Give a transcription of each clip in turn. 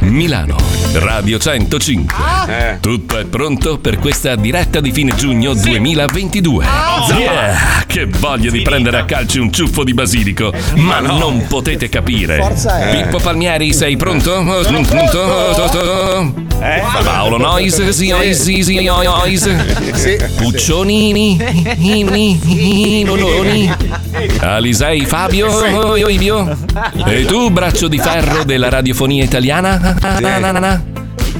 Milano, Radio 105. Eh. Tutto è pronto per questa diretta di fine giugno 2022. Zappa. Yeah, che voglia di prendere a calci un ciuffo di basilico, ma non potete capire. Eh, Forza, eh. Pippo Palmieri, sei pronto? Oh, Sono mm, pronto. oh, oh, oh. Eh, Paolo Nois, sì, ois, sì, sì, oi, ois. Puccionini, inni, inononi. Alisei Fabio, Sì. oi, oi, bio. E tu, braccio di ferro della radiofonia italiana? Ah, na, na, na, na.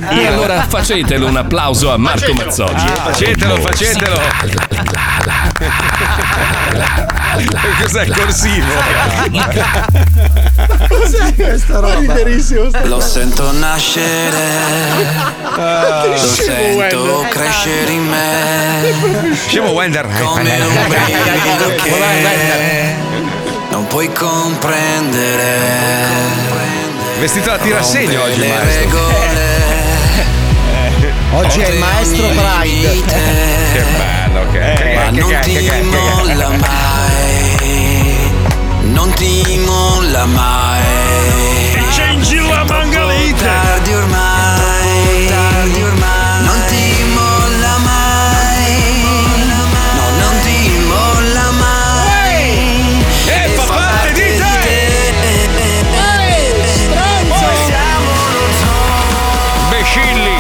Ah. E allora facetelo un applauso a Marco Mazzoli. Facetelo, Oh, facetelo. Cos'è corsivo? Cos'è questa roba? Riderissimo. Lo sento nascere, Ah. lo scemo sento Wender. crescere in me. Scemo Wender. eh, Come un brivido che non puoi comprendere. Vestito da tirassegno oggi, Rompe le maestro. Oggi è il maestro Pride. Che bello, che Ma che- non che- che- ti che- molla mai, non ti molla mai. C'è in giù a Mangalita. Tardi ormai, tardi ormai, non ti molla mai, no, non ti molla mai. E fa parte di Imbecilli.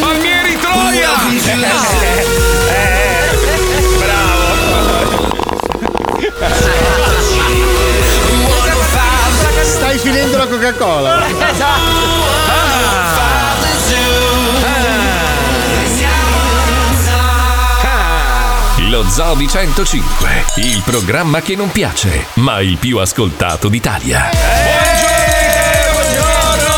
Palmieri Troia! Eh, Stai finendo la Coca-Cola. Eh, esatto. Lo Zoo di 105, il programma che non piace, ma il più ascoltato d'Italia. Buongiorno,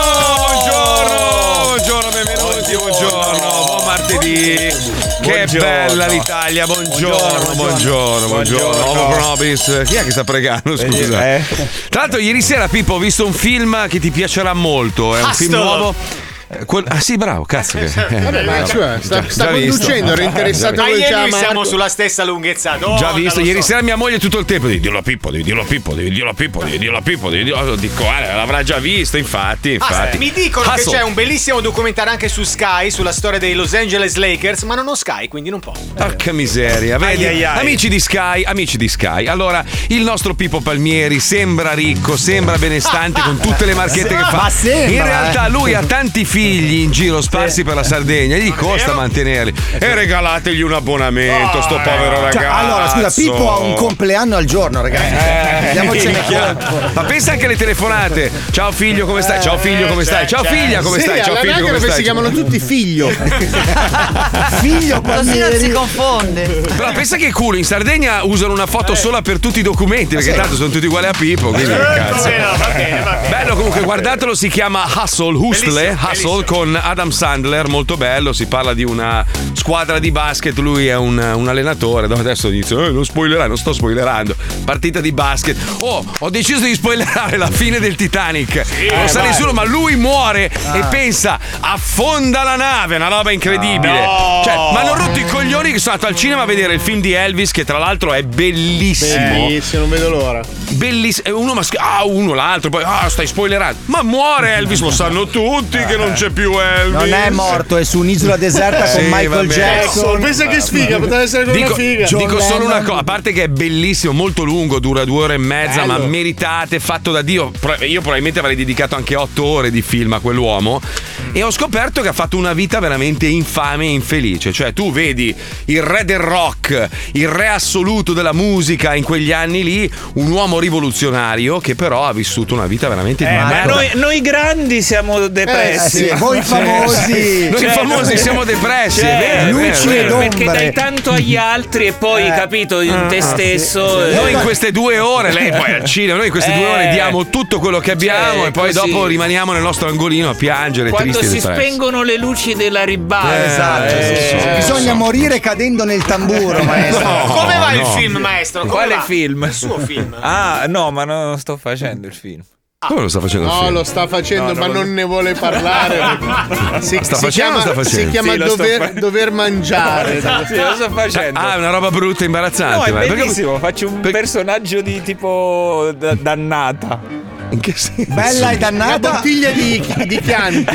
buongiorno, benvenuti, buongiorno, buon martedì. Che Buongiorno. bella l'Italia, buongiorno, Buongiorno, buongiorno, buongiorno. buongiorno. Buongiorno. Homo Nobis, chi è che sta pregando? Scusa. Eh. Tra l'altro, ieri sera, Pippo, ho visto un film che ti piacerà molto. È un film Astor. nuovo. Eh, quel- Ah, sì, Ah, bravo, cazzo. Che... Vabbè, ma cioè, sta, Eh, Già- sta già visto. conducendo, era interessato Ma a ieri Luciano. siamo sulla stessa lunghezza d'onda. Già visto, lo ieri so. sera mia moglie tutto il tempo di dirlo a Pippo, devi dirlo a Pippo, devi dirlo a Pippo, devi dirlo a Pippo, devi dirlo a Dico, guarda, l'avrà già visto, infatti, Ah, infatti. mi dicono che Hustle. c'è un bellissimo documentario anche su Sky sulla storia dei Los Angeles Lakers, ma non ho Sky, quindi non posso. Porca miseria, vedi? Ai, ai, ai. Amici di Sky, amici di Sky. Allora, il nostro Pippo Palmieri sembra ricco, sembra benestante con tutte le marchette che fa. Ma sembra, in realtà eh. lui ha tanti figli in giro sparsi per la Sardegna, Ah, gli costa mantenerli. E regalategli un abbonamento, sto povero ragazzo. Esatto. Cioè, allora, scusa, Pippo ha un compleanno al giorno, ragazzi. Eh, Diamocene Minchia. conto. Ma pensa anche alle telefonate. Ciao figlio, come stai? Ciao figlio, Eh, come stai? Ciao figlia, come Sì, stai? Ciao alla figlio, Nagra come poi si stai? chiamano tutti figlio. figlio Così non si Palmieri. confonde. Però pensa che culo, in Sardegna usano una Eh. foto sola per tutti i documenti, perché tanto sono tutti uguali a Pippo, quindi cazzo. va bene, va bene. Bello comunque, guardatelo, si chiama Hustle, Hustle, Bellissimo, Hustle con Adam Sandler, molto bello, si parla di una squadra di basket, lui è un, un allenatore, no, adesso dice, eh, non spoilerai, non sto spoilerando, partita di basket, oh, ho deciso di spoilerare la fine del Titanic, non sa nessuno, ma lui muore e pensa, affonda la nave, una roba incredibile, cioè, ma hanno rotto i coglioni che sono andato al cinema a vedere il film di Elvis, che tra l'altro è bellissimo, Bellissimo, non vedo l'ora. Bellissimo. E Uno maschio. Ah, uno, l'altro. Poi, ah, stai spoilerando. Ma muore Elvis, lo sanno tutti che non c'è più Elvis. Eh, Non è morto, è su un'isola deserta Eh, Sì, con Michael vabbè. Jackson. Ecco, Pensa che sfiga, poteva essere con Dico, una figa. dico John solo Lennon. una cosa, a parte che è bellissimo, molto lungo, dura due ore e mezza, ma Bello. meritate, fatto da Dio. Pro- Io probabilmente avrei dedicato anche otto ore di film a quell'uomo e ho scoperto che ha fatto una vita veramente infame e infelice. Cioè tu vedi il re del rock, il re assoluto della musica in quegli anni lì, un uomo rivoluzionario che però ha vissuto una vita veramente di Eh, ma merda. noi, noi grandi siamo Eh, depressi. sì, voi famosi. Noi Cioè, famosi no- siamo depressi, Cioè, è vero, è vero, luci è ed vero. ombre. Eh. Ah, Perché dai tanto agli altri e poi, Eh. capito, in Ah, te stesso. eh, Noi in queste due ore, lei poi al cinema, noi in queste due Eh. ore diamo tutto quello che abbiamo Cioè, e poi così. dopo rimaniamo nel nostro angolino a piangere, quando tristi e si depressi. spengono le luci della ribalta. Eh, Esatto, eh, sì, sì, sì. eh, bisogna morire cadendo nel tamburo, maestro. Come va no. il film, maestro? Come Quale va? film? Il suo film. Ah, no, ma non sto facendo il film. Come lo sta facendo il No, film? lo sta facendo, No, ma no, non ne vuole parlare. Si, Sta si facendo chiama, o sta facendo? si chiama Sì, lo sta dover, fa- dover mangiare. Sì, lo sta facendo. Esatto. Ah, è una roba brutta e No, imbarazzante. è ma perché- bellissimo. Faccio un personaggio di tipo da- dannata. In che senso? Bella e Una dannata. bottiglia di, di chianti.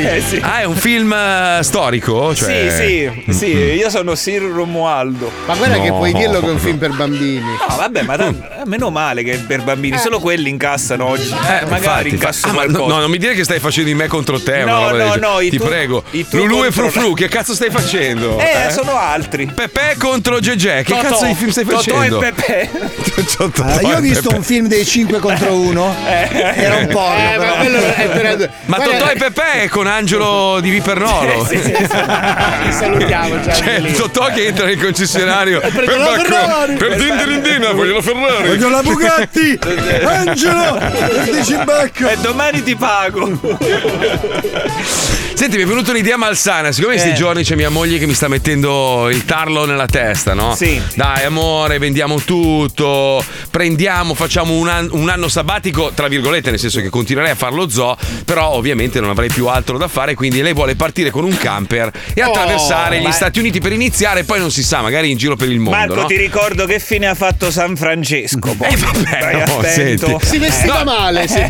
Eh sì. Ah, è un film eh, storico? Cioè... Sì, sì, sì, io sono Sir Romualdo. Ma guarda che No. Mm. puoi dirlo che è un film per bambini. No, vabbè, ma da- eh, meno male che è per bambini, Eh. solo quelli incassano oggi. Eh, Magari infatti, incassano ah, ma qualcosa. no, no, non mi dire che stai facendo di me contro te. No, una roba del no, genere. no, i Ti tu- prego. i tu Lulu e contro Frufru, che cazzo stai facendo? eh, sono altri. Pepe contro Gegè, eh, che Totò. cazzo di film stai Totò facendo? e Pepe. Totò e Allora, io ho Pepe. visto un film dei 5 contro 1. Era un porno. Eh, ma però. quello è per- Ma guarda, Totò e Pepe è con Angelo di Vipernolo. li salutiamo. Cioè, C'è lì. il Totò che entra nel concessionario. Per la Bacco, Ferrari. Per Dindirindina, voglio la Eh, Ferrari. Eh, Voglio la Bugatti! Angelo! Dici becco! E Eh, domani ti pago. Ecco, Senti, mi è venuta un'idea malsana. Siccome Eh. in questi giorni c'è mia moglie che mi sta mettendo il tarlo nella testa, no? Sì. Dai, amore, vendiamo tutto, prendiamo, facciamo un, an- un anno sabbatico, tra virgolette, nel senso che continuerei a fare lo zoo, però ovviamente non avrei più altro da fare, quindi lei vuole partire con un camper e attraversare gli Oh, ma- Stati Uniti per iniziare, poi non si sa, magari in giro per il mondo. Marco, no? ti ricordo che fine ha fatto San Francesco. poi. Eh, vabbè, Stai no, attento. Eh, senti. Si vestiva No. male. sì.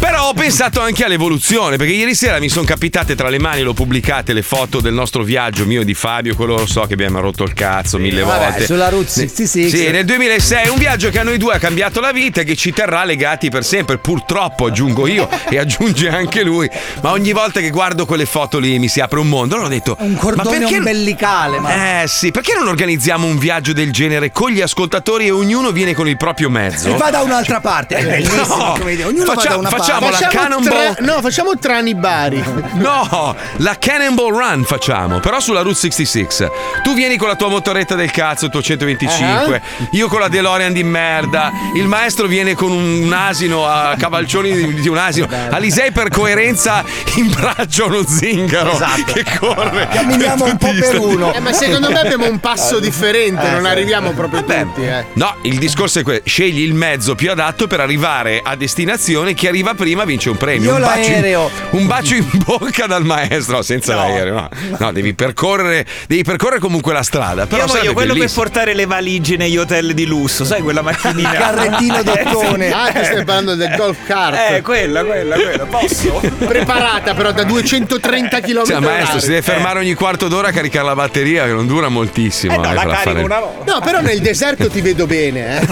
Però ho pensato anche all'evoluzione, perché ieri sera mi sono capitate tra le mani, l'ho pubblicate le foto del nostro viaggio mio e di Fabio, quello lo so che abbiamo rotto il cazzo mille Vabbè, volte. sulla Ruzzi, Ne- sì, sì. Sì, nel 2006 un viaggio che a noi due ha cambiato la vita e che ci terrà legati per sempre, purtroppo aggiungo io e aggiunge anche lui, ma ogni volta che guardo quelle foto lì mi si apre un mondo. Allora ho detto, Un ma cordone perché ombelicale, ma. eh sì, perché non organizziamo un viaggio del genere con gli ascoltatori e ognuno viene con il proprio mezzo? Si va da un'altra parte. È bellissimo No. come idea. Ognuno Faccia- va da una facciamo parte. la Facciamo, Cannonball- tra- no, facciamo Trani Bari. No, la Cannonball Run facciamo, però sulla Route 66. Tu vieni con la tua motoretta del cazzo, il tuo 125, Eh? io con la DeLorean di merda, il maestro viene con un asino a cavalcioni di, di un asino. Alisei per coerenza in braccio uno zingaro che corre. Esatto. Camminiamo un po' tutti gli per stati- uno. Eh, Eh, ma secondo me abbiamo un Eh, passo differente, non arriviamo proprio tutti, eh. No, il discorso è questo, scegli il mezzo più adatto per arrivare a destinazione, chi arriva prima vince un premio. Io un bacio in- l'aereo. un bacio in bocca dal maestro, no, senza l'aereo, no. No, devi percorrere, devi percorrere comunque la strada, però Io voglio sarebbe quello bellissimo. per portare le valigie negli hotel di lusso, sai quella Eh, macchinina? Il carrettino d'ottone. Eh, Ah, tu stai parlando del golf cart. Eh, quella, quella, quella. Posso? Preparata però da 230 km Cioè, maestro, si deve fermare ogni quarto d'ora a caricare la batteria, che non dura moltissimo. Eh no, eh, la per carico fare- una volta. No, però nel deserto ti vedo bene, eh.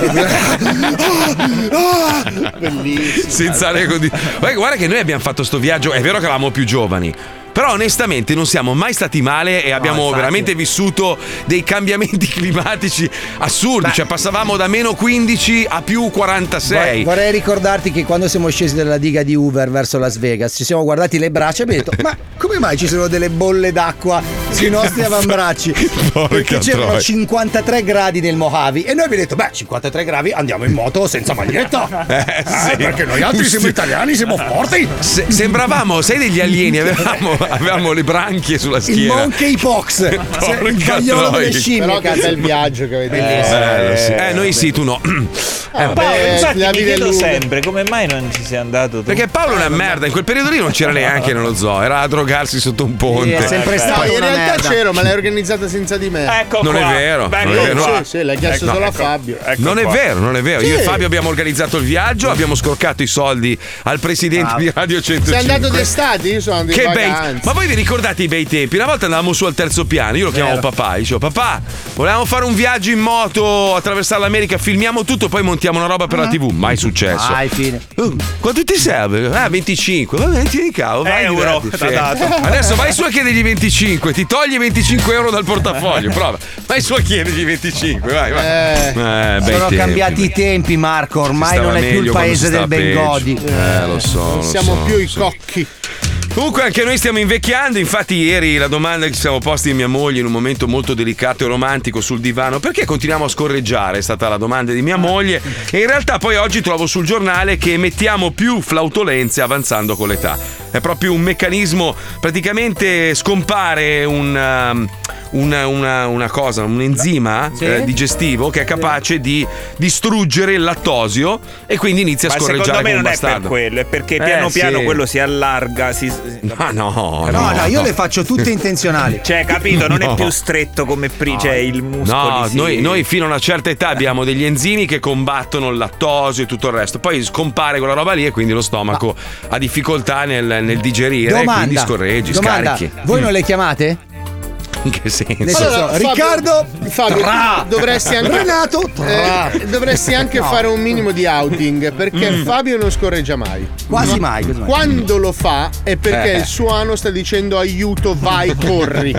Ah, Bellissimo. senza aria condizionata. Guarda- Guarda che noi abbiamo fatto sto viaggio, è vero che eravamo più giovani. Però onestamente non siamo mai stati male e abbiamo veramente vissuto dei cambiamenti climatici assurdi. Cioè passavamo da meno 15 a più 46. Vorrei- Vorrei ricordarti che quando siamo scesi dalla diga di Hoover verso Las Vegas ci siamo guardati le braccia e abbiamo detto ma come mai ci sono delle bolle d'acqua sui nostri avambracci? Perché c'erano troia. 53 gradi nel Mojave e noi abbiamo detto beh 53 gradi andiamo in moto senza maglietta Eh, sì. Ah, perché noi altri siamo italiani siamo forti Se- sembravamo, sei degli alieni, avevamo, avevamo le branchie sulla il schiena. Monkey Pox Se- il cagnolo troia. delle scimmie Però che cazzo. bel eh, viaggio che Eh, avete visto. Bello, sì. Eh, noi sì, tu no. Eh, vabbè. Paolo, Eh, infatti la mi vita è chiedo lunga. sempre come mai non ci sei andato tu. Ah, Perché Paolo è una merda, in quel periodo lì non c'era neanche nello zoo, era a drogarsi sotto un Sì, ponte. Ecco. è sempre No, stato in una realtà merda c'ero, ma l'hai organizzata senza di me. Ecco Non qua. Ecco, è vero, Beh, non è vero. Ecco, Sì, sì, l'hai chiesto solo a Fabio. non è vero, non è vero. Io e Sì. Fabio abbiamo organizzato il viaggio, abbiamo scorcato i soldi al presidente Ah. di Radio 105. Sei andato d'estate? Io sono andato Che in bei... vacanza. Ma voi vi ricordate i bei tempi? Una volta andavamo su al terzo piano, io lo chiamavo papà, e dicevo papà, volevamo fare un viaggio in moto, attraversare l'America, filmiamo tutto, poi montiamo una roba per Ah. la tv. Mai successo. Vai, fine. Uh, quanto ti serve? Ah, 25. Vabbè, ti cavo, vai Euro, divertiti, t'ha sì. dato. Adesso vai su a chiedergli 25, ti togli 25 euro dal portafoglio, prova. Vai su a chiedergli 25, vai, vai. Eh, bei sono tempi. cambiati i tempi Marco ormai Stava non è più il meglio quando paese si stava del Bengodi peggio. Eh, lo so. lo siamo so. più i cocchi. Comunque anche noi stiamo invecchiando, infatti ieri la domanda che ci siamo posti di mia moglie in un momento molto delicato e romantico sul divano, perché continuiamo a scorreggiare? È stata la domanda di mia moglie e in realtà poi oggi trovo sul giornale che emettiamo più flautolenze avanzando con l'età. È proprio un meccanismo. Praticamente scompare un, um, una, una- una cosa, un enzima Sì. eh, digestivo che è capace di distruggere il lattosio e quindi inizia a Ma secondo scorreggiare me come un non è bastardo. per quello, è perché piano Eh, sì. piano quello si allarga. Si... Ma no, No, no, io le faccio tutte intenzionali. Cioè, capito? Non No. è più stretto come prima, cioè il muscolo. No, si- noi, noi fino a una certa età abbiamo degli enzimi che combattono il lattosio e tutto il resto. Poi scompare quella roba lì e quindi lo stomaco ha difficoltà nel, nel digerire e quindi Domanda, scorreggi, domanda, scarichi. Mm. voi non le chiamate? In che senso? Nel senso, Fabio- Riccardo, Fabio, tra. tu dovresti anche. Renato, tra. Eh, dovresti anche No. fare un minimo di outing perché Mm. Fabio non scorreggia mai. Quasi Ma- mai, quasi mai. Quando lo fa è perché Eh. il suo ano sta dicendo aiuto, vai, corri.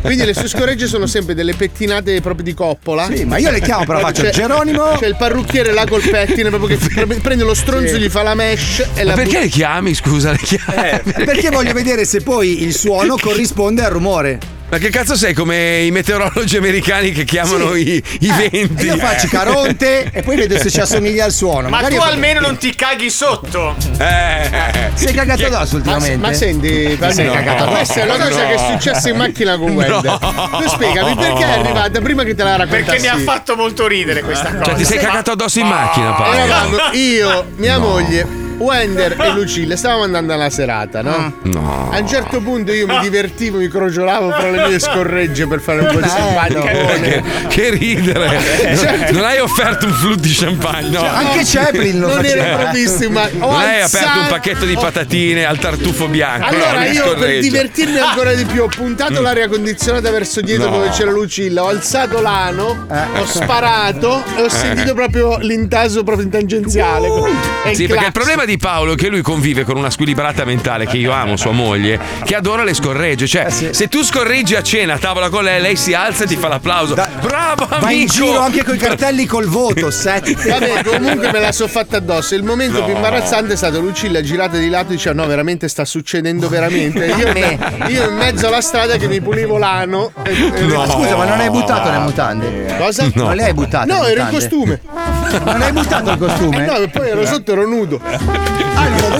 Quindi le sue scorregge sono sempre delle pettinate proprio di coppola. Sì, ma io le chiamo, però Proprio faccio, Geronimo- C'è il parrucchiere là col pettine, proprio che prende lo stronzo, Sì. gli fa la mesh e Ma la perché butta- le chiami? Scusa, le chiami? Eh, perché voglio vedere se poi il suono corrisponde al rumore. Ma che cazzo sei come i meteorologi americani che chiamano Sì. i, i Eh, venti? e io faccio Caronte e poi vedo se ci assomiglia al suono. Ma Magari tu io- almeno non ti caghi sotto. Eh. Sei cagato addosso ultimamente? Ma, ma senti, Ti sei Valerio, cagato questa è una addosso? cosa No. che è successa in macchina con No. Wender. Tu spiegami perché è arrivata prima che te la raccontassi. Ah. Perché mi ha fatto molto ridere questa cosa. Cioè, ti sei cagato addosso in macchina, Paolo. Eravamo io, mia moglie, Wender e Lucilla. Stavamo andando alla serata, Mm. no? No. A un certo punto io mi divertivo, mi crogiolavo fra le mie scorregge per fare un po' di Che, simpaticone. che ridere! Non, Certo. non hai offerto un flute di champagne, no? Cioè, anche Chaplin lo Non faceva, ero eh. provvisto in ma- ho Non hai alzato- aperto un pacchetto di ho- patatine al tartufo bianco. Allora no, mi io per scorreggia. Mm. divertirmi ancora di più ho puntato l'aria condizionata verso dietro No. dove c'era Lucilla, ho alzato l'ano, ho sparato e ho Eh. Uh. sentito proprio l'intaso proprio in tangenziale. E il Ah, Sì, perché il clacson. problema di Paolo è che lui convive con una squilibrata mentale che io amo, sua moglie, che adora le scorregge. Ah, Cioè, se tu scorreggi a cena a tavola con lei, lei si alza e ti fa l'applauso. Bravo, amico! Va in giro anche con i cartelli col voto, sette. Vabbè, comunque me la sono fatta addosso. Il momento No. più imbarazzante è stato Lucilla girata di lato e diceva: No, veramente sta succedendo veramente. Io, io in mezzo alla strada che mi pulivo l'ano. e- e- Ma scusa, ma non hai buttato Ah, le eh. mutande? Eh. Cosa? No. Non le hai buttate? No, le ero in mutande? costume. Non hai buttato il costume? Eh no, e poi ero sotto, ero nudo.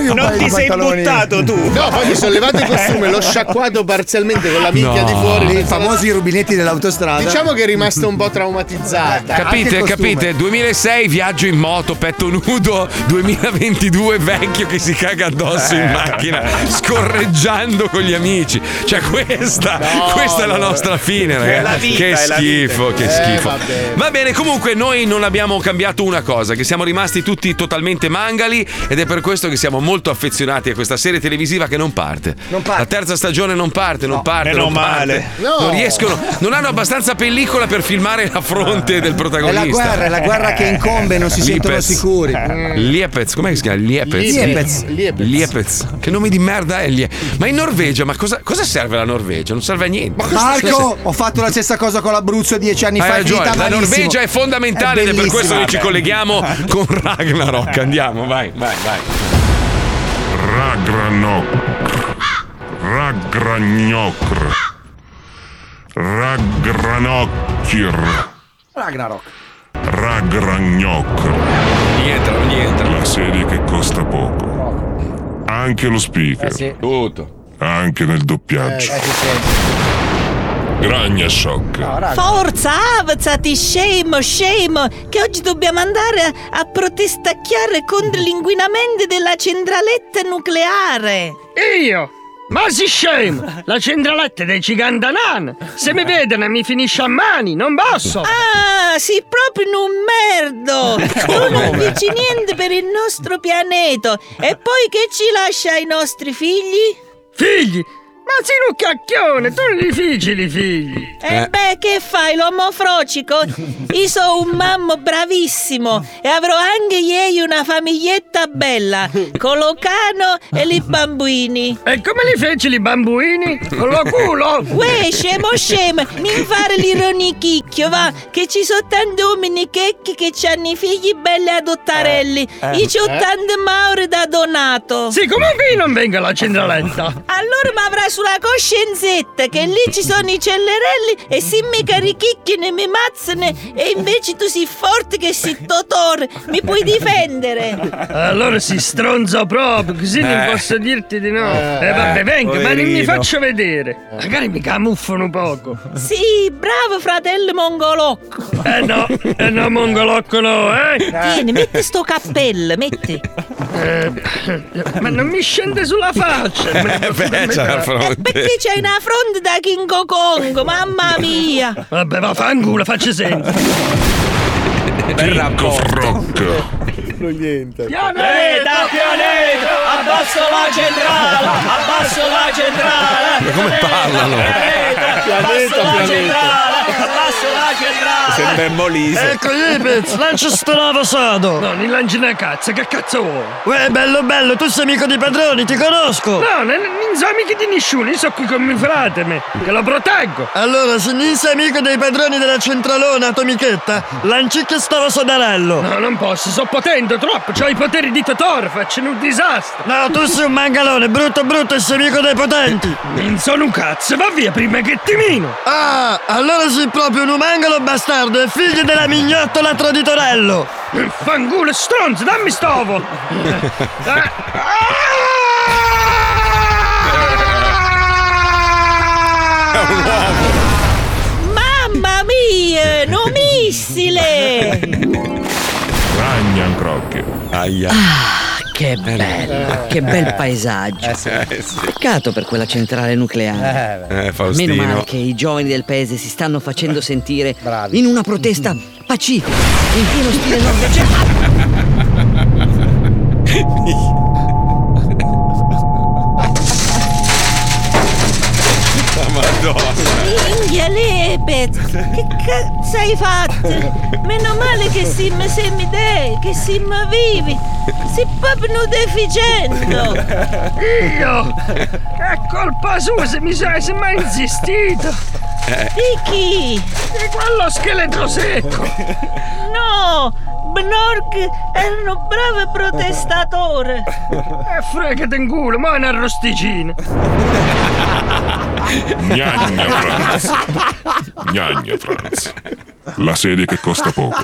Non ti sei buttato tu. No, poi mi sono levato il costume, l'ho sciacquato parzialmente con la minchia No. di fuori. I famosi rubinetti dell'autostrada. Diciamo che è rimasta un po' traumatizzata. Capite, Anche il costume. capite? 2006 viaggio in moto, petto nudo, 2022 vecchio che si caga addosso Eh. in macchina, scorreggiando con gli amici. Cioè questa, questa è la nostra fine, È la ragazzi. vita, Che è la vita. schifo, che Eh, schifo. vabbè. Va bene, comunque noi non abbiamo cambiato una cosa, che siamo rimasti tutti totalmente mangali ed è per questo che siamo molto affezionati a questa serie televisiva che non parte. La terza stagione non parte, non parte, meno non parte. male. No. Non riescono, non hanno abbastanza pellicola per filmare la fronte del È protagonista. la guerra, è la guerra che incombe, non si sentono Lipez. sicuri. Mm. Liepez, com'è che si chiama? Liepez. Liepez. Liepez. Liepez. Che nome di merda è Liepez? Ma in Norvegia, ma cosa, cosa serve la Norvegia? Non serve a niente. Marco, ho fatto la stessa cosa con l'Abruzzo dieci anni Hai fa. è ragione, finita la malissimo. Norvegia è fondamentale È ed è per questo che ci bellissima. colleghiamo con Ragnarok. Andiamo, vai, vai, vai. Ragranok. Ragranokr. Ragranokir. Ragnarok. Ragranokr. Niente, niente. La serie che costa poco. Anche lo Eh, speaker. Tutto. Anche nel doppiaggio. Gragna shock. Forza, avanzati, scemo, scemo, che oggi dobbiamo andare a, a protestacchiare contro l'inquinamento della centraletta nucleare. Io? Ma si scemo! La centraletta dei gigandanan! Se mi vedono mi finisce a mani, non posso! Ah, sei proprio un merdo! Tu non dici niente per il nostro pianeta e poi che ci lascia ai nostri figli? Figli? Ma sei un cacchione, tu li difficili figli! E beh, che fai, l'omofrocico? Io sono un mammo bravissimo e avrò anche ieri una famiglietta bella, con lo cano e li bambuini. E come li feci li bambuini? Con lo culo? Uè, scemo, scemo, non fare l'ironichicchio, va, che ci sono tanti uomini checchi che hanno i figli belli adottarelli. eh, Io c'ho eh. tante maure da donato. Sì, come qui non venga la centraletta? Allora mi avrà sulla coscienzetta che lì ci sono i cellerelli e si mi carichicchiano e mi mazzano e invece tu sei forte che sei Totore, mi puoi difendere. Allora si stronza proprio, così non Eh. posso dirti di no. Eh, Eh, vabbè, venga, ma non mi poverino. faccio vedere. Magari mi camuffano poco. Sì, bravo fratello mongolocco. Eh no, eh no, mongolocco no, eh! Tieni, metti sto cappello, metti. Ma non mi scende sulla faccia! Eh, beh, c'è la fronte. Perché c'hai una fronte da King Kong, mamma mia! Vabbè, va fanculo, facci sempre! King of Rock. Non gli entra. Pianeta, pianeta, abbasso la centrale, abbasso la centrale. Ma come parlano? Abbasso la centrale, abbasso la centrale. Sembra Molise. Ecco Lipez, lancia sto lavasato! No, non lanci una cazzo, che cazzo vuoi? Uè, bello bello, tu sei amico di padroni, ti conosco! No, non, non sono amico di nessuno, io sono qui con mio frate, me, che lo proteggo! Allora, se non sei amico dei padroni della centralona, Tomichetta, lancicchia sto rosodarello. No, non posso, sono potente troppo, ho i poteri di Totoro, faccio un disastro! No, tu sei un mangalone, brutto brutto e sei amico dei potenti. Non sono un cazzo, va via prima che ti mino! Ah, allora sei proprio un umangolo bastardo e figlio della mignottola traditorello. Fangulo stronzo, dammi Eh, stovo! Mamma mia, no missile! Ragnan Croc. Aia. Ah. Che bello, che bel paesaggio. Peccato per quella centrale nucleare. Eh, Meno male Faustino. che i giovani del paese si stanno facendo sentire in una protesta pacifica, in pieno stile norvegese. La Madonna. Minchia Lepet, che cazzo hai fatto? Meno male che sim semi dei, che sim vivi, si proprio deficiente. Io! È colpa sua se mi sei se mai insistito! Di chi? Di quello scheletro secco! No, Bnorg era un bravo protestatore. E fregate in culo, ma è una rosticina! Gnagna Franz. Gnagna Franz. La sede che costa poco.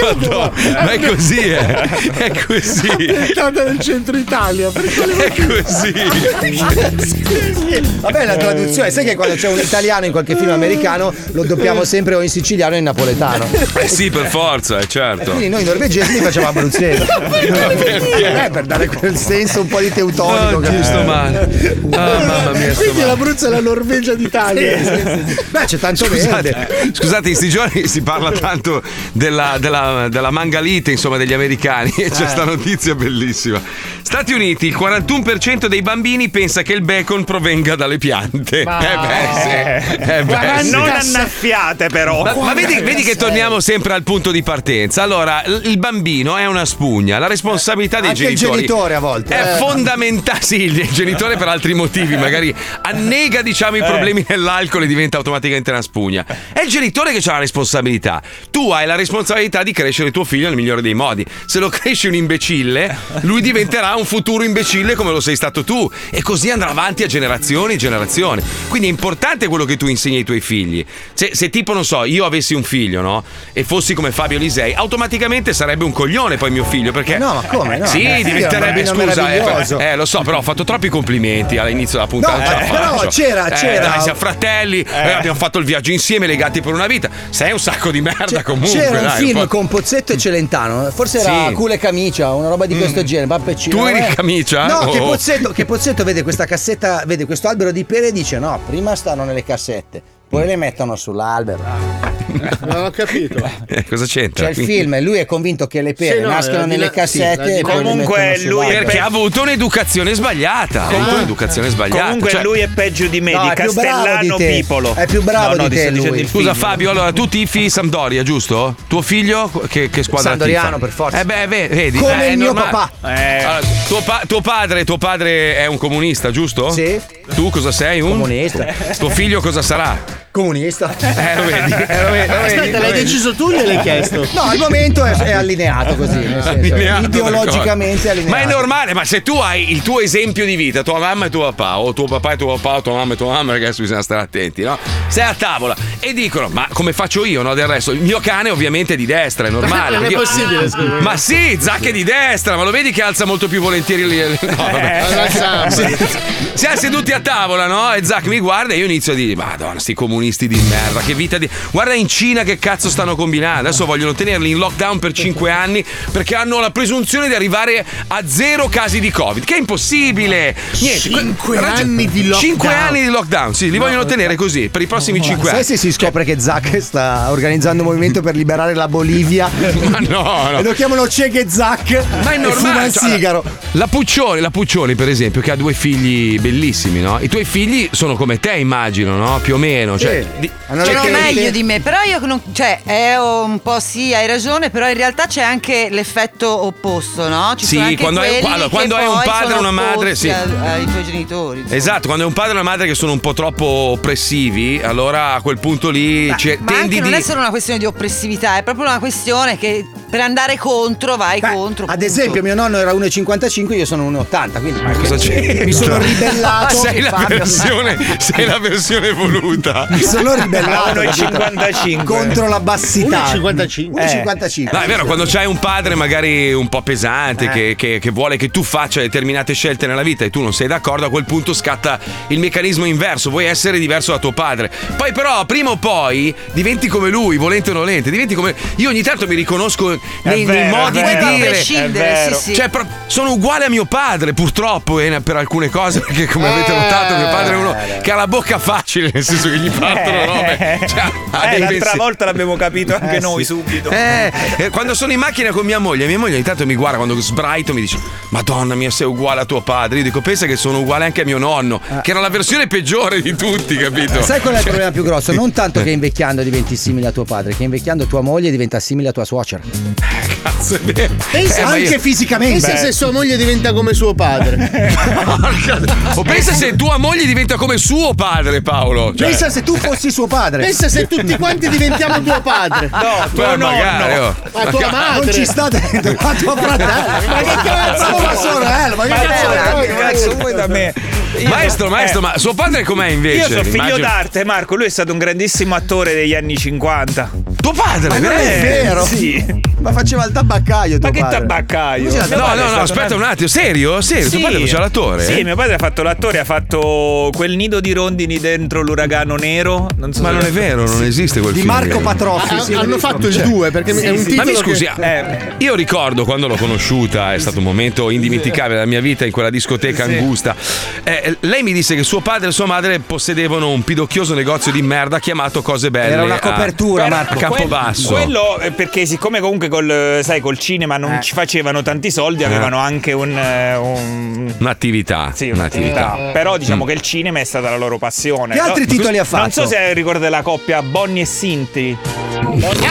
Madonna, ma è così, eh. È così. Attaccata nel centro Italia, per Ah, quale Vabbè, la traduzione, sai che quando c'è un italiano in qualche film americano lo Eh. doppiamo sempre o in siciliano o in napoletano. Eh sì, per forza, eh, certo. Quindi noi norvegesi li facciamo abruzzesi. perché? Eh, per dare quel senso un po' di teutonico. Oh, Dio, sto Eh. male. Ah, mamma mia, sto Quindi male. l'Abruzzo è la Norvegia d'Italia. Beh, c'è tanto Scusate, eh, scusate, in questi giorni si parla tanto della, della, della mangalite, insomma, degli americani. E c'è Eh. sta notizia bellissima. Stati Uniti, il 41% dei bambini pensa che il bacon provenga dalle piante. Eh beh, sì. Eh beh, sì. non annaffiate però. Ma, ma vedi, vedi che torniamo sempre al punto di partenza. Allora, l- il bambino è una spugna, la responsabilità dei Anche il genitori. genitore a volte. È Eh. fondamentale. Sì, il genitore per altri motivi, magari annega, diciamo, i Eh. problemi dell'alcol e diventa automaticamente una spugna. È il genitore che ha la responsabilità. Tu hai la responsabilità di crescere tuo figlio nel migliore dei modi. Se lo cresci un imbecille, lui diventerà un futuro imbecille come lo sei stato tu. E così andrà avanti a generazioni e generazioni. Quindi è importante quello che tu insegni ai tuoi figli. Se, se tipo, non so, io avessi un figlio, no? E fossi come Fabio Lisei, automaticamente sarebbe un coglione poi mio figlio, perché. No, ma come? No, sì, mio figlio è un diventerebbe. bambino Scusa, eh, meraviglioso. eh, lo so, però ho fatto troppi complimenti all'inizio della puntata. No, non ce la eh, però faccio. c'era- Eh, c'era- Dai, siamo fratelli, eh, abbiamo fatto il viaggio insieme, legati per una vita. Sei un sacco di merda comunque. C'era un dai, film po'- con Pozzetto e Celentano, forse era Sì. Mm. Cule Camicia, una roba di questo genere. Pappa e Cino, Tu eri eh. camicia? No, Oh. che, Pozzetto, che Pozzetto vede questa cassetta, vede questo albero di pere e dice: No, prima stanno nelle cassette, Mm. poi le mettono sull'albero. Non ho capito. Eh, cosa c'entra? C'è il Quindi- film, e lui è convinto che le pere Sì, no, nascono la- nelle la- cassette. sì, la- e poi le mettono sull'albero. perché ha avuto un'educazione sbagliata. Ha avuto un'educazione sbagliata. Comunque Cioè- lui è peggio di me, No, di è più bravo Castellano di te. Pipolo. È più bravo di te, lui. Scusa Fabio, allora tu tifi Sampdoria, giusto? Tuo figlio che, che squadra Sampdoriano, tifa? per forza. Eh beh, ve- vedi. Come eh, è il mio normale. papà. Allora, tuo, pa- tuo padre, tuo padre è un comunista, giusto? Sì. Tu cosa sei? Un comunista. Tuo figlio cosa sarà? Comunista. Eh, lo vedi, eh, lo vedi, lo vedi, Aspetta, lo l'hai vedi. deciso tu o gliel'hai chiesto? No, al momento è, è allineato così. nel senso, Allineato, ideologicamente è allineato. Ma è normale, ma se tu hai il tuo esempio di vita, tua mamma e tuo papà, o tuo papà e tuo papà, o tua mamma e tua mamma, ragazzi, bisogna stare attenti, no? Sei a tavola e dicono, ma come faccio io, no? Del resto, il mio cane ovviamente è di destra, è normale. Non è perché- possibile, scusa. Ma sì, Zac è di destra, ma lo vedi che alza molto più volentieri le... No, vabbè. Eh, alza il Sì. samba. Siamo seduti a tavola, no? E Zac mi guarda e io inizio a dire: Madonna, sti comunisti di merda, che vita di. Guarda in Cina che cazzo stanno combinando. Adesso vogliono tenerli in lockdown per 5 anni perché hanno la presunzione di arrivare a zero casi di Covid, che è impossibile. Niente, Cinque que- ragio- anni di lockdown. eh, Cinque anni di lockdown, sì, li vogliono tenere così per i prossimi 5 Sai anni. se si scopre che Zac sta organizzando un movimento per liberare la Bolivia? Ma no, no. E lo chiamano Che Che Zac. Ma è e fuma normale. il cioè, sigaro. La Puccioni, la Puccioni, per esempio, che ha due figli bellissimi, no? I tuoi figli sono come te, immagino, no? Più o meno. Cioè, Sì. Ah, di- Sono meglio di me, però io non. Cioè, è un po' sì, hai ragione, però in realtà c'è anche l'effetto opposto, no? Ci Sì, sono anche quando hai un- quelli allora, che quando hai un poi padre e sono una madre, opposti sì. a- ai tuoi genitori. Esatto, quando è un padre e una madre che sono un po' troppo oppressivi, allora a quel punto lì cioè, Ma tendi anche di. non è solo una questione di oppressività, è proprio una questione che per andare contro vai contro. Ad esempio, mio nonno era 1,55, io sono 1,80, quindi ma Cosa c'è? Cioè, mi sono ribellato. Sei la, Fabio, versione, sei la versione voluta. Mi sono Ah, ribellato 1,55. contro la bassità. 1,55. 1,55. No, è vero, quando c'hai un padre magari un po' Eh. pesante che, che- che vuole che tu faccia determinate scelte nella vita e tu non sei d'accordo, a quel punto scatta il meccanismo inverso, vuoi essere diverso da tuo padre. Poi però, prima o poi, diventi come lui, volente o nolente, diventi come... Io ogni tanto mi riconosco nei, nei vero, modi è vero. di dire... A prescindere, È vero. sì, sì. Cioè, pro- sono uguale a mio padre, purtroppo, eh, per alcune cose, perché come avete Eh. notato, mio padre è uno che ha la bocca facile, nel senso che gli partono robe. Cioè, ha Eh, dei l'altra pensieri- volta l'abbiamo capito anche noi subito. eh, eh, quando sono in macchina con mia moglie, mia moglie ogni tanto mi guarda quando sbraito mi dice: Madonna mia, sei uguale a tuo padre. Io dico: Pensa che sono uguale anche a mio nonno, che era la versione peggiore di tutti, capito? Eh. Cioè, Sai qual è il problema più grosso? Non eh. tanto che invecchiando diventi simile a tuo padre, che invecchiando tua moglie diventa simile a tua suocera. Cazzo, è vero. Pensa Eh, ma anche io- fisicamente. Pensa Beh. se sua moglie diventa come suo padre. O pensa se tua moglie diventa come suo padre, Paolo. Cioè- Pensa se tu fossi suo padre. Pensa se tutti quanti diventiamo tuo padre. No, tuo Beh, nonno. Eh, magari, oh. Ma tua Magari. madre. Non ci sta dentro, ma tuo fratello. Ma che cazzo? Ma sorella, ma che cazzo? che cazzo vuoi da me? Maestro, maestro, ma suo padre com'è invece? Eh. Io sono figlio Immagino- d'arte, Marco. Lui è stato un grandissimo attore degli anni 50. Tuo padre, Ma non è vero. Eh, Sì. Ma faceva il tabaccaio. tuo Ma che padre. tabaccaio? Lui si No, no, Mio padre è no, stato aspetta un attimo, serio? Serio? Tuo padre faceva l'attore? Sì, mio padre ha fatto l'attore, ha fatto quel nido di rondini dentro l'uragano nero. Non so Ma se- non è vero, non esiste quel Di film. Marco Eh. Patroffi, Ah, sì, hanno l'ho visto. fatto il Cioè, due, perché è un Ma mi titolo scusi, che- Eh, ah, io ricordo quando l'ho conosciuta, è stato un momento indimenticabile della mia vita in quella discoteca Sì. angusta. Eh, lei mi disse che suo padre e sua madre possedevano un pidocchioso negozio di merda chiamato Cose Belle. a- a Era- Campobasso. quel- Quello eh, perché siccome comunque col, eh, sai, col cinema non ci facevano tanti soldi, avevano anche un, eh, un- Un'attività. un'attività. sì, Mm. un'attività. Però diciamo che il cinema è stata la loro passione. Che altri No? titoli ha Non fatto? so se ricordi la coppia Bonnie e Sinti.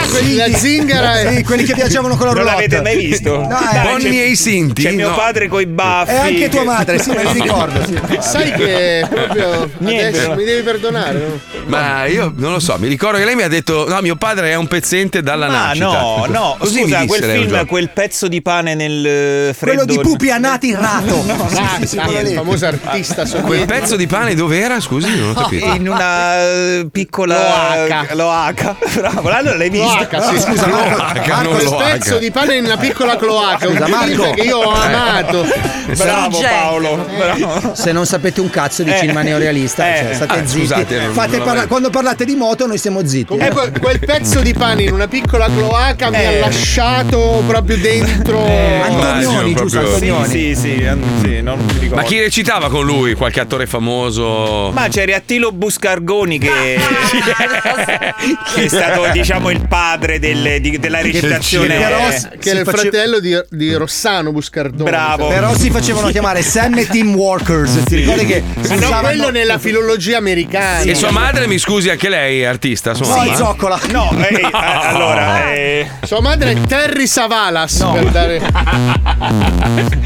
quelli- la zingara e- Sì, quelli che viaggiavano con la Non roulotte. l'avete mai visto? No, eh. Dai, Bonnie c'è- e i Sinti? C'è mio No. padre coi baffi. E anche tua madre, sì, me lo li ricordo, sì. Sai che proprio Niente, adesso no. mi devi perdonare. no? Ma io non lo so, mi ricordo che lei mi ha detto: No, mio padre è un pezzente dalla Ah nascita. no, no, Così mi scusa, disse quel lei un film, giorno. quel pezzo di pane nel eh, freddo Quello di Pupi Anati Rato. Sì, sì, quello lì. il famoso artista Quel sovietico. pezzo di pane dove era? Scusi, non ho capito. in una eh, piccola Loaca. Loaca. Bravo, l'hanno l'hai visto? Cloaca, sì. Scusa, Marco, Marco, non il lo pezzo di pane in una piccola cloaca, un Scusa, film Marco. che io ho Eh. amato. Bravo Sfrugge. Paolo, bravo. Se non sapete un cazzo di Eh. cinema neorealista, Eh. cioè, state Ah, zitti. scusate, non- Fate non parla- l'avevo- quando parlate di moto, noi siamo zitti. E quel, quel pezzo di pane in una piccola cloaca mi ha lasciato proprio dentro. Antonioni, giusto, proprio- Antonioni. Sì, sì, sì, an- sì, non mi ricordo. Ma chi recitava con lui? Qualche attore famoso? Ma c'era Attilo Buscargoni che, che è stato, diciamo il padre delle- di- della recitazione. Però- eh, che era il fratello di, di Rossano Buscardone. Bravo. Mm. Però si facevano chiamare Sam e Team Workers. Ti ricordi che Ma no, usavano- quello nella filologia americana. E sua madre, mi scusi, anche lei è artista? Sua Sì. mamma? zoccola. No, eh, eh, allora, eh. Sua madre è Terry Savalas. Per dare...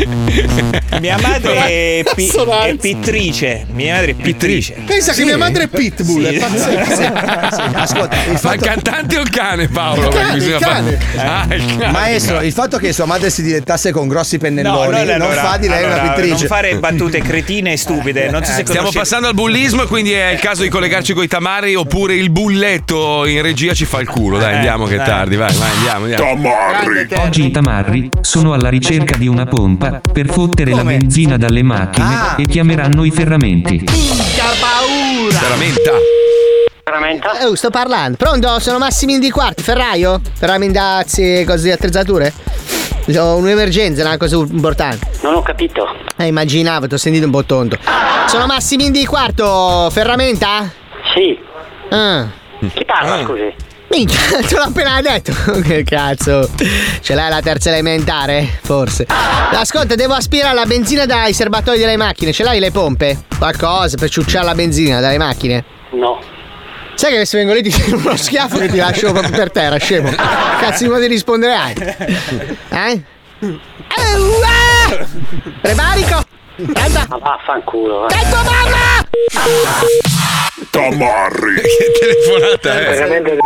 Mia madre è, pi- Assonanza. è pittrice. Mia madre è pittrice. Pensa che mia madre è Pitbull. Sì. È pazzesco. Ascolta, il Ma il cantante o il cane, Paolo? Il cane, Perché bisogna il cane. fare- Ah, il cane. Ecco. Maestro, il fatto che sua madre si dilettasse con grossi Eh. No, pennelloni no, non allora- fa di lei allora, una pittrice. Non fare battute cretine e stupide. Non so se Eh, Stiamo conoscete- passando al bullismo, quindi è il caso di collegarci con i tamari. Oppure il bulletto in regia ci fa il culo. Dai, Eh, andiamo che è dai. tardi. Vai, vai, andiamo. andiamo. Oggi i tamarri sono alla ricerca di una pompa per fottere la benzina dalle macchine Ah. e chiameranno i ferramenti. paura! Ferramenta. Eh, sto parlando. Pronto? Sono Massimino di Quarti, ferraio? Ferramendazzi, cose di attrezzature? Ho un'emergenza, una cosa importante. Non ho capito. Eh, immaginavo, ti ho sentito un po' tonto. Sono Massimino di Quarto, ferramenta? Sì. Ah. Chi parla, scusi? Minchia, te l'ho appena detto. che cazzo. Ce l'hai la terza elementare? Forse. Ascolta, devo aspirare la benzina dai serbatoi delle macchine. Ce l'hai le pompe? Qualcosa per ciucciare la benzina dalle macchine? No. Sai che adesso vengo lì e ti tiro uno schiaffo che ti lascio proprio per terra, scemo. Cazzo, di modo di rispondere hai? Eh? Au, ah! Preparico! Guarda! Ma vaffanculo. eh. È tua mamma! Tamarri! che telefonata Veramente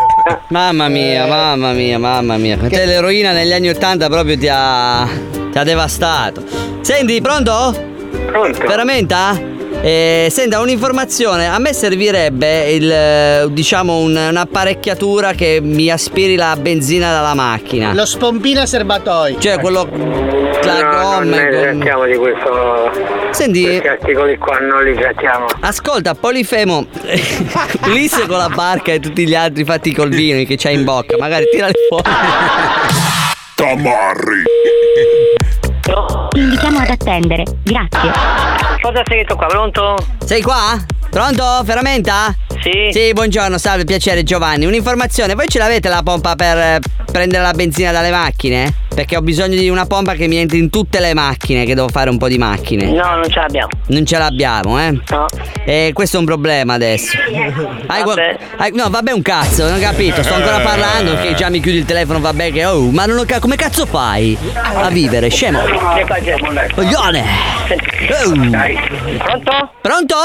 Mamma mia, mamma mia, mamma mia. Te l'eroina negli anni 80 proprio ti ha. ti ha devastato. Senti, pronto? Pronto. Ferramenta? Eh, senta, un'informazione. A me servirebbe il, eh, diciamo un- un'apparecchiatura che mi aspiri la benzina dalla macchina. Lo spompino a serbatoi. Cioè quello. La Ah, No, non gomma. ne trattiamo di questo. Senti. Questi articoli qua non li trattiamo. Ascolta, Polifemo, Ulisse con la barca e tutti gli altri fatti col vino che c'hai in bocca, magari tirali fuori. Tamarri! Invitiamo ad attendere. Grazie. Cosa segreto qua, pronto? Sei qua? Pronto? Ferramenta? Sì. Sì, buongiorno, salve, piacere Giovanni. Un'informazione, voi ce l'avete la pompa per eh, prendere la benzina dalle macchine? Perché ho bisogno di una pompa che mi entri in tutte le macchine, che devo fare un po' di macchine. No, non ce l'abbiamo. Non ce l'abbiamo, eh? No. E questo è un problema adesso. Hai qual- hai- no, vabbè un cazzo, non ho capito. Sto ancora parlando che già mi chiudi il telefono, vabbè che oh, ma non ho ca- come cazzo fai a vivere, scemo? Che facciamo? dai? Coglione! Oh. Pronto? Pronto?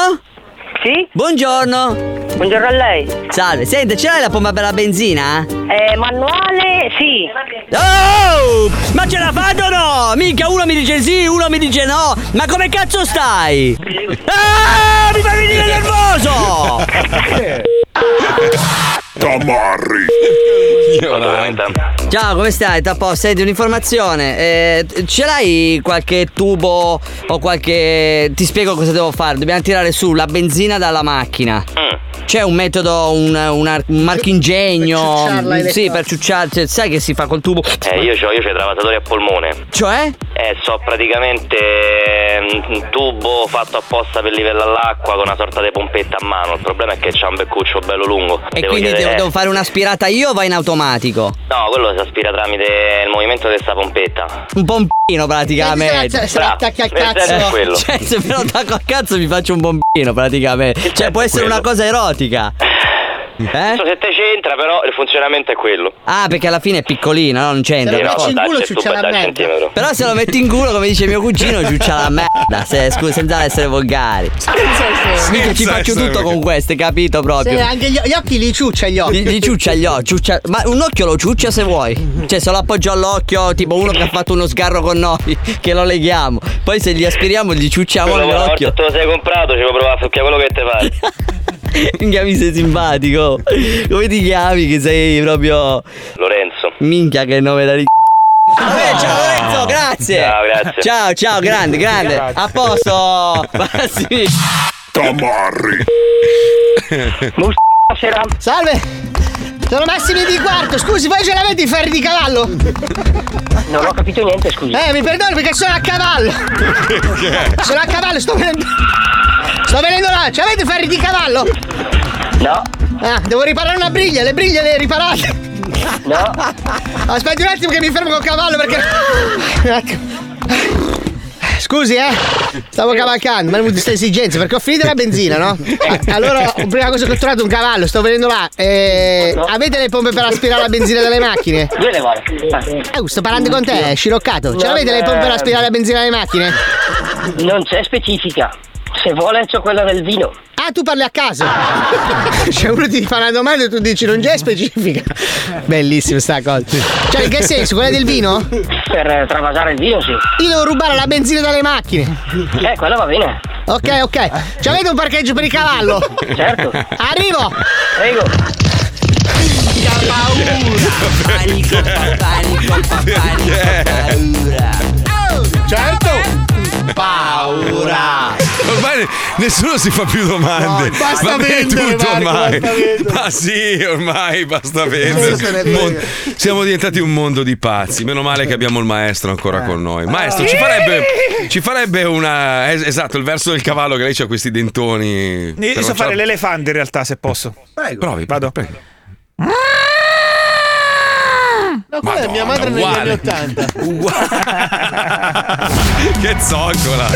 Sì? Buongiorno! Buongiorno a lei. Salve, senti, ce l'hai la pompa per la benzina? Eh, manuale, sì. Oh! Ma ce la fate o no? Mica uno mi dice sì, uno mi dice no! Ma come cazzo stai? Ah, mi fai venire nervoso! Tamarri! eh. Ciao, come stai? Tappo, senti un'informazione. Eh, ce l'hai qualche tubo o qualche. Ti spiego cosa devo fare. Dobbiamo tirare su la benzina dalla macchina. Mm. C'è un metodo, un, un ar- un marchingegno. ciucciarla mm, le sì, per ciucciarci. Sai che si fa col tubo? Eh, io c'ho, io c'ho i travasatori a polmone. Cioè? Eh, so praticamente eh, un tubo fatto apposta per livellare l'acqua con una sorta di pompetta a mano. Il problema è che c'ha un beccuccio bello lungo. E quindi devo, chiedere- eh. devo fare un'aspirata io o va in automatico? No, quello si aspira tramite il movimento di sta pompetta. Un pompino praticamente. Senti se la- se la attacchi al Bravo, cazzo. esatto, quello. Cioè, se me lo attacco al cazzo mi faccio un pompino praticamente. Cioè, può essere una cosa erotica. Eh? Non so se te c'entra, però il funzionamento è quello. Ah, perché alla fine è piccolino, no? Non c'entra. Sì, no, d'accordo. dai, se tu puoi dare il centimetro. Però se lo metti in culo, come dice mio cugino, ciuccia la merda. Se, scusa, senza essere volgari. Mica ci Senza faccio essere tutto volgari. con queste, capito proprio? Se eh! anche gli, gli occhi li ciuccia gli occhi. Gli, gli ciuccia gli occhi, ciuccia- ma un occhio lo ciuccia se vuoi. Cioè, se lo appoggio all'occhio, tipo uno che ha fatto uno sgarro con noi, che lo leghiamo. Poi se gli aspiriamo, gli ciucciamo Quello, una volta l'occhio. che te lo sei comprato, ci puoi provare a fare quello che te pare. Minchia, mi sei simpatico. Come ti chiami? Che sei proprio. Lorenzo. Minchia, che nome da ric. Vabbè, ciao Lorenzo, grazie. Ciao, grazie. Ciao, ciao, grande, grande. Grazie. A posto. Sì. Tamarri! Buonasera. Salve. Sono Massimi di Quarto, scusi, voi ce l'avete i ferri di cavallo? Non ho capito niente, scusi. Eh, mi perdoni perché sono a cavallo. Sono a cavallo, sto venendo. Sto venendo là, ce l'avete i ferri di cavallo? No. Ah, devo riparare una briglia, le briglie le riparate. No. Aspetti un attimo che mi fermo col cavallo perché. Un attimo. Scusi, eh. Stavo cavalcando, ma ho avuto queste esigenze perché ho finito la benzina, no? A- Allora, prima cosa che ho trovato un cavallo, sto venendo là. Eh, avete le pompe per aspirare la benzina delle macchine? Due le vuole. Eh, sto parlando con te, sciroccato. Ce l'avete le pompe per aspirare la benzina delle macchine? Non c'è specifica. Se vuole c'ho quella del vino. Ah, tu parli a caso. Cioè, uno ti fa una domanda e tu dici non c'è specifica. Bellissima sta cosa. Cioè, in che senso? Quella del vino? Per eh, travasare il vino, sì. Io devo rubare la benzina dalle macchine. Eh, quello va bene. Ok, ok. Ci avete un parcheggio per il cavallo? Certo. Arrivo! Prego. Panico, panico, paura. Certo. Paura. Ormai nessuno si fa più domande. No, basta Va bene vendere, tutto Marco, ormai. basta vendere. Ma sì, ormai basta Nessuno se vendere. ne frega. Mon- siamo diventati un mondo di pazzi. Meno male che abbiamo il maestro ancora con noi. Maestro, ci farebbe, ci farebbe una. es- esatto, il verso del cavallo che lei ha questi dentoni. Io Però so non fare c'ha- l'elefante in realtà, se posso. Provi, vado. Prego. No, quella è mia madre negli anni uguale. Ottanta. Che zoccola.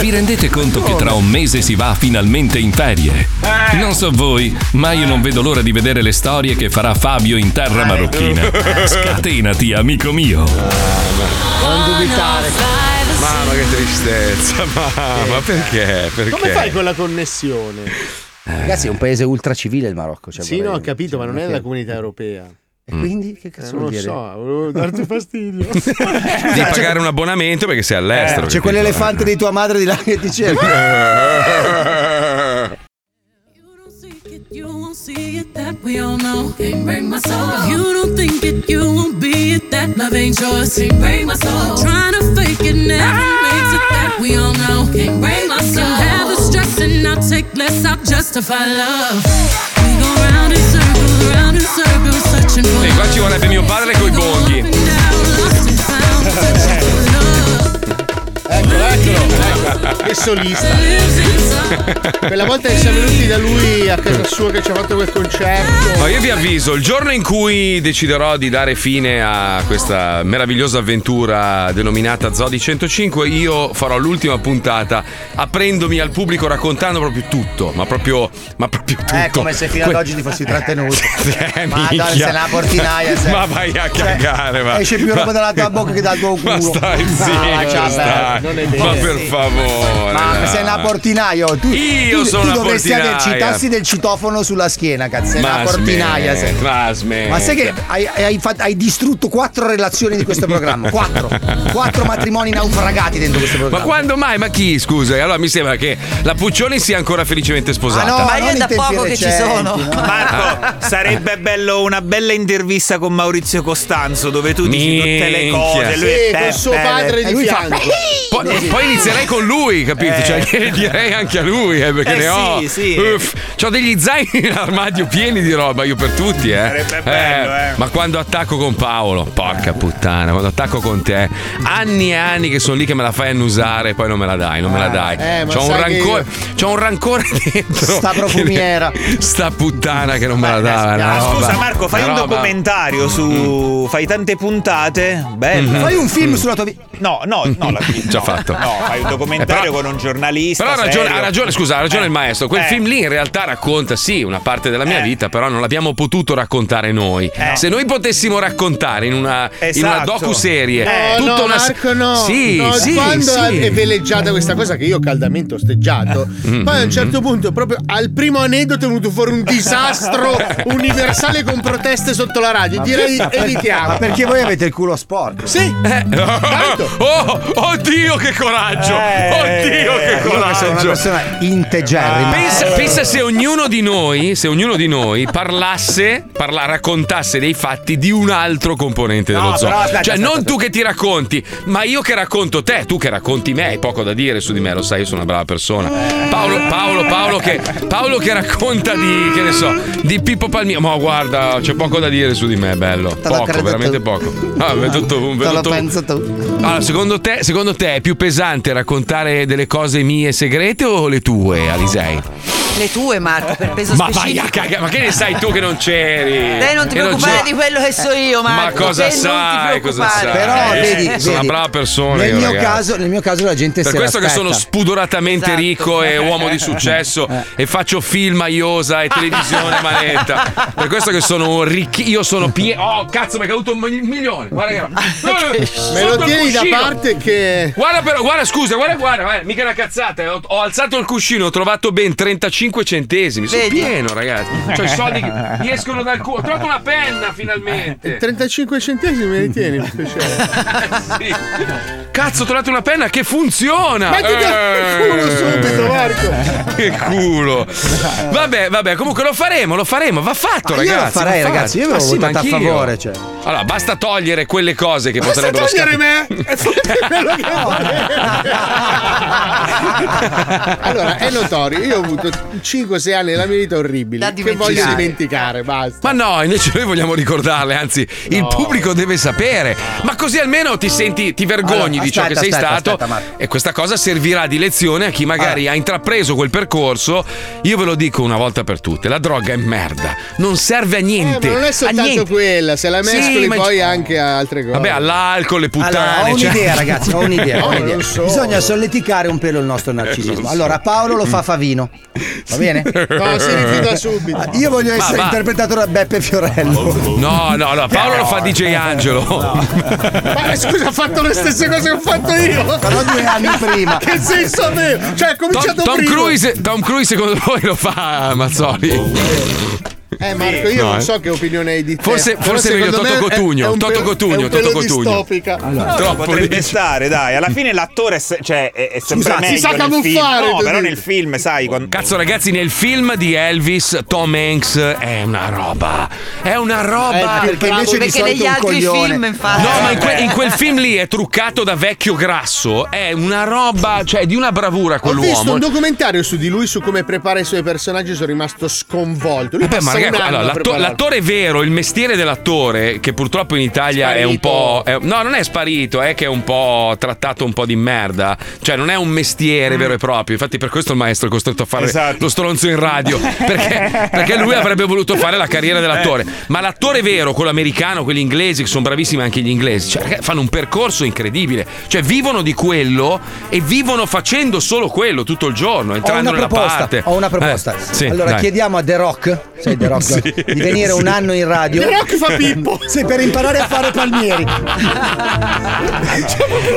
Vi rendete conto che tra un mese si va finalmente in ferie? Eh. Non so voi, ma io non vedo l'ora di vedere le storie che farà Fabio in terra marocchina. Scatenati, amico mio. Non dubitare. Mamma che tristezza, ma, ma perché? Perché? Come fai con la connessione? Eh, Ragazzi, è un paese ultra civile il Marocco. Cioè, Sì, no, vorrei- ho capito, ma non è ok. della comunità europea. E quindi che cazzo Non vuol lo dire? so, volevo darti fastidio. Eh, Devi cioè pagare un abbonamento perché sei all'estero. Eh, C'è capito? quell'elefante di tua madre di là che ti cerca. Eh. You won't see it that way, oh no. Can't break my soul. If you don't think it, you won't be it. That love ain't yours. Can't break my soul. Trying to fake it never makes it that we all know. Can't break my soul. Can have the stress and I'll take less. I'll justify love. We go round in circles, round in circles, searching for E qua ci vorrebbe mio padre coi bonghi. Ecco, Eccolo, eccolo. Che solista. Quella volta che siamo venuti da lui a casa sua che ci ha fatto quel concerto. Ma io vi avviso, il giorno in cui deciderò di dare fine a questa meravigliosa avventura denominata Zodi 105, io farò l'ultima puntata aprendomi al pubblico raccontando proprio tutto, ma proprio, ma proprio tutto. È Eh, come se fino ad oggi ti fossi trattenuto. Eh, Madonna, minchia. sei una portinaia. sei. Ma vai a Cioè, cagare, va. Esce più Ma- roba dalla tua bocca che dal tuo culo. Ma stai zitto, Ah, ciao, stai. bello, non è vero. ma per favore. Ma dai. sei una portinaio. Tu, Io tu- sono tu una dovresti averci i portinaia. tassi del citofono sulla schiena, cazzo. Sei una Ma portinaia. sei. smet- Ma smetti. Ma sai che hai, hai fatto- hai distrutto quattro relazioni di questo programma? Quattro. Quattro matrimoni naufragati dentro questo Ma programma. quando mai? Ma chi? Scusa, allora mi sembra che la Puccioni sia ancora felicemente sposata. Ma Ah, no, Ma- Ma io non è in da tempi poco che ci recenti, sono. no? Ah. Marco, sarebbe bello una bella intervista con Maurizio Costanzo dove tu dici tutte le cose. Lui Sì, è con te- suo belle. padre E di lui fa- fianco. Poi, Sì. poi inizierei con lui, capito? Eh. Cioè, che direi anche a lui, eh, perché Eh, ne ho. sì, sì. Uff, c'ho degli zaini in armadio pieni di roba, io per tutti, eh. Sarebbe bello, eh. Ma quando attacco con Paolo, porca puttana, quando attacco con te, anni e anni che sono lì che me la fai annusare e poi non me la dai, non me la dai. Eh, ma c'ho, un sai che rancore, c'ho un rancore dentro. Sta profumiera. Sta puttana che non me la dava. Ah, una scusa roba- Marco, fai una un roba- Mm. documentario su. Fai tante puntate. Bello. Fai un film sulla tua vita. No, no, no, la Mm-hmm. Già fatto. No, fai un documentario con un giornalista. Però ha ragione, serio. ha ragione, scusa, ha ragione Eh. il maestro. Quel Eh. film lì in realtà racconta, sì, una parte della mia vita, però non l'abbiamo potuto raccontare noi. Eh. Se noi potessimo raccontare in una, in una Esatto. docu-serie, Eh. No, tutta no, una. Marco, no. Sì, No, sì, quando sì. è veleggiata questa cosa che io caldamente ho osteggiato, Mm, poi a un mm, certo punto, proprio al primo aneddoto, è venuto fuori un disastro universale con proteste sotto la radio. Direi Ma per- evitiamo. Ma perché voi avete il culo sporco? Eh. Sì. Eh. Oh, oddio, che coraggio! oddio, che eh, Io che sono una coraggio! persona integerrima. Pensa, Ah. pensa se ognuno di noi, se ognuno di noi parlasse, parla- raccontasse dei fatti di un altro componente dello No, zoo. però aspetta, cioè, aspetta, non aspetta. tu che ti racconti, ma io che racconto te, tu che racconti me, hai poco da dire su di me, lo sai, io sono una brava persona. Paolo, Paolo, Paolo che, Paolo che racconta di, che ne so, di Pippo Palmio. Ma guarda, c'è poco da dire su di me, bello. lo Poco, credo veramente poco. Ah, vedo tu, Te vedo lo tu. penso tu. Allora, secondo te, secondo te è più pesante raccontare delle cose mie segrete o le tue, Alisei? le tue, Marco, per peso Ma vai specifico. a cagare, ma che ne sai tu che non c'eri? Dai, non ti Che preoccupare c'eri? di quello che so io, Ma Marco. cosa Te non sai? ti Cosa preoccupare. sai? Però Eh, vedi, sono vedi, una brava persona. Nel io, mio, ragazzi. caso, nel mio caso la gente Per se questo che sono l'aspetta. spudoratamente Esatto. ricco e uomo di successo Eh. e faccio film a iosa e televisione manetta. Per questo che sono ricchi, io sono pieno. Oh, cazzo, mi è caduto un mi- milione. Guarda che. Eh, Ah, Me sotto lo il tieni da cuscino. parte che. Guarda però, guarda, scusa, guarda, guarda, guarda, mica una cazzata. eh, Ho, ho alzato il cuscino, ho trovato ben 35 centesimi. Sono Vedi? pieno, ragazzi. Cioè, i soldi che gli escono dal culo. Ho trovato una penna finalmente. 35 Eh, centesimi Cioè, li tieni per piacere. Cazzo, ho trovato una penna che funziona! Mettiti al culo subito, Marco! che culo! Vabbè, vabbè, comunque lo faremo, lo faremo, va fatto, Ma ragazzi! Ah, io lo farei, va fatto. ragazzi, io Ma avevo sì, ma votato a anch'io. favore, cioè. Allora, basta togliere quelle cose che Basta potrebbero togliere scatenare- me! È quello che vuole. allora, è notorio, io ho avuto 5-6 anni della mia vita orribile. Che voglio dimenticare. dimenticare, Ma basta. no, invece noi vogliamo ricordarle, anzi, il pubblico deve sapere. Ma così almeno ti senti, ti vergogni Allora, di ciò che aspetta, sei aspetta, stato. aspetta, Marco. Ah. e questa cosa servirà di lezione a chi magari ha intrapreso quel percorso. Io ve lo dico una volta per tutte: la droga è merda, non serve a niente. Eh, Ma non è a soltanto niente. quella, se la Sì, mescoli ma- poi anche a altre cose. Vabbè, all'alcol, le puttane. Allora, ho cioè- un'idea, ragazzi, ho un'idea. ho No, un'idea. non so. Bisogna solleticare un pelo il nostro Eh, narcisismo. non so. Allora, Paolo lo fa Favino. Va bene? Ah, No, si rifiuta subito. io voglio Ma essere va. interpretato da Beppe Fiorello. No, no, Eh, no, Paolo lo fa DJ Angelo. Ma scusa, ha fatto le stesse cose che ho fatto io. Però due anni prima. che senso aveva? Cioè, è Tom, cominciato Tom prima. Cruise, Tom Cruise secondo voi lo fa Mazzoli? Eh, Marco, io No, non eh. so che opinione hai di te. Forse- Eh, però forse è meglio secondo Toto me è- Cotugno, È, un Toto pelo- Cotugno, è un pelo Toto Cotugno. distopica. No, troppo, potrebbe dici. stare, dai. Alla fine l'attore è, se- cioè, è, è sempre Scusa, si meglio sa nel camuffare, film. No, tu però dici. nel film, sai, quando... Cazzo, ragazzi, nel film di Elvis, Tom Hanks è una roba. È una roba. Eh, perché invece di Perché solito negli un altri coglione. film, Ah, infatti. No, ma in, que- in quel film lì è truccato da vecchio grasso. È una roba, cioè, di una bravura Ho visto quell'uomo. un documentario su di lui su come prepara i suoi personaggi, sono rimasto sconvolto. Lui Vabbè, passa Eh, ma un ragazzi, anno allora, a l'atto- prepararlo. l'attore vero, il mestiere dell'attore, che purtroppo in Italia è un po'. è- no, non è sparito, è che è un po' trattato un po' di merda. Cioè, non è un Mm. mestiere vero e proprio. Infatti, per questo il maestro è costretto a fare Esatto. lo stronzo in radio. Perché, perché lui avrebbe voluto fare la carriera dell'attore. Eh. Ma l'attore vero, quello americano, quelli inglesi, che sono bravissimi anche gli inglesi, cioè, ragazzi, fanno un percorso incredibile. Cioè, vivono di quello e vivono facendo solo quello tutto il giorno, Ho entrando una nella proposta. parte. Ho una proposta. Eh, sì, allora dai. chiediamo a The Rock, sai The Rock, Sì, di venire sì. un anno in radio. The Rock fa Pippo. Sì, per imparare a fare palmieri.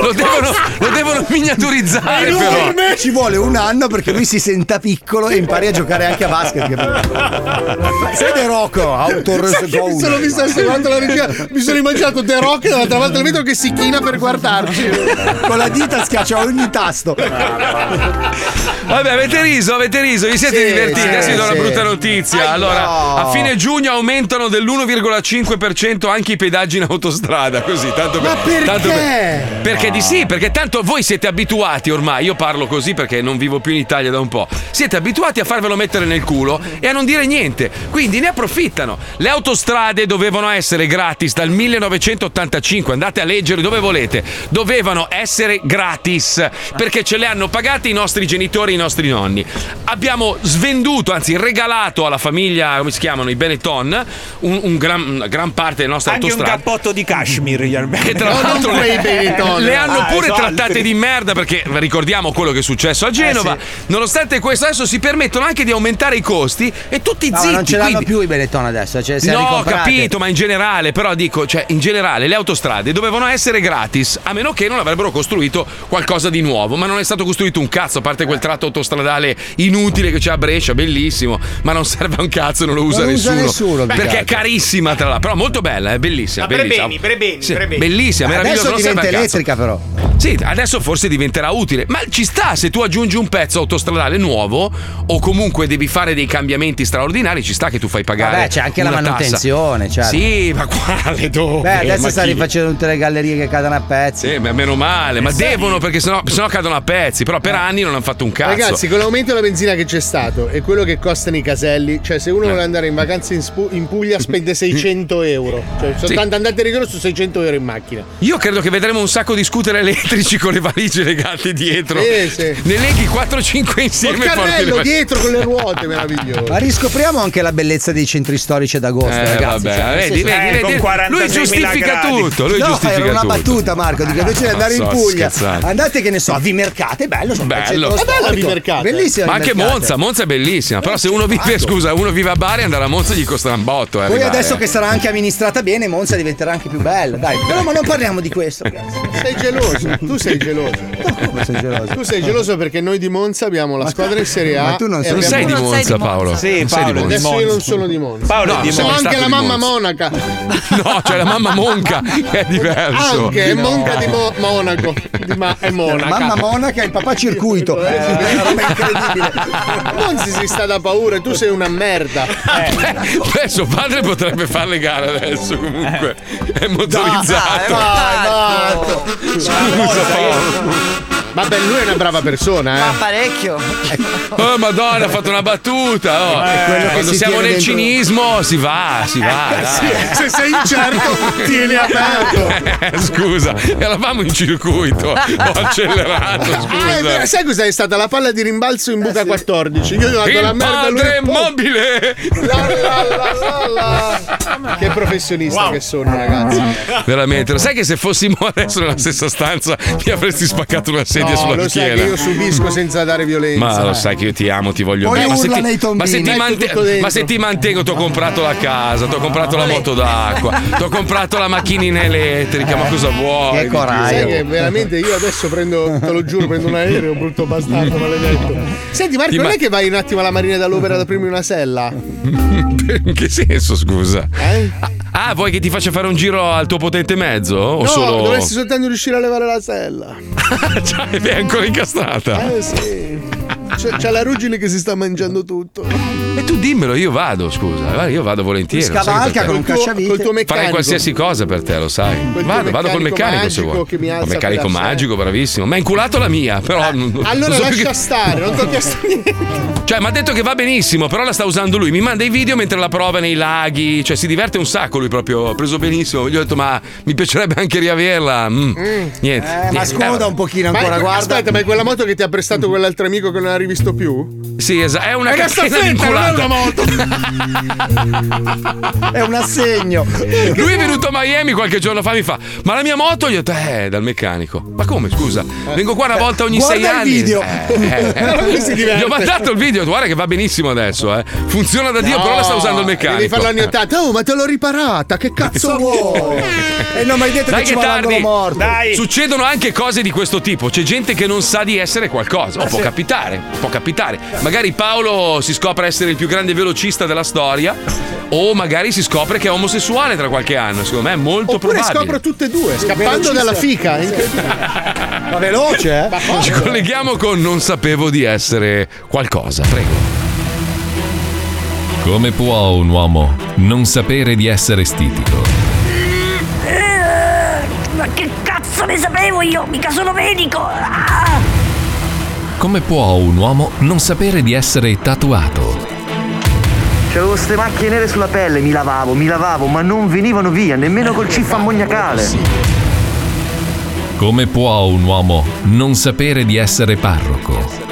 lo devono, lo devono miniaturizzare però. Ci vuole un anno perché lui si senta piccolo e impari a giocare anche a basket. capito? Sei The Rock, Sai che mi sono Autor visto osservando la regia, mi sono immaginato The Rock e dall'altra parte lo vedo che si china per guardarci. Con la dita schiaccia ogni tasto. Vabbè, avete riso, avete riso, vi siete Sì, divertiti. sì, Adesso vi do una sì. brutta notizia. Ai allora, no. a fine giugno aumentano dell'1,5% anche i pedaggi in autostrada. Così, tanto per, Ma perché? tanto per- perché di sì, perché tanto voi siete abituati ormai. Io parlo così perché non vivo più in Italia da un po'. Siete abituati a farvelo mettere nel culo e a non dire niente. Quindi ne approfittano. Le autostrade dovevano essere gratis dal 1985. Andate a leggere dove volete. Dovevano essere gratis perché ce le hanno pagate i nostri genitori e i nostri nonni. Abbiamo svenduto, anzi regalato alla famiglia, come si chiamano, i Benetton, un, un gran, una gran parte delle nostre Anche un autostrade. cappotto di cashmere gli alberghi. Che tra l'altro le, le Ah, hanno pure esatto. trattate di merda perché ricordiamo quello che è successo a Eh, Genova. Nonostante questo, adesso si permettono anche di aumentare i costi e tutti No, ma zitti. non ce l'hanno quindi- più i Benetton adesso. Cioè, se le No, ho ricomprate. capito, ma in generale, però dico, cioè, in generale le autostrade dovevano essere gratis, a meno che non avrebbero costruito qualcosa di nuovo, ma non è stato costruito un cazzo, a parte quel tratto autostradale inutile che c'è a Brescia, bellissimo, ma non serve a un cazzo, non lo usa Non lo usa nessuno. nessuno, più che perché è altro. carissima tra l'altro, però molto bella, è bellissima, Ah, bellissima. Brebeni, Brebeni, Sì, Brebeni. bellissima, meravigliosa, Adesso non serve diventa a un cazzo. elettrica, però. Sì, adesso forse diventerà utile, ma ci sta se tu aggiungi un pezzo autostradale nuovo o comunque devi fare dei cambiamenti straordinari, ci sta che tu fai pagare. Vabbè, c'è anche la una tassa. manutenzione, certo. Sì, ma quale dove? Beh, adesso Ma sta chi? rifacendo tutte le gallerie che cadono a pezzi. Sì, eh, ma meno male, ma devono perché sennò, sennò cadono a pezzi, però per anni non hanno fatto un cazzo. Ragazzi, con l'aumento della benzina che c'è stato e quello che costano i caselli, cioè se uno Eh. uno vuole andare in vacanza in, Spu- in Puglia spende 600 euro. Cioè, soltanto andate e ritorno su 600 euro in macchina. Io credo che vedremo un sacco di scooter elettrici con le valigie legate dietro. Sì, sì. Ne leghi 4-5 Col insieme. e porti le carrello valigie. dietro con le ruote, meraviglioso. Ma riscopriamo anche la bellezza dei centri storici d'agosto, Eh, ragazzi. cioè, vabbè, nel vedi, senso- vedi, vedi, lui 46.000 giustifica gradi. tutto, lui no, giustifica era una tutto. battuta, Marco. Dico, invece di Ah, andare in sto Puglia, scherzando. andate che ne so, a Vimercate, bello. sono un Bello. centro storico. Bellissima. Ma anche Vimercate. Monza, Monza è bellissima. Però se uno vive, scusa, uno vive a Bari andare a Monza gli costa un botto. Eh, Poi arrivare, adesso eh. che sarà anche amministrata bene, Monza diventerà anche più bella. Dai, però ma non parliamo di questo, ragazzi. Sei geloso, tu sei geloso. sei geloso? Tu sei geloso perché noi di Monza abbiamo la squadra in Serie A. ma tu non e sei- abbiamo- sei di Non sei Monza, di Monza. Paolo. Non Sì, sei Paolo, di Monza. adesso io non sono di Monza. Paolo è di sono Monza. anche Stato la di mamma Monza. monaca. No, c'è la mamma Monca che è diverso. Anche è monca di Mo- Monaco. Di ma- è monaca. Eh, Mamma monaca e il papà circuito. Monzi si sta da paura, tu sei una merda. Eh. Beh, suo padre potrebbe fare le gare adesso comunque. Eh. È motorizzato. Scusa eh, eh. Paolo. Vabbè, lui è una brava persona, eh. Ma parecchio. Oh, madonna, ha fatto una battuta. oh. È Eh, quello che Quando si siamo tiene nel dentro. cinismo si va, si va. Eh, dai. sì, se sei incerto, tieni aperto. Eh, scusa, eravamo in circuito. Ho accelerato. Ah, è Scusa. Eh, vero, sai cos'è stata la palla di rimbalzo in buca 14? Io gli ho dato la Il merda a lui. padre è pum! mobile. Che professionista che sono, ragazzi. Veramente, lo sai che se fossimo adesso nella stessa stanza mi avresti spaccato una sedia No, sulla lo sai schiena. che io subisco senza dare violenza. Ma lo sai che io ti amo, ti voglio Poi bene. Ma, se urla ti- nei tombini. ma se ti Metto mante- tutto dentro. ma se ti mantengo, ti ho comprato la casa, ti ho comprato la moto d'acqua, ti ho comprato la macchinina elettrica. Ma cosa vuoi? di più? Sai che veramente io adesso prendo, te lo giuro, prendo un aereo, brutto bastardo, maledetto. Senti Marco, Ti non ma- è che vai un attimo alla marina dall'opera ad aprirmi una sella? Eh? In che senso, scusa? Ah, vuoi che ti faccia fare un giro al tuo potente mezzo? O no, Oh, solo. dovresti soltanto riuscire a levare la sella. Cioè, è ancora incastrata. Eh sì. C'è, c'è la ruggine che si sta mangiando tutto. E tu dimmelo, io vado, scusa. Guarda, Io vado volentieri. lo sai che per te- col tuo, col tuo meccanico. Farei qualsiasi cosa per te, lo sai. tuo Vado, vado col meccanico meccanico se magico vuoi. che mi alza Col meccanico per la Ah, magico, bravissimo. Ma ha inculato la mia, però. non- non Allora so più lascia che- stare, non ti ho chiesto niente. Cioè, mi ha detto che va benissimo, però la sta usando lui. Mi manda i video mentre la prova nei laghi. Cioè, si diverte un sacco lui proprio. Ha preso benissimo. Gli ho detto, ma mi piacerebbe anche riaverla. Mm. Niente. Eh, niente. vabbè. pochino ancora, guarda. Aspetta, ma è quella moto che ti ha prestato quell'altro amico che non ha rivisto più? Sì, esatto. È una È una catena staffetta, non è vincolata. una moto. È un assegno. Lui è venuto a Miami qualche giorno fa mi fa: Ma la mia moto? Gli ho detto: Eh, dal meccanico. Ma come? Scusa, vengo qua una volta ogni Eh. Guarda sei il anni. Eh, video. Lui si diverte. Gli ho mandato il video, guarda che va benissimo adesso. eh. Funziona da Dio, No, però la sta usando il meccanico. Eh. Devi farlo ogni 80. Oh, ma te l'ho riparata, che cazzo vuoi? Eh, E non mi hai detto Dai che ci che vuole l'angolo tardi. morto. Succedono anche cose di questo tipo. C'è gente che non sa di essere qualcosa. O può capitare, può capitare. Magari Paolo si scopre essere il più grande velocista della storia. O magari si scopre che è omosessuale tra qualche anno. Secondo me è molto Oppure probabile. scopro tutte e due, scappando Velocissimo. dalla fica. eh. è incredibile. Ma veloce, eh? Ci colleghiamo con Non sapevo di essere qualcosa, prego. Come può un uomo non sapere di essere stitico? Ma che cazzo ne sapevo io? Mica sono medico! Ah! Come può un uomo non sapere di essere tatuato? C'avevo queste macchie nere sulla pelle, mi lavavo, mi lavavo, ma non venivano via, nemmeno col ciffo ammoniacale. Come può un uomo non sapere di essere parroco?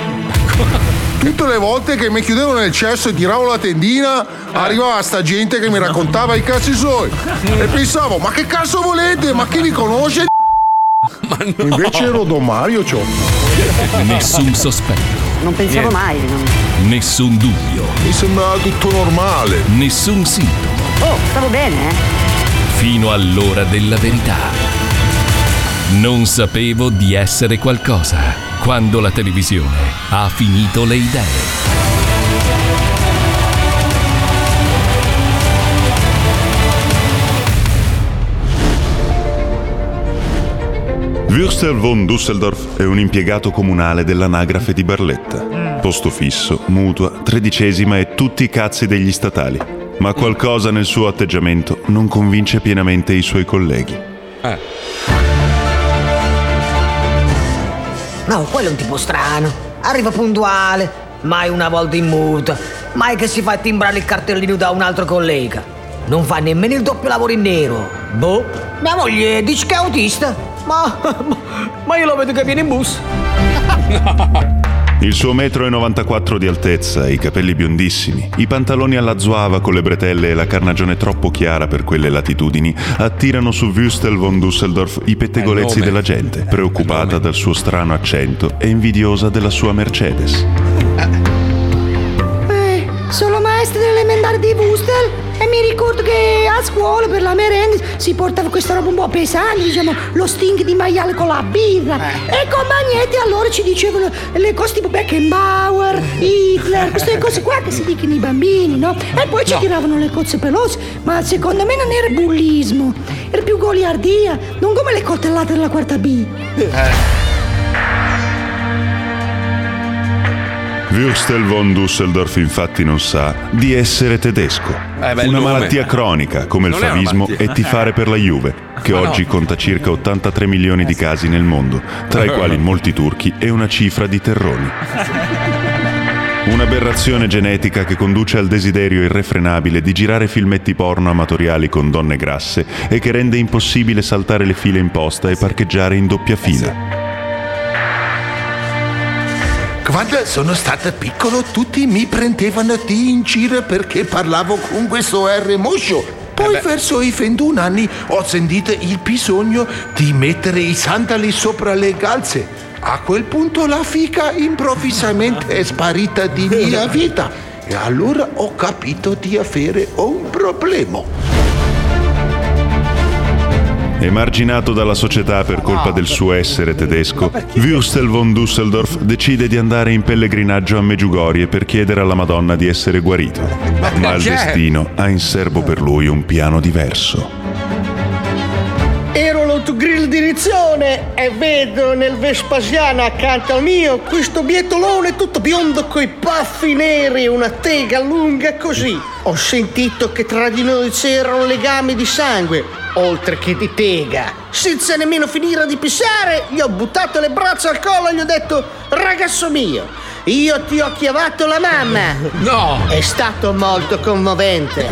Tutte le volte che mi chiudevano nel cesso e tiravo la tendina, arrivava sta gente che mi raccontava i cazzi suoi. E pensavo, ma che cazzo volete? Ma chi vi conosce? Invece ero Don Mario, cioè. ciò. Nessun sospetto, Non pensavo Niente. mai, nessun dubbio. Mi sembrava tutto normale. Nessun sintomo. Oh, stavo bene, eh. Fino all'ora della verità. Non sapevo di essere qualcosa quando la televisione ha finito le idee. Würstel von Düsseldorf è un impiegato comunale dell'anagrafe di Barletta. Posto fisso, mutua, tredicesima e tutti i cazzi degli statali. Ma qualcosa nel suo atteggiamento non convince pienamente i suoi colleghi. Eh. No, quello è un tipo strano. Arriva puntuale, mai una volta in muta. Ma è che si fa timbrare il cartellino da un altro collega. Non fa nemmeno il doppio lavoro in nero. Boh. Mia moglie dice che è autista. Ma, ma, ma io lo vedo che viene in bus. Il suo metro e 94 di altezza, i capelli biondissimi, i pantaloni alla zuava con le bretelle e la carnagione troppo chiara per quelle latitudini attirano su Wüstel von Düsseldorf i pettegolezzi nome. della gente, preoccupata dal suo strano accento e invidiosa della sua Mercedes. Eh, sono maestra dell'elementare di Wustel e mi ricordo che a scuola per la merenda si portava questa roba un po' pesante, diciamo lo sting di maiale con la birra. Eh. E con Magnetti allora ci dicevano le cose tipo Beckenbauer, Hitler, queste cose qua che si dicono i bambini, no? E poi ci tiravano le cozze pelose, ma secondo me non era bullismo, era più goliardia, non come le coltellate della quarta B. Eh. Würstel von Düsseldorf infatti non sa di essere tedesco. Eh, beh, il una nome. malattia cronica come il Non è una favismo e malattia. tifare per la Juve, che Ma no. oggi conta circa 83 milioni di casi nel mondo, tra i quali molti turchi e una cifra di terroni. Un'aberrazione genetica che conduce al desiderio irrefrenabile di girare filmetti porno amatoriali con donne grasse e che rende impossibile saltare le file in posta e parcheggiare in doppia fila. Quando sono stato piccolo tutti mi prendevano di in giro perché parlavo con questo R moscio. Poi verso i 21 anni ho sentito il bisogno di mettere i sandali sopra le calze. A quel punto la fica improvvisamente è sparita di mia vita e allora ho capito di avere un problema. Emarginato dalla società per colpa del suo essere tedesco, Würstel von Düsseldorf decide di andare in pellegrinaggio a Meggiugorie per chiedere alla Madonna di essere guarito. Ma il perché? destino ha in serbo per lui un piano diverso. Ero all'autogrill di Rizzone e vedo nel Vespasiano accanto al mio questo bietolone tutto biondo coi baffi neri e una tega lunga così. Ho sentito che tra di noi c'era un legame di sangue, oltre che di tega. Senza nemmeno finire di pisare, gli ho buttato le braccia al collo e gli ho detto Ragazzo mio, io ti ho chiavato la mamma. No! È stato molto commovente.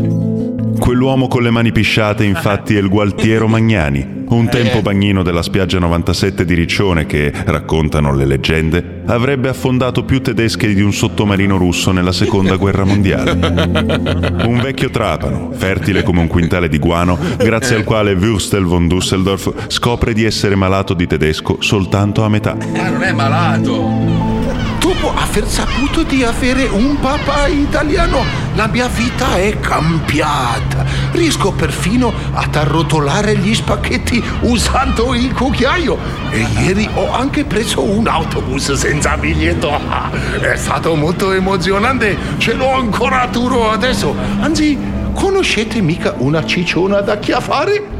Quell'uomo con le mani pisciate infatti è il Gualtiero Magnani, un tempo bagnino della spiaggia 97 di Riccione che, raccontano le leggende, avrebbe affondato più tedeschi di un sottomarino russo nella seconda guerra mondiale. Un vecchio trapano, fertile come un quintale di guano, grazie al quale Würstel von Düsseldorf scopre di essere malato di tedesco soltanto a metà. Ma non è malato! Dopo aver saputo di avere un papà italiano, la mia vita è cambiata. Riesco perfino ad arrotolare gli spaghetti usando il cucchiaio. E ieri ho anche preso un autobus senza biglietto. Ah, È stato molto emozionante, ce l'ho ancora duro adesso. Anzi, conoscete mica una cicciona da chiaffare?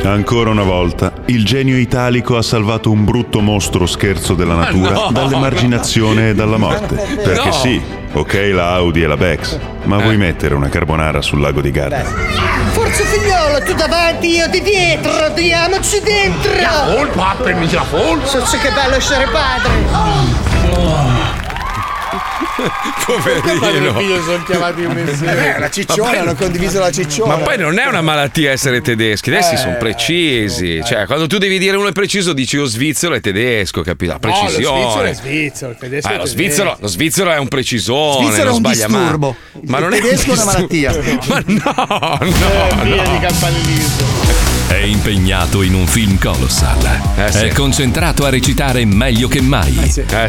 Ancora una volta, il genio italico ha salvato un brutto mostro scherzo della natura no! dall'emarginazione e dalla morte. Perché No! Eh. sì, ok la Audi e la Bex, ma vuoi mettere una carbonara sul lago di Garda? Forza figliolo, tu davanti, io di dietro, diamoci dentro! Ja, wohl, Pappe, mi ja wohl. Sozzo che bello essere padre! Padre e Poverino. figlio sono chiamati un insieme. Eh beh, la cicciona, ma poi- hanno condiviso la cicciona. Ma poi non è una malattia essere tedeschi, adesso Eh. sono precisi. Cioè, quando tu devi dire uno è preciso, dici lo svizzero è tedesco, capito? La No, lo svizzero precisione. è svizzero, il tedesco Ah, è eh. lo, tedesco. svizzero, lo svizzero è un precisone, Svizzero non è un sbaglia mai. disturbo. Ma Il non è tedesco è una disturbo. Ma no, no, Eh, Via no. di campanilismo. È impegnato in un film colossal. Eh, sì. Eh, È concentrato a recitare meglio che mai.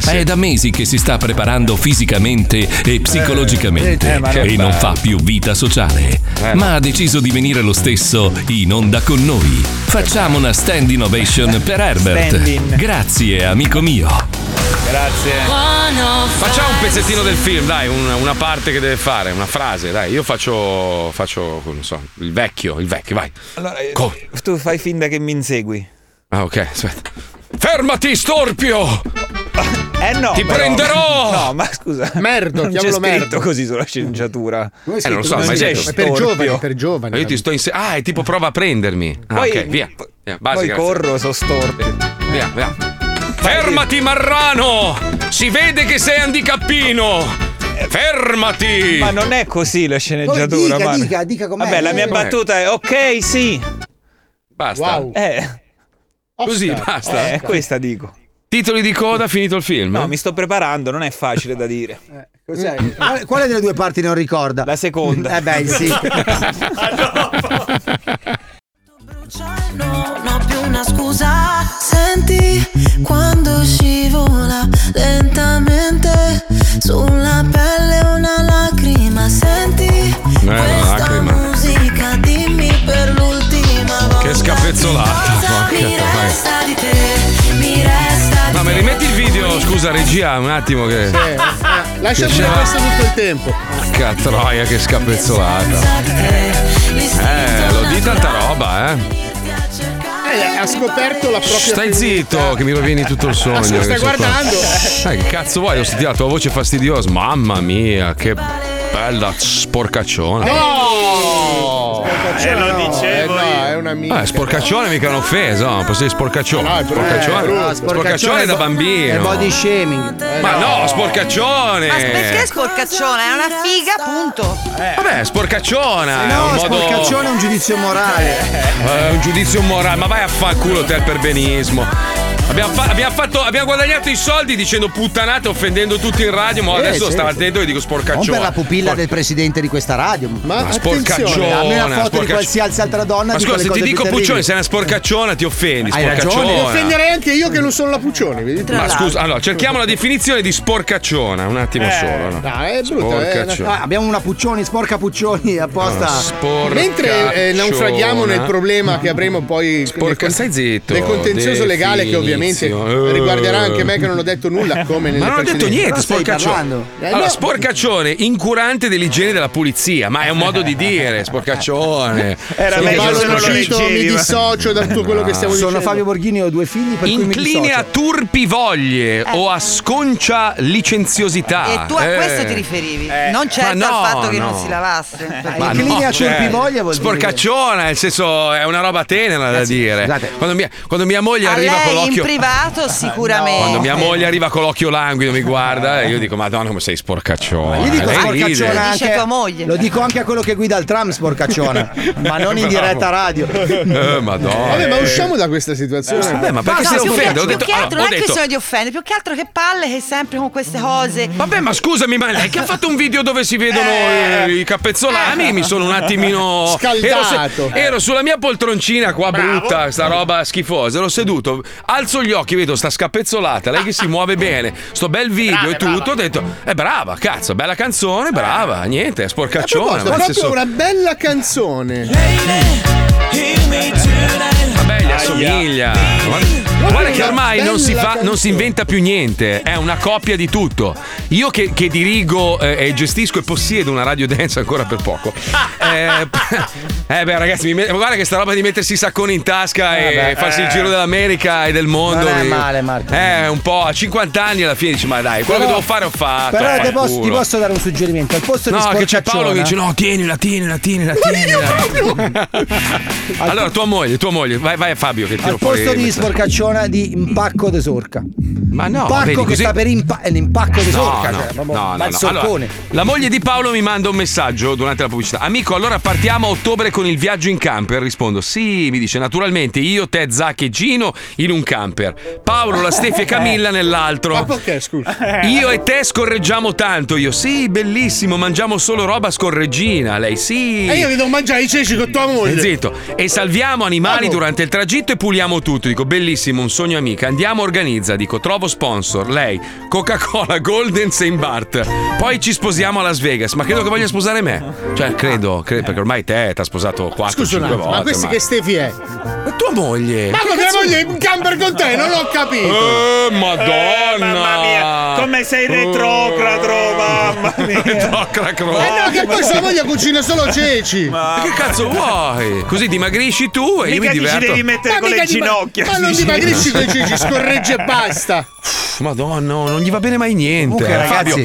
È da mesi che si sta preparando fisicamente e psicologicamente eh, ma Eh, non e non fa- fa più vita sociale. Ma ha deciso di venire lo stesso in onda con noi. Facciamo una stand innovation per Herbert. Stand-in. Grazie, amico mio. Grazie. Facciamo un pezzettino del film, dai, una, una parte che deve fare, una frase, dai. Io faccio, faccio, non so, il vecchio, il vecchio, vai. Allora, eh, Co- tu fai finta che mi insegui. Ah, ok, aspetta. Fermati, storpio! Eh no! Ti però- prenderò! No, ma scusa. Merdo, non c'è chiamalo scritto merdo. così sulla sceneggiatura. Eh, non lo so, ma c'è è storpio. per giovani. io ti sto inse- Ah, è tipo prova a prendermi. Ah, Poi- ok, via. p- Eh, basi, poi grazie. corro, so storpio. via, via. Fermati, Marrano! Si vede che sei handicappino! Fermati! Ma non è così la Poi sceneggiatura, dica, Mario. dica, dica com'è. Vabbè, la Eh. mia Com'è? battuta è ok, sì. Basta. Eh. Così, basta. Eh, questa dico. Titoli di coda, finito il film. No, mi sto preparando, non è facile da dire. Cos'è? Mm. Quale- Quale delle due parti non ricorda? La seconda. Eh beh, sì. Ah, non ho più una scusa. Senti quando scivola lentamente sulla pelle una lacrima. Senti una questa Eh, lacrima. musica, dimmi per l'ultima volta. Che scapezzolata. porca Mi troia. resta di te, mi resta di No, ma te. rimetti il video, scusa, regia, un attimo Eh. che. Lascia Che pure c'è? questo tutto il tempo. Porca troia, che scapezzolata. Eh, lo di tanta roba, eh. Eh, ha scoperto la propria Stai zitto, che mi rovini tutto il sogno. Sta che sono qua. guardando. Eh, che cazzo vuoi? Ho sentito la tua voce fastidiosa. Mamma mia, che bella sporcacciona. No! Eh, lo dicevo no, è un'amica. Ah, sporcaccione mica è un'offesa, no? Posso dire sporcaccione. No, è brutto. sporcaccione. Eh, brutto. sporcaccione è da bo- bambino. È body shaming. Ma no, sporcaccione. Ma perché sporcaccione? È una figa, appunto. Vabbè, sporcacciona. è No, un modo... sporcaccione è un giudizio morale. Eh, un giudizio morale, ma vai a fanculo te al perbenismo. Abbiamo, fa- abbiamo fatto- abbiamo guadagnato i soldi dicendo puttanate, offendendo tutti in radio, ma Eh, adesso sì. stavo attento e dico Non sporcaccione. per la pupilla del presidente di questa radio. Ma, Ma sporcaccione, A me la foto di sporcaccione. qualsiasi altra donna. Ma dico scusa, le se ti cose più dico terribili. Puccione, sei una sporcacciona, ti offendi. Hai ragione. sporcacciona. Mi offenderei anche io che non sono la Puccione, vedi? Ma scusa, allora cerchiamo la definizione di sporcacciona, un attimo Eh, solo. No? dai, è brutto, eh, Sporcacciona. Ah, abbiamo una Puccioni, sporca Puccioni apposta. No, sporca- Mentre eh, naufraghiamo nel problema che avremo poi nel, con- stai zitto, nel contenzioso legale che ovviamente definizio. Eh. riguarderà anche me che non ho detto nulla come nelle Ma non ho detto precedenti. niente, Però stai sporcaccione. parlando. Eh, Allora, no. sporcaccione, incurante dell'igiene della pulizia, ma è un modo di dire, sporcaccione. Sono Paolo Nocito, mi dissocio da tutto quello che stiamo Sono dicendo. Fabio Borghini, ho due figli per cui mi Incline a dissocio. turpivoglie o a sconcia Ah, licenziosità. Eh. E tu a Eh. questo ti riferivi, Eh, non certo Ma no, al fatto che no. non si lavasse. Ma no, cioè, Sporcacciona, nel senso, è una roba tenera Eh da dire. Quando mia, quando mia moglie A arriva con lei in l'occhio. privato sicuramente. Quando mia moglie arriva con l'occhio languido, mi guarda e io dico: Madonna, come sei sporcaccione. Io dico Lei sporcaccione Eh, ride. anche, Lo dico anche a quello che guida il tram sporcaccione, ma non in diretta radio. Eh, madonna. Eh, Vabbè, ma usciamo da questa situazione. Vabbè, ma perché No, se no, ne più che- offende? Ho più detto- che Ah, altro allora, ho non è detto- questione di offendere, più che altro che palle che sempre con queste cose. Vabbè, ma scusami, ma lei che ha fatto un video dove si vedono eh, i cappezzolami? Mi sono un attimino. Ero, Scaldato. ero sulla mia poltroncina qua brutta, sta roba schifosa. Ero seduto, alzo gli occhi, vedo sta scappezzolata, lei che si muove bene, sto bel video e tutto. Ho detto, è brava, cazzo, bella canzone, brava, niente, è A sporcaccione. proposito, ma nel proprio senso- una bella canzone. Vabbè, gli assomiglia. Guarda, guarda che ormai non si, fa, non si inventa più niente, è una coppia di tutto. Io che, che dirigo eh, e gestisco e possiedo una radio dance ancora per poco. Eh, eh, beh, ragazzi, mi met- guarda che sta roba di mettersi i sacconi in tasca e Vabbè, farsi eh. il giro dell'America e del mondo. Non è mi- male, Marco. Eh, un po' a 50 anni alla fine dici, ma dai, quello Però- che devo fare ho fatto. Però ti vaffanculo. posso, ti posso dare un suggerimento. Al posto di Ah, No, che c'è sporcaccione, Paolo che dice: No, tienila, tienila, tienila, tienila. allora, tua moglie, tua moglie, vai, vai a Fabio che tiro al fuori. posto di questa- sporcaccione di impacco de sorca. Ma no, impacco vedi, che così- sta per impa- è l'impacco de sorca, cioè, no, proprio- no, ma il no. sorcone. Allora, la moglie di Paolo mi manda un messaggio durante la pubblicità. Amico, allora partiamo a ottobre con il viaggio in camper. Rispondo: Sì, mi dice naturalmente io, te, Zac e Gino in un camper. Paolo, la Steffi e Eh. Camilla nell'altro. Ma perché, scusa? Eh, Io e te scorreggiamo tanto. Io, sì, bellissimo, mangiamo solo roba scorreggina. Lei, sì. E Eh, io vi devo mangiare i ceci con tua moglie. Eh, Zitto. E salviamo animali durante il tragitto e puliamo tutto. Dico, bellissimo, un sogno amica. Andiamo, organizza. Dico, trovo sponsor. Lei, Coca-Cola, Golden Saint Bart. Poi ci sposiamo a Las Vegas. Ma credo che voglia sposare me. Cioè, credo, credo perché ormai te ti ha sposato 4-5 Scusa un volte. attimo, ma questi ormai. che Stefi è? Ma tua moglie! Ma mia moglie è in camper con te, non ho capito. Eh, madonna! mamma mia, come sei retrogrado, mamma mia! Retrogrado! Eh no, che poi sua moglie cucina solo ceci. Ma che cazzo vuoi? Così dimagrisci tu e io mi diverto. Ma mica dima- Ma non dimagrisci con i ceci, scorreggi e basta. Madonna, no, non gli va bene mai niente. Comunque, eh, ragazzi, Fabio.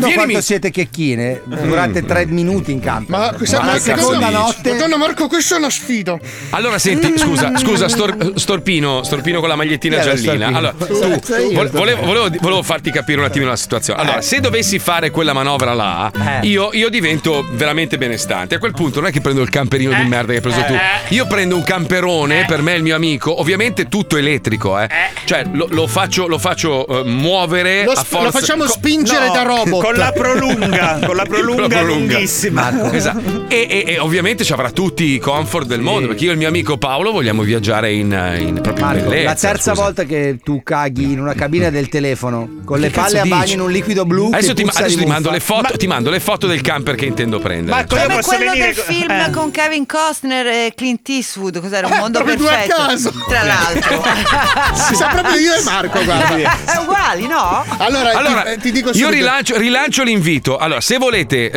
Fabio, quanto vienimi- siete checchine, Mm. durate tre minuti in campo. Mm. Ma questa la ma seconda secondo- notte. Madonna Marco, questa è una sfida. Allora, senti, scusa, scusa, Stor- Storpino, Storpino con la magliettina Chi era giallina. Storpino? Allora, tu, Sì, sì, io, vo- Storpino. Eh. volevo, volevo- volevo farti capire un attimo la situazione. Allora, se dovessi fare quella manovra là, io, io divento veramente benestante. A quel punto non è che prendo il camperino di merda che hai preso tu. Io prendo un camperone, per me e il mio amico, ovviamente tutto elettrico, eh. Cioè, lo, lo faccio, lo faccio, eh, muovere Lo a sp- forza. lo facciamo spingere da robot. Con la prolunga, con la prolunga lunghissima. Marco. Esatto. E, e- e ovviamente ci avrà tutti i comfort del mondo, perché io e il mio amico Paolo vogliamo viaggiare in, in proprio in Marco, la bellezza. terza volta che tu caghi in una cabina del telefono con Che le cazzo palle a bagno dici? in un liquido blu Adesso, che ti, puzza adesso di ti mando muffa. le foto, ti mando le foto del camper che intendo prendere. Come quello del film con Kevin Costner e Clint Eastwood, cos'era? Un Eh, mondo proprio due a perfetto. caso. Tra l'altro. Si sa proprio io e Marco, guarda. È uguali, no? Allora, ti, eh, ti dico subito. io rilancio, rilancio l'invito. Allora, se volete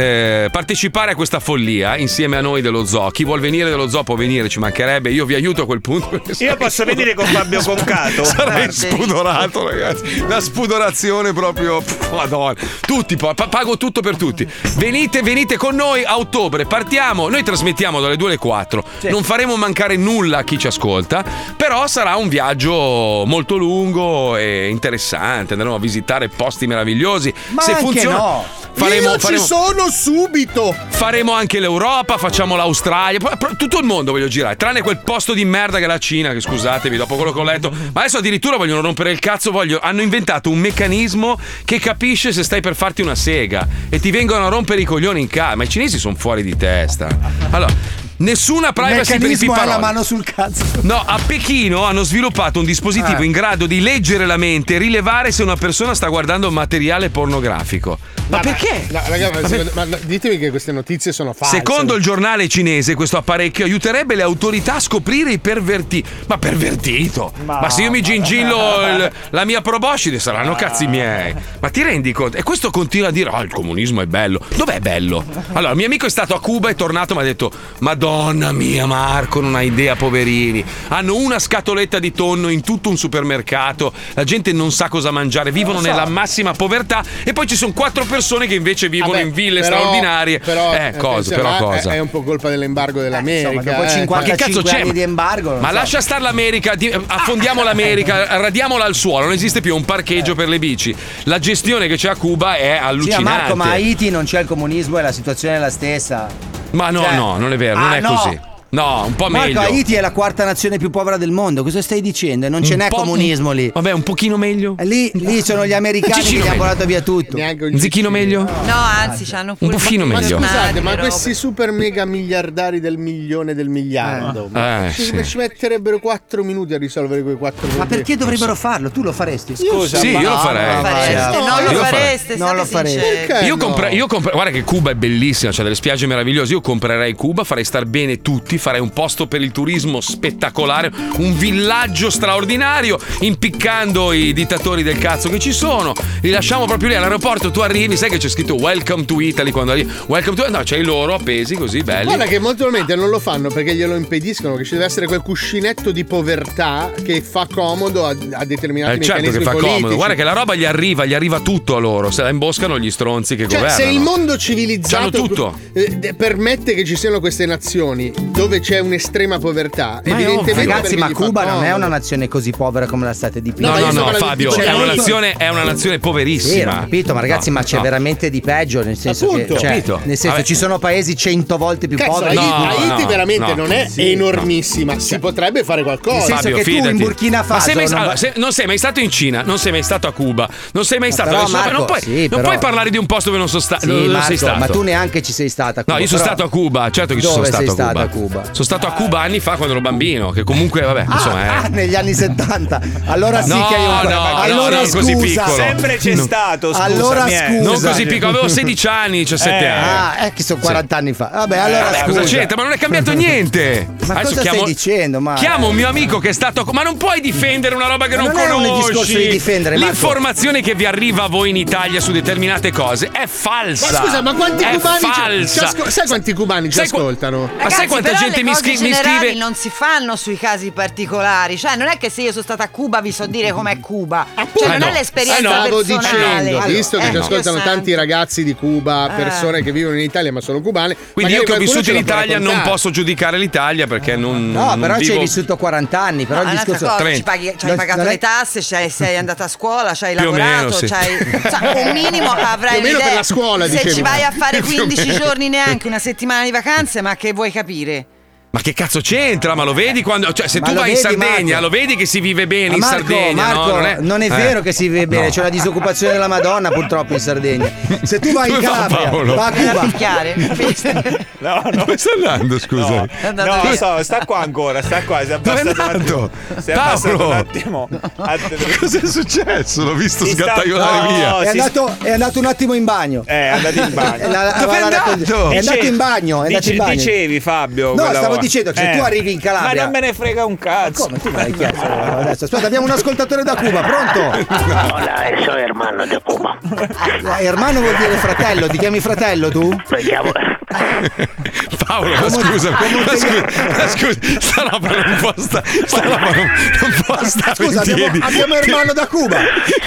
eh, partecipare a questa follia insieme a noi dello zoo, chi vuol venire dello zoo può venire, ci mancherebbe. Io vi aiuto a quel punto. Io posso venire con Fabio Concato. Sarei Guardi. spudorato, ragazzi. Una spudorazione proprio. pff, Madonna. Tutti, pa- pa- pago tutto per tutti. Venite, venite con noi a ottobre. Partiamo. Noi trasmettiamo dalle 2 alle 4. Non faremo mancare nulla a chi ci ascolta. Però sarà un viaggio molto lungo e interessante. Andremo a visitare posti meravigliosi. Ma Se anche funziona, no. faremo, io faremo- ci sono subito. faremo anche l'Europa, facciamo l'Australia, pro- pro- tutto il mondo voglio girare, tranne quel posto di merda che è la Cina, che scusatevi, dopo quello che ho letto. Ma adesso addirittura vogliono rompere il cazzo, voglio- hanno inventato un meccanismo che capisce se stai per farti una sega e ti vengono a rompere i coglioni in casa. Ma i cinesi sono fuori di testa. Allora, nessuna privacy per i meccanismo ha la pipparoni. mano sul cazzo. No, a Pechino hanno sviluppato un dispositivo Eh. in grado di leggere la mente e rilevare se una persona sta guardando materiale pornografico. Ma perché? No, raga, ma Ma secondo- ma no, ditemi che queste notizie sono false. Secondo il giornale cinese, questo apparecchio aiuterebbe le autorità a scoprire i pervertiti. Ma pervertito! Ma, se io mi gingillo il- la mia proboscide saranno cazzi miei. Ma ti rendi conto? E questo continua a dire: Oh, il comunismo è bello. Dov'è bello? Allora, il mio amico è stato a Cuba, è tornato e mi ha detto: Madonna mia, Marco, non hai idea, poverini. Hanno una scatoletta di tonno in tutto un supermercato. La gente non sa cosa mangiare, vivono Non lo so. nella massima povertà. E poi ci sono quattro persone che invece vivono Vabbè, in ville però- straordinarie. Però, eh, cosa, pensa, però ma cosa. È, è un po' colpa dell'embargo dell'America. insomma, dopo eh. 55 Ma che cazzo c'è? anni di embargo. non Ma so. lascia stare l'America, di- affondiamo l'America, radiamola al suolo, non esiste più un parcheggio per le bici. La gestione che c'è a Cuba è Sì, ma allucinante. Marco, ma a Haiti non c'è il comunismo e la situazione è la stessa. Ma no, Cioè- no, non è vero, Ah, non è no. così. No, un po' Marco, meglio. Haiti è la quarta nazione più povera del mondo. Cosa stai dicendo? Non ce Un n'è po' comunismo lì. Eh, Vabbè, un pochino meglio. Lì, lì sono gli americani Ciccino che gli hanno meglio. volato via tutto. Un Zicchino meglio? No, anzi, c'hanno Un pure pochino Ma meglio. Scusate, ma robe. questi super mega miliardari del milione del miliardo ma Eh, ci, sì. ci metterebbero 4 minuti a risolvere quei 4 minuti. Ma perché dovrebbero farlo? Tu lo faresti? Scusa, Sì, ma- io lo no, farei. non lo fareste, Sì. non lo Io fareste, Non lo sinceri. farei. Perché io, no? compre- io compre- guarda che Cuba è bellissima, c'ha delle spiagge meravigliose. Io comprerei Cuba, farei star bene tutti, farei un posto per il turismo spettacolare, un villaggio straordinario, impiccando i dittatori del cazzo che ci sono. Li lasciamo proprio lì all'aeroporto. Tu arrivi, sai che c'è scritto Welcome to Italy quando arrivi. Welcome to No, c'hai loro appesi così belli. Guarda che molto probabilmente non lo fanno perché glielo impediscono, che ci deve essere quel cuscinetto di povertà che fa comodo a, a determinati Eh, certo meccanismi che fa politici. comodo, guarda che la roba gli arriva, gli arriva tutto a loro, se la imboscano gli stronzi che Cioè, se governano. il mondo C'hanno civilizzato tutto. eh, de- permette che ci siano queste nazioni dove c'è un'estrema povertà, Ma è ovvio. evidentemente Ragazzi, perché ma gli fa Cuba non è comodo. una nazione così povera come la state No, dipingendo. no, no, Fabio, è Cioè, una, nazione, è una nazione Sì, ho poverissima. capito, ma ragazzi, No, ma c'è no. veramente di peggio. Nel senso, Appunto. che, cioè, Capito. nel senso Vabbè. ci sono paesi cento volte più Cazzo, poveri. Haiti, Haiti no, veramente no. non è Sì, enormissima, si potrebbe fare qualcosa. Nel senso Oh, Fabio, che tu in fidati. Burkina Ma Faso sei mai- non allora, va- se- non sei mai stato in Cina, non sei mai stato a Cuba, non sei mai stato però, adesso- Marco, non, puoi, sì, non però- puoi parlare di un posto dove non, so sta- Sì, dove Marco, sei stato. ma tu neanche ci sei stata. a No, Cuba, io sono però- stato a Cuba, certo che ci sono Dove stato sei a Cuba. stato a Cuba? Sono stato a Cuba anni fa quando ero bambino, che comunque vabbè, insomma, Ah, eh. negli anni 70. Allora sì No, che io no, no, allora non scusa. così piccolo. Sempre c'è No. stato, scusa. Allora mi è- scusa. Non così piccolo, avevo 16 anni, 17 Eh, anni. Ah, è che sono 40 anni fa. Vabbè, allora Eh, Vabbè, scusa. cosa c'entra? Ma non è cambiato niente. Ma Adesso cosa chiamo- stai dicendo? Ma... Chiamo un mio amico che è stato. a co- Ma non puoi difendere una roba che Ma non, non è un conosci. discorso di difendere, Marco. L'informazione che vi arriva a voi in Italia su determinate cose è falsa. Ma scusa, ma quanti è cubani ci- ci falsa. asco- sai quanti cubani ci Sai qua- ascoltano? Ma sai quanta però gente le mi, cose scri- mi generali scrive. non si fanno sui casi particolari. Cioè, non è che se io sono stata a Cuba vi so dire com'è Cuba. Cioè, non Ah, è no. l'esperienza Stavo personale. dicendo, visto che Eh, ci Dio ascoltano santo. tanti ragazzi di Cuba, Ah. persone che vivono in Italia ma sono cubane. Quindi io magari che ho qualcuno vissuto ce in la può Italia non raccontare. posso giudicare l'Italia perché non. No, non però ci vivo... hai vissuto 40 anni, però No, il un'altra discorso cosa, ci paghi- ci hai Non- pagato non è- le tasse, ci hai- sei andata a scuola, ci hai Più o lavorato, meno, sì. ci hai- cioè, un minimo avrai Più o meno un'idea. per la scuola, Se dicevo. ci vai a fare Più o 15 meno. giorni neanche una settimana di vacanze, ma che vuoi capire? Ma che cazzo c'entra? Ma lo vedi quando. Cioè, se Eh. Ma tu lo vai in vedi, Sardegna, Marco? lo vedi che si vive bene Ma in Marco, Sardegna. Marco, no? non è, Eh. vero che si vive bene, No. c'è la disoccupazione della Madonna purtroppo in Sardegna. Se tu vai in Dove va Calabria, Paolo? va a Era Cuba. picchiare. No, no. Dove sta andando, scusa? No, lo so, sta qua ancora, sta qua. Si è Dove è abbassato un andato? attimo. Si è abbassato Paolo! un attimo. Cos'è successo? L'ho visto Si sta- sgattaiolare No, via. è, si- andato, è andato un attimo in bagno. Eh, È andato in bagno. La- Dove è la- la- andato? È andato in bagno, è andato Dice- in bagno. Dicevi Fabio. No, quella stavo volta. Eh. dicendo che se tu arrivi in Calabria- Ma non me ne frega un cazzo. Come tu vai, chi è? Eh, Adesso, aspetta, abbiamo un ascoltatore da Cuba, pronto? Hola, soy hermano de Cuba. Eh, Hermano vuol dire fratello, ti chiami fratello tu? Paolo, ma Come- scusa, come un ma scusa, tegliato. ma scusa, sta roba non può stare. Sta roba non, non può stare. Scusa, in abbiamo, piedi. abbiamo Ermanno da Cuba.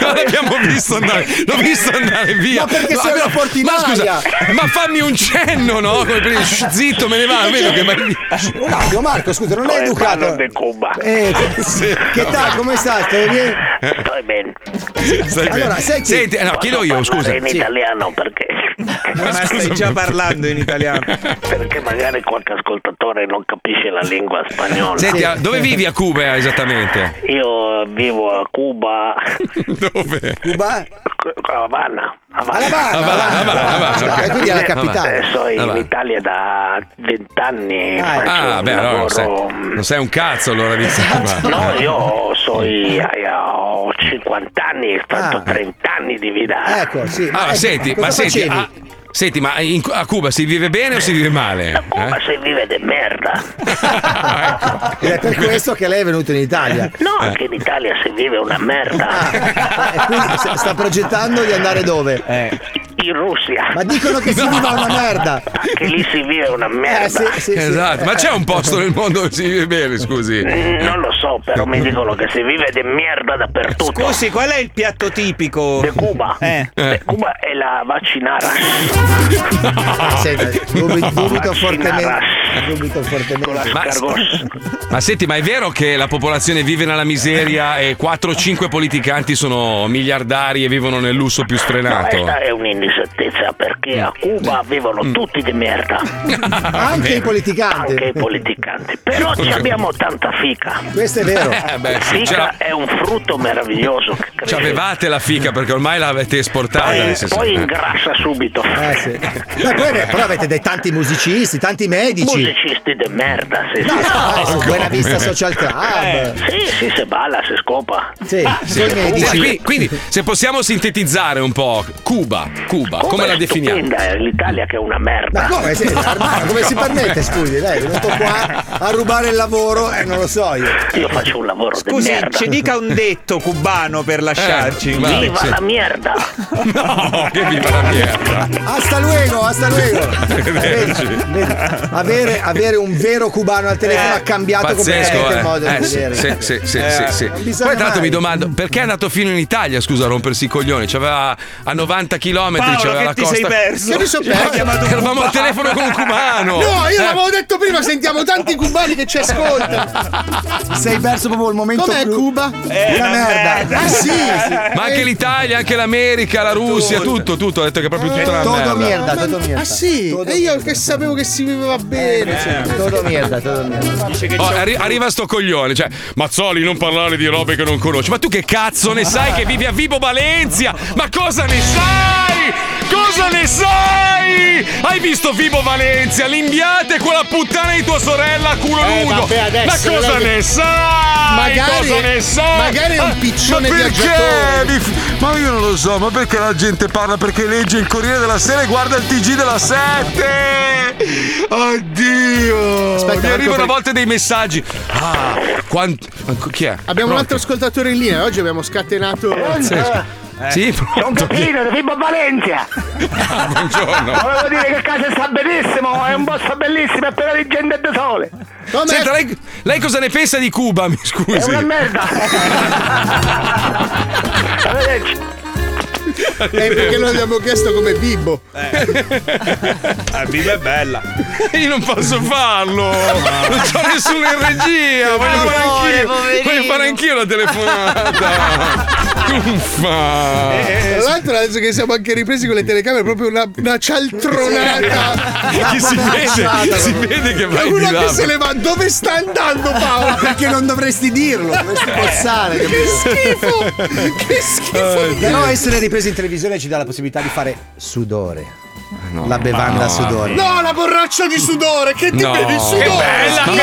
Non l'abbiamo visto andare, l'ho visto andare via. Ma perché No, sei una allora, portinaia? Ma scusa, ma fammi un cenno, no? Come per dire, "Shh, zitto, me ne vado, vedo che vai Un attimo, Marco, scusa, non è educato. Eh, che tal, come stai? Stai bene? Estoy bien. Stai bene. Allora, senti- Senti, eh, no, chiedo io, scusa. in Sì. italiano perché, Ma stai già parlando in italiano. perché magari qualche ascoltatore non capisce la lingua spagnola. Senti, ah, dove vivi a Cuba esattamente? Io vivo a Cuba, Dove? Cuba? a Havana. Havana. Ah, va là, ah, va là, ah, va là, ok. Eh, quindi è la capitale. Eh, sono Ah, va. in Italia da vent'anni. Eh, Ah, beh, allora non sei, Ah. non sei un cazzo allora di Esatto. No, Cuba. io so, eh, ho 50 anni e ho fatto 30 anni di vita. Ah. Ecco, sì. ma Ah, Allora, ecco, senti, cosa ma senti, facevi? ah, senti, ma in- a Cuba si vive bene o si vive male? Ma Eh? se vive de merda. Ed è per questo che lei è venuto in Italia. Eh, No, Eh. anche in Italia si vive una Ah. merda. E quindi sta sta progettando di andare dove? Eh. In Russia. Ma dicono che si No. viva una merda. Anche lì si vive una merda. Eh, sì, sì, sì. Esatto, ma c'è un posto nel mondo dove si vive bene, scusi. Mm, Non lo so, però mi dicono che si vive de merda dappertutto. Scusi, qual è il piatto tipico? De Cuba. Eh. De Cuba è la vaccinara. Senti, dubito, dubito fortemente. Vaccinara. Dubito fortemente. Ma, Cargos. ma senti, ma è vero che la popolazione vive nella miseria e 4-5 politicanti sono miliardari e vivono nel lusso più sfrenato? Questa è un'inesattezza perché Mm. a Cuba vivono tutti di merda. Anche i politicanti. Anche i politicanti. Però ci abbiamo tanta fica. Questo è vero. Eh, beh, sì, Fica c'era- è un frutto meraviglioso che cresce. C'avevate la fica perché ormai l'avete esportata. Poi, nel senso- poi ingrassa subito. Eh, sì. Ma poi, però avete dei tanti musicisti, tanti medici. Musicisti di merda, sì, No, sì. no, su come? Buena Vista Social Club. Eh, Sì, sì, se balla, se scopa. Ah, Sì, Sì, eh, coi medici. sì, qui- quindi, se possiamo sintetizzare un po', Cuba, Cuba, come è la definiamo? stupenda, eh. è l'Italia che è una Ma merda. come, sì, Armando, come si permette, scusi, lei è venuto qua a rubare il lavoro e non lo so io. Io faccio un lavoro di Scusi, merda. ci dica un detto cubano per lasciarci. Eh, vai. Viva Sì. la merda! No, che viva la mierda! Hasta luego, hasta luego. Arrivederci. Vedi, avere, avere un vero cubano al telefono ha cambiato Eh, Pazzesco, completamente eh. il modo di Eh, sì, vedere. Eh, sì, sì, sì, sì, sì. non Poi bisogna tra l'altro mai. mi domando perché è andato fino in Italia, scusa, a rompersi i coglioni. C'aveva a 90 km, Paolo, c'aveva che la ti sei costa. Cioè, perso? Che mi sono perso? Hai chiamato un Eravamo al cubano. telefono con un cubano. No, io Eh, l'avevo detto prima, sentiamo tanti cubani che ci ascoltano. Sei perso proprio il momento Com'è clou. Cuba? Eh, Una merda. Ah, sì, sì. Ma Eh. anche l'Italia, anche l'America, la Russia, tutto, tutto. Ho detto che è proprio tutta una Eh, Todo merda. mierda, todo mierda. Ah sì, Todo e io che sapevo che si viveva bene. Eh. Todo mierda, todo mierda. Oh, arri- arriva sto coglione, cioè, Mazzoli, non parlare di robe che non conosci. Ma tu che cazzo ne sai che vivi a Vibo Valencia? Ma cosa ne sai? Cosa ne sai? Hai visto Vibo Valencia, l'inviate quella puttana di tua sorella a culo Eh, nudo. vabbè, adesso, Ma cosa però- ne sai? Magari- cosa ne sai? magari è un Ah, piccione ma viaggiatore. perché? mi f- Ma io non lo so, ma perché la gente parla? Perché legge il Corriere della Sera e guarda il TG della 7? Oddio! Aspetta, mi Marco, arrivano a per- volte dei messaggi. Ah, quant- ma co- chi è? Abbiamo un Pronto? altro ascoltatore in linea, oggi abbiamo scatenato. Sì. Sì, Sono pronto. Peppino, da Fibbo Valencia. Ah, buongiorno. Volevo dire che casa sta benissimo, è un posto bellissimo, è pieno di gente e di sole. Senta, lei, lei cosa ne pensa di Cuba? Mi scusi. È una merda. Arrivederci. È Eh, perché noi abbiamo chiesto come bibbo. La Bibbia è bella. Io non posso farlo. Non c'ho nessuno in regia. Voglio fare Amore, anch'io. poverino. Voglio fare anch'io la telefonata. Uffa. Tra Eh, l'altro adesso che siamo anche ripresi con le telecamere, proprio una, una cialtronata. Che si vede, si vede che vai Uno di là. che se ne va, dove sta andando Paolo? Perché non dovresti dirlo, Eh. dovresti passare, Che schifo! Che Eh, Però schifo! essere ripresi in televisione ci dà la possibilità di fare sudore. la bevanda no, sudore. No, la borraccia di sudore, che ti No. eh, bevi il sudore? Ma schifo. ma-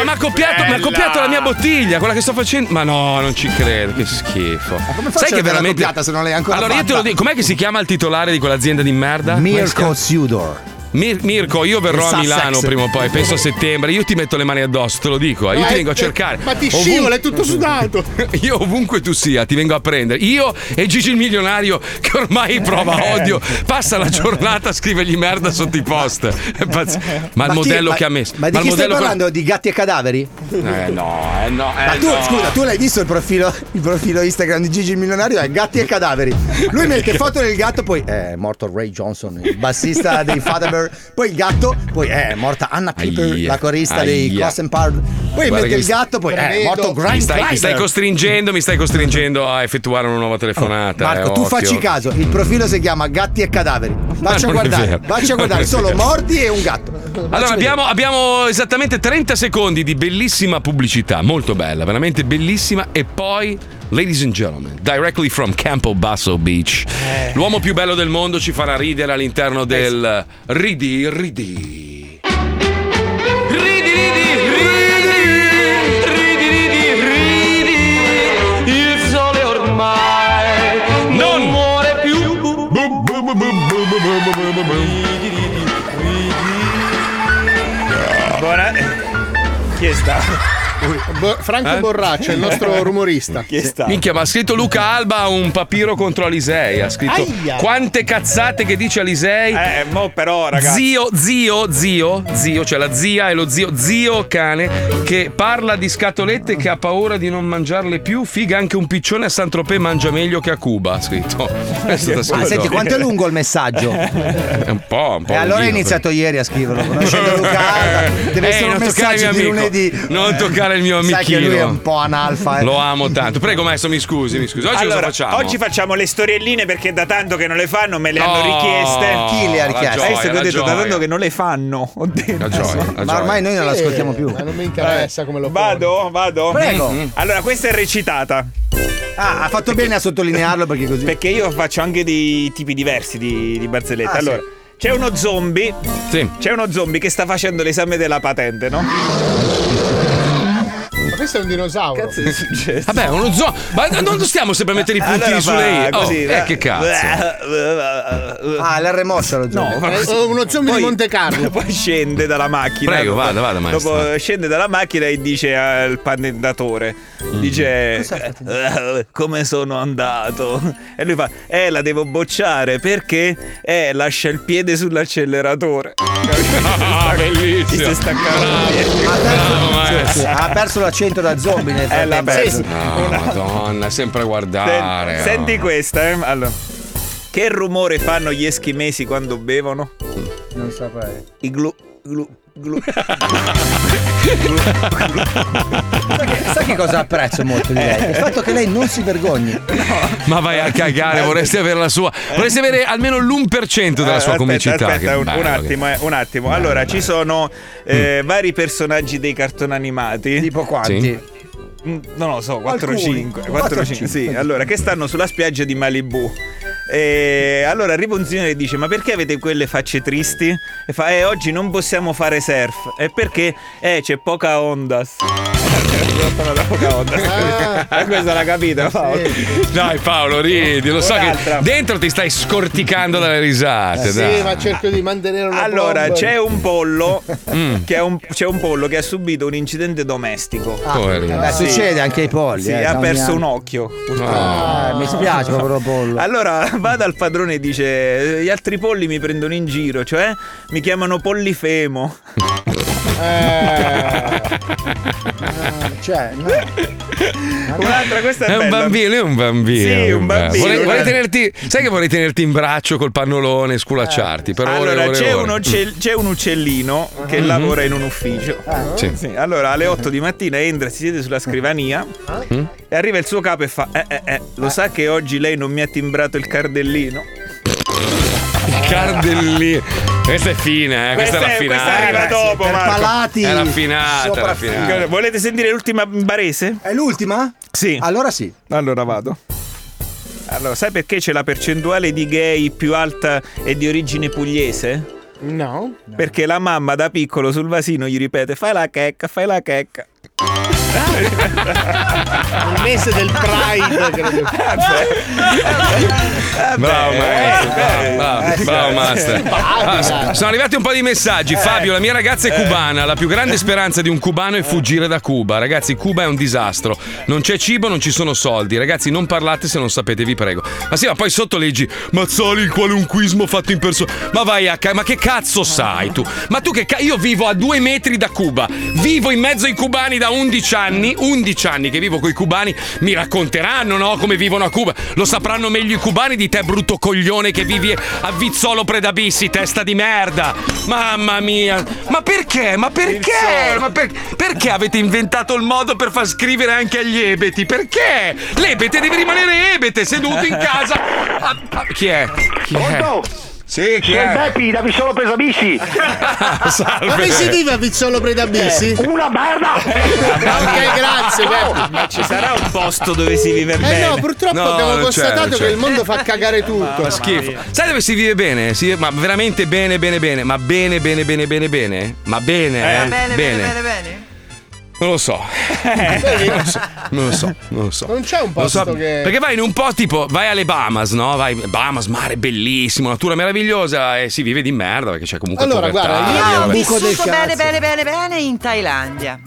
ma mi ha copiato, mi ha copiato la mia bottiglia, quella che sto facendo. Ma no, non ci credo, che schifo. come faccio ad averla copiata se non l'hai ancora Allora io te lo fatta? dico, com'è che si chiama il titolare di quell'azienda di merda? Mirko Sudor. Mir- Mirko, io verrò Il a Milano Sussex. prima o poi, penso a settembre. Io ti metto le mani addosso, te lo dico. eh. Io Ma ti è- vengo a cercare. Ma ti Ovun- scivola, è tutto sudato. Io ovunque tu sia, ti vengo a prendere. Io e Gigi il milionario, che Eh. ormai prova odio, passa la giornata a scrivergli merda sotto i post. È pazz- Ma, il chi- modello ma- che ha messo. Ma di il chi stai modello quello- parlando? Di gatti e cadaveri? Eh no, eh no. Ma eh, tu, no. scusa, tu l'hai visto il profilo, il profilo Instagram di Gigi il milionario? È gatti e cadaveri. Lui mette foto del gatto, poi eh, è morto Ray Johnson, il bassista dei Fatherbear. Poi il gatto, poi eh, è morta Anna Piper, Aia, la corista dei aia. Cross and Pard. Poi Guarda mette che il gatto, poi eh, è Credo. morto Mi Grind stai, mi stai Grinder. costringendo, mi stai costringendo a effettuare una nuova telefonata. Marco, eh, tu occhio. facci caso, il profilo si chiama Gatti e Cadaveri. Vacci a non è guardare, vero. vacci a guardare, Non è solo vero. morti e un gatto. Allora, abbiamo, abbiamo esattamente 30 secondi di bellissima pubblicità, molto bella, veramente bellissima. E poi, ladies and gentlemen, directly from Campobasso Beach, Eh. l'uomo più bello del mondo ci farà ridere all'interno del Ridi, Ridi. Il sole ormai non muore più. Buona. Chi è stato? Bo- Franco Eh? Borraccia, il nostro rumorista. Chi è stato? Minchia, ma ha scritto Luca Alba un papiro contro Alisei. Ha scritto Aia. quante cazzate che dice Alisei. Eh, mo però, ragazzi. Zio, zio, zio, zio, cioè la zia e lo zio, zio cane, che parla di scatolette che ha paura di non mangiarle più. Figa, anche un piccione a Saint-Tropez mangia meglio che a Cuba. Ha scritto. Eh, È stato Ah, scritto. senti, quanto è lungo il messaggio? È un po', un po'. E allora lunghino. è iniziato ieri a scriverlo, conoscendo Luca Alba. Deve Eh, essere un non toccare il messaggio mio di amico. lunedì. Non toccare il mio amichino. Sai che lui è un po' analfa. eh. Lo amo tanto. Prego, maestro, mi scusi, mi scusi. Oggi Allora, cosa facciamo? Oggi facciamo le storielline perché da tanto che non le fanno me le No, hanno richieste. Chi le ha la richieste? gioia, Hai visto che ho la detto da gioia. tanto che non le fanno. Ho detto. La gioia, la Ma gioia. ormai noi non Sì, l'ascoltiamo più. Ma non mi interessa come lo fa. Vado, vado. Prego. Mm. Allora, questa è recitata. Ah, ha fatto bene a sottolinearlo perché così. Perché io faccio anche dei tipi diversi di, di barzellette. Ah, allora, c'è uno zombie. C'è uno zombie che sta facendo l'esame della patente, no? Ma questo è un dinosauro. Cazzo è successo? Vabbè, uno zoo. Ma non stiamo sempre a mettere i puntini Allora sulle i. fa Oh, così, eh, va- che cazzo. Ah, l'R Moscia lo No, gioco. ma- È Eh, oh, uno zombie Poi- di Monte Carlo. Poi scende dalla macchina. Prego, vada, vada, maestro. Dopo scende dalla macchina e dice al patentatore: Mm-hmm. Dice, "Eh, come sono andato? E lui fa, eh, la devo bocciare perché? Eh, lascia il piede sull'acceleratore. Ah, Ti bellissimo. stai staccando il piede. Bravo, Cioè, maestro. Sì, ah, Ha perso l'accento da zombie nel Eh, l'ha frattempo. perso. Sì, sì. No, madonna, sempre a guardare. Sen- no. Senti questa, eh. Allora. Che rumore fanno gli eschimesi quando bevono? Non saprei. I glu glu glu. oh. Sai che- Sai che cosa apprezzo molto di lei? Il fatto che lei non si vergogni. Ma vai a cagare, vorresti avere la sua. Vorresti avere almeno l'1% della Eh, sua aspetta, comicità. aspetta, Che un, bello un che- attimo, eh, un attimo. allora, ci sono Mm. eh, vari personaggi dei cartoni animati. Tipo quanti? Sì. Mm, Non lo so, 4 o Alcuni. 5. Quattro o 4 5, sì. cinque. Allora, che stanno sulla spiaggia di Malibu. E allora arriva un signore e dice: Ma perché avete quelle facce tristi? E fa: Eh, oggi non possiamo fare surf. E perché? Eh, c'è poca ondas. Quella da Pocahontas. Ah, questa l'ha capita, Paolo. Dai Paolo, ridi, lo so che Un'altra. Eh, dentro ti stai scorticando dalle risate. Sì, dai. ma cerco di mantenere una Allora, bomba. c'è un pollo Mm. che è un, c'è un pollo che ha subito un incidente domestico. Eh, Poverino. Beh, Ah, Sì. succede anche ai polli, Sì, eh, ha da perso ogni un anno. occhio. Ah, mi spiace, povero pollo. Allora va dal padrone e dice: Gli altri polli mi prendono in giro, cioè mi chiamano pollifemo. Eh. Ah, Cioè, no. Un'altra, questa è, È un bella. bambino, lui è un bambino. Sì, Vorrei- un bambino. vorrei Guarda. tenerti- sai che vorrei tenerti in braccio col pannolone e sculacciarti. Per ore, allora, ore, c'è, ore. un uccel- c'è un uccellino che Mhm. lavora in un ufficio. Sì. Sì, Allora, alle 8 di mattina entra, si siede sulla scrivania Mm? e arriva il suo capo e fa: Eh, eh, eh, lo sa che oggi lei non mi ha timbrato il cardellino? I cardellini. Questa è fine, eh. questa, è la Questa è- finale. questa arriva dopo, Per Marco. palati. È raffinata, Sopra- raffinata. Volete sentire l'ultima barese? È l'ultima? Sì. Allora sì. Allora vado. Allora, sai perché c'è la percentuale di gay più alta e di origine pugliese? No. Perché la mamma da piccolo sul vasino gli ripete fai la checca, fai la checca. Il mese del Pride, credo. Bravo maestro, bravo, bravo, eh, bravo sì. Eh. master. Ah, s- sono arrivati un po' di messaggi. Fabio, la mia ragazza è cubana. La più grande speranza di un cubano è fuggire da Cuba. Ragazzi, Cuba è un disastro. Non c'è cibo, non ci sono soldi. Ragazzi, non parlate se non sapete, vi prego. Ma sì, ma poi sotto leggi Mazzoli il qualunquismo fatto in persona. Ma vai a ca- ma che cazzo sai tu? Ma tu che cazzo? Io vivo a due metri da Cuba. Vivo in mezzo ai cubani da 11 anni. 11 anni che vivo con i cubani. Mi racconteranno, no? Come vivono a Cuba. Lo sapranno meglio i cubani di te, brutto coglione che vivi a Vizzolo Predabissi, testa di merda. Mamma mia. Ma perché? Ma perché? Ma per- perché avete inventato il modo per far scrivere anche agli ebeti? Perché? L'ebete deve rimanere ebete, seduto in casa. A- a- chi è? Chi è? Pronto? Sì, chi Sei è? Beppi da Visolo Pesabissi. Salve. Ma vi si diva Pizzolo Predabissi? Una merda! ok, grazie, Beppi. Ma ci sarà un posto dove si vive bene? Eh no, purtroppo No, non abbiamo c'è, non constatato c'è. che il mondo fa cagare tutto. Fa schifo. Sai dove si vive bene? Si vive- ma veramente bene, bene, bene. Ma bene, bene, bene, bene, bene. Ma bene, eh? bene. Non lo so. Eh, Vedi? Eh, Non lo so, non lo so. Non c'è un Non lo so, posto che. Perché vai in un po' tipo, vai alle Bahamas, no? Vai, Bahamas, mare bellissimo, natura meravigliosa e si vive di merda perché c'è comunque Allora, povertà. eh, guarda, vive- Io Ah, ho vabbè. vissuto bene, bene, bene, bene in Thailandia.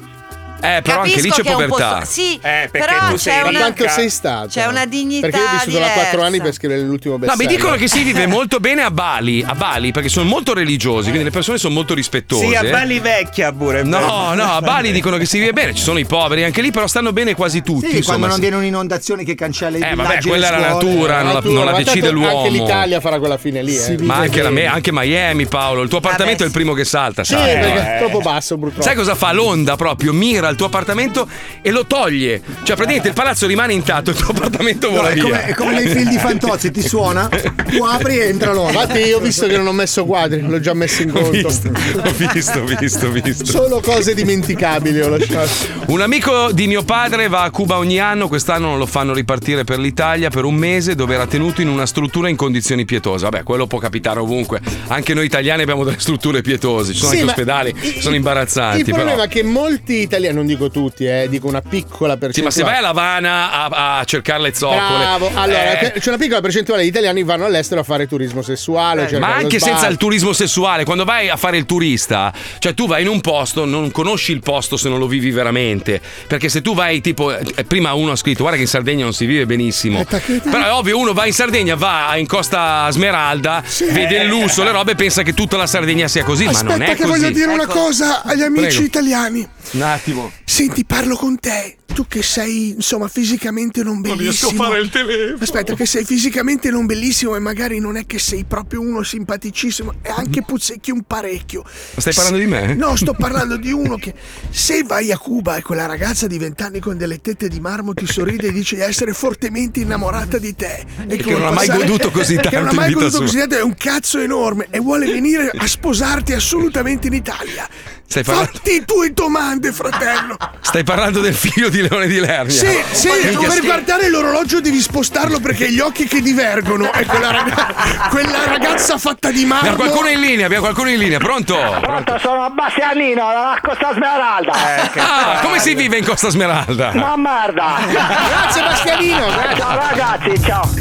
Eh, però anche lì Capisco c'è che è un po' povertà. so- Sì, Eh, perché però tu sei c'è una... ricca. Quanto sei stato? C'è una dignità Perché io ho vissuto da diversa. 4 anni per scrivere l'ultimo No, best mi dicono che si Eh. vive molto bene a Bali, a Bali, perché sono molto religiosi, quindi le persone sono molto rispettose. Sì, a Bali Vecchia pure. eh. No, no, a Bali dicono che si vive bene, ci sono i poveri anche lì, però stanno bene quasi tutti. Sì, insomma, quando non sì. viene un'inondazione che cancella i Eh, vabbè, villaggi, le quella era scuole. natura, non la- non la ma decide tanto l'uomo. Anche l'Italia farà quella fine lì. eh. Ma anche, la me- anche Miami, Paolo. Il tuo appartamento è il primo che salta, Sì, sai? perché Eh. è troppo basso, purtroppo. Sai cosa fa? L'onda proprio mira il tuo appartamento e lo toglie. Cioè, praticamente il palazzo rimane intatto, il tuo appartamento No, vola è, via. come, è come nei film di Fantozzi, ti suona, tu apri e entra l'ora. Infatti, io ho visto che non ho messo quadri, l'ho già messo in conto. Ho visto, visto, visto. Solo cose dimenticabili ho lasciato. Un amico di mio padre va a Cuba ogni anno, quest'anno non lo fanno ripartire per l'Italia per un mese dove era tenuto in una struttura in condizioni pietose. Vabbè, quello può capitare ovunque. Anche noi italiani abbiamo delle strutture pietose, ci sono Sì, anche ma ospedali, i- sono imbarazzanti. Il problema Però. è che molti italiani, non dico tutti, eh, dico una piccola Sì, ma percentuale. se vai a Lavana a, a cercare le zoccole. Bravo, allora eh, c'è una piccola percentuale di italiani che vanno all'estero a fare turismo sessuale. cercano Eh, ma lo anche sbarco. senza il turismo sessuale, quando vai a fare il turista, cioè tu vai in un posto, non conosci il posto se non lo vivi veramente. Perché se tu vai tipo, eh, prima uno ha scritto, guarda che in Sardegna non si vive Eh, benissimo. Però è ovvio, uno va in Sardegna, va in Costa Smeralda, vede il lusso, le robe, e pensa che tutta la Sardegna sia così, ma Aspetta non è che così. voglio dire una cosa agli amici Ecco. Prego. italiani. Un attimo. Senti, parlo con te. Tu che sei, insomma, fisicamente non Non bellissimo. riesco a fare il telefono. Aspetta, che sei fisicamente non bellissimo e magari non è che sei proprio uno simpaticissimo e anche puzzecchi un parecchio. Ma stai parlando di me? No, sto parlando di uno che se vai a Cuba e quella ragazza di vent'anni con delle tette di marmo ti sorride e dice di essere fortemente innamorata di te. E che come non ha mai passare- goduto così Che non tanto ha in mai vita goduto sua. così tanto, è un cazzo enorme e vuole venire a sposarti assolutamente in Italia. Stai parlando, Fatti tue domande, fratello. stai parlando del figlio di Leone di Lernia. Sì, sì, Minchia, per sì. guardare l'orologio devi spostarlo perché gli occhi che divergono è quella, raga- quella ragazza fatta di Abbiamo marmo. qualcuno in linea, abbiamo qualcuno in linea, pronto? Pronto, sono Bastianino, dalla Costa Smeralda. Ah, come si vive in Costa Smeralda? Ma merda! Grazie, Bastianino, grazie. Ciao ragazzi, ciao!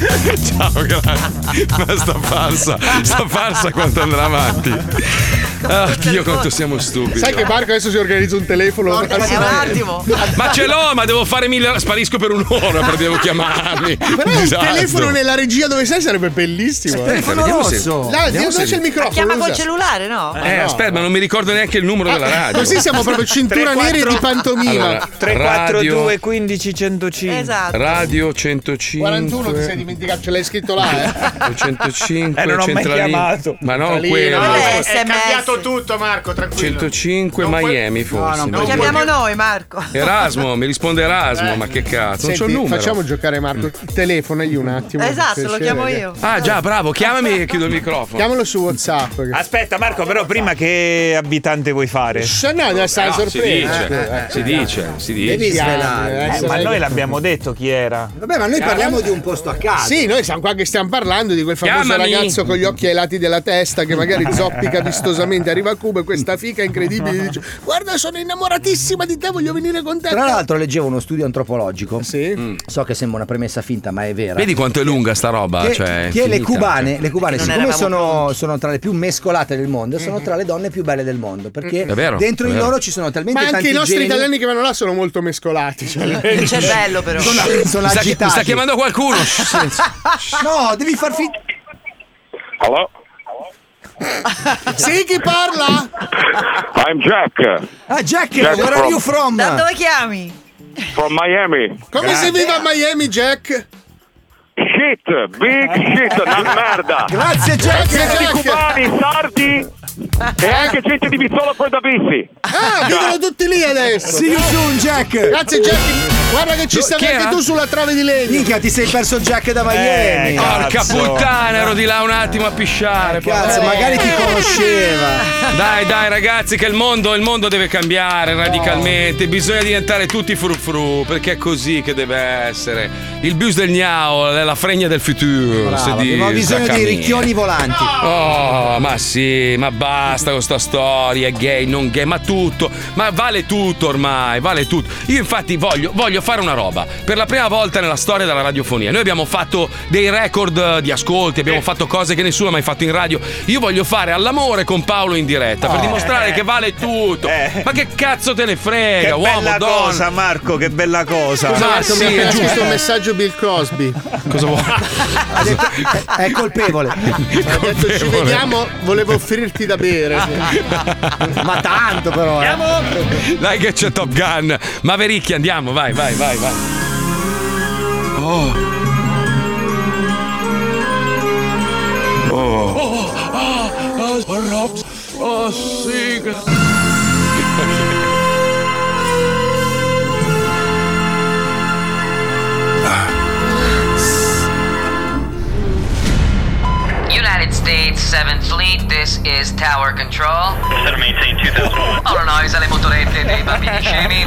Ciao, grazie. Ma sta farsa, sta farsa quanto andrà avanti. Ah, Dio quanto siamo stupidi. Sai che Marco adesso si organizza un telefono. Ma ce l'ho, ma devo fare mille. Sparisco per un'ora, perché devo chiamarmi. Però un Esatto. telefono nella regia dove sei sarebbe bellissimo. Aspetta, eh. telefono vediamo se- rosso. Là, vediamo dove se- c'è il Ma microfono? chiama lo col usa? cellulare, no? Eh, no. Ah, aspetta, ma non mi ricordo neanche il numero della radio. Eh, Così siamo proprio cintura nera e di pantomima. Allora, 342 15 105 Esatto. Radio 105. 41 ti sei dimenticato, ce l'hai scritto là, eh. 105 Eh, non ho mai centralina. chiamato. Ma no, Centralina, quella no. no. Eh, SMS. cambiato tutto, Marco, tranquillo. 105 Miami forse. No, mi no, ricordo. chiamiamo noi, Marco. Erasmo, mi risponde Erasmo, ma che Ah, cazzo? Non c'ho il Senti, numero. Facciamo giocare Marco. Mm. Telefonagli un attimo. Esatto, se lo ci chiamo vede. io. Ah, già, bravo, chiamami e chiudo il microfono. Chiamalo su WhatsApp. che- Aspetta Marco, però prima che abitante vuoi fare? Se no, deve stare No, si sorpresa. Eh, dice, si dice, si dice. Devi svelare, Eh, adesso ma vai. noi l'abbiamo detto chi era. Vabbè, ma noi parliamo di un posto a caso. Sì, noi siamo qua che stiamo parlando di quel famoso Chiamami. ragazzo con gli occhi ai lati della testa che magari zoppica vistosamente, arriva a Cuba e questa fica incredibile dice guarda sono innamoratissima di te, voglio venire con te. Tra l'altro leggevo uno studio antropologico. Sì. So che sembra una premessa finta, ma è vera. Vedi quanto è lunga sta roba? che, cioè, è che le finita. cubane, le cubane Perché non siccome eravamo sono, sono tra le più mescolate del mondo, sono tra le donne più belle del mondo. Perché È vero, dentro è di vero. loro ci sono talmente Ma anche tanti i nostri geni- italiani che vanno là sono molto mescolati. Cioè, C'è bello, però. Sono- Mi sono sta, mi agitati. sta chiamando qualcuno. No, devi far finta. Hello? Sì, chi parla? I'm Jack Ah, Jack, Jack where from- are you from? Da dove chiami? from Miami. Come si vive a Miami, Jack? Shit, big shit, una merda. Grazie, Jack. Gente Grazie, di Jack. cubani, sardi e anche gente di Bizzola poi da Bissi. Ah, vivono tutti lì adesso. See you soon, Jack. Grazie Jack. Guarda che ci Do- stavi chi anche era? tu sulla trave di legno. Minchia, ti sei perso Jack Eh. da Miami. Porca puttana, ero di là un attimo a pisciare. Eh, Cazzo, porca- magari ti conosceva. Dai, dai, ragazzi, che il mondo, il mondo deve cambiare radicalmente. Bisogna diventare tutti frufru, perché è così che deve essere. Il bus del gnao, la fregna del futuro. Brava, si abbiamo dice, bisogno Saccamini. dei ricchioni volanti. Oh, ma sì, ma basta con sta storia, gay, non gay, ma tutto, ma vale tutto ormai, vale tutto. Io infatti voglio, voglio fare una roba. Per la prima volta nella storia della radiofonia, noi abbiamo fatto dei record eh, di ascolti, abbiamo fatto cose che nessuno ha mai fatto in radio. Io voglio fare all'amore con Paolo in diretta per Oh. dimostrare che vale tutto. Ma che cazzo te ne Eh. Che frega, uomo, bella donna? cosa Marco, che bella cosa. Scusa, Marco, mi ha appena scritto un giusto. messaggio Bill Crosby. Cosa vuoi? Eh, È colpevole. Ha detto ci Colpevole. vediamo, volevo offrirti da bere. Ma tanto però. eh. Dai che c'è Top Gun. Mavericchi, andiamo, vai, vai, vai, vai. Oh. Oh, ah, oh, oh, Rob. Oh, sì. United States 7th Fleet, this is Tower Control. Oh, Center maintain 2001. Ora noi alle motorette dei bambini scemi.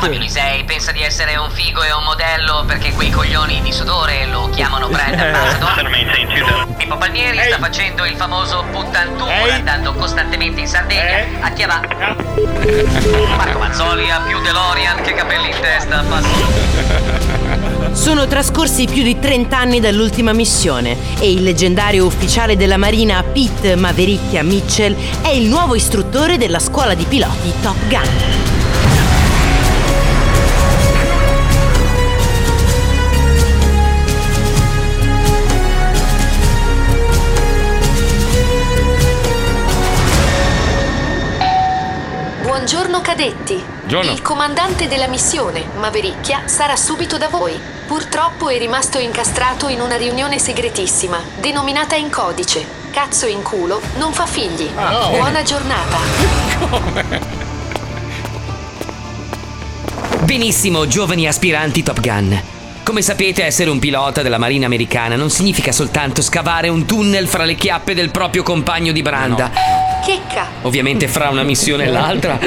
Bambini 6, pensa di essere un figo e un modello perché quei coglioni di sudore lo chiamano Brad Ambassador. Center maintain 2000. Pippo Palmieri sta facendo il famoso puttantuno andando costantemente in Sardegna Eh. a Chiava. Marco Mazzoli ha più DeLorean che capelli in testa. Passo. Sono trascorsi più di 30 anni dall'ultima missione e il leggendario ufficiale della Marina Pete Mavericchia Mitchell è il nuovo istruttore della scuola di piloti Top Gun. Buongiorno cadetti. Buongiorno. Il comandante della missione, Mavericchia, sarà subito da voi. Purtroppo è rimasto incastrato in una riunione segretissima, denominata in codice. Cazzo in culo, non fa figli. no. Buona giornata. Benissimo, giovani aspiranti Top Gun. Come sapete, essere un pilota della Marina Eh americana non significa soltanto scavare un tunnel fra le chiappe del proprio compagno di branda. Checca. Ovviamente fra una missione e l'altra,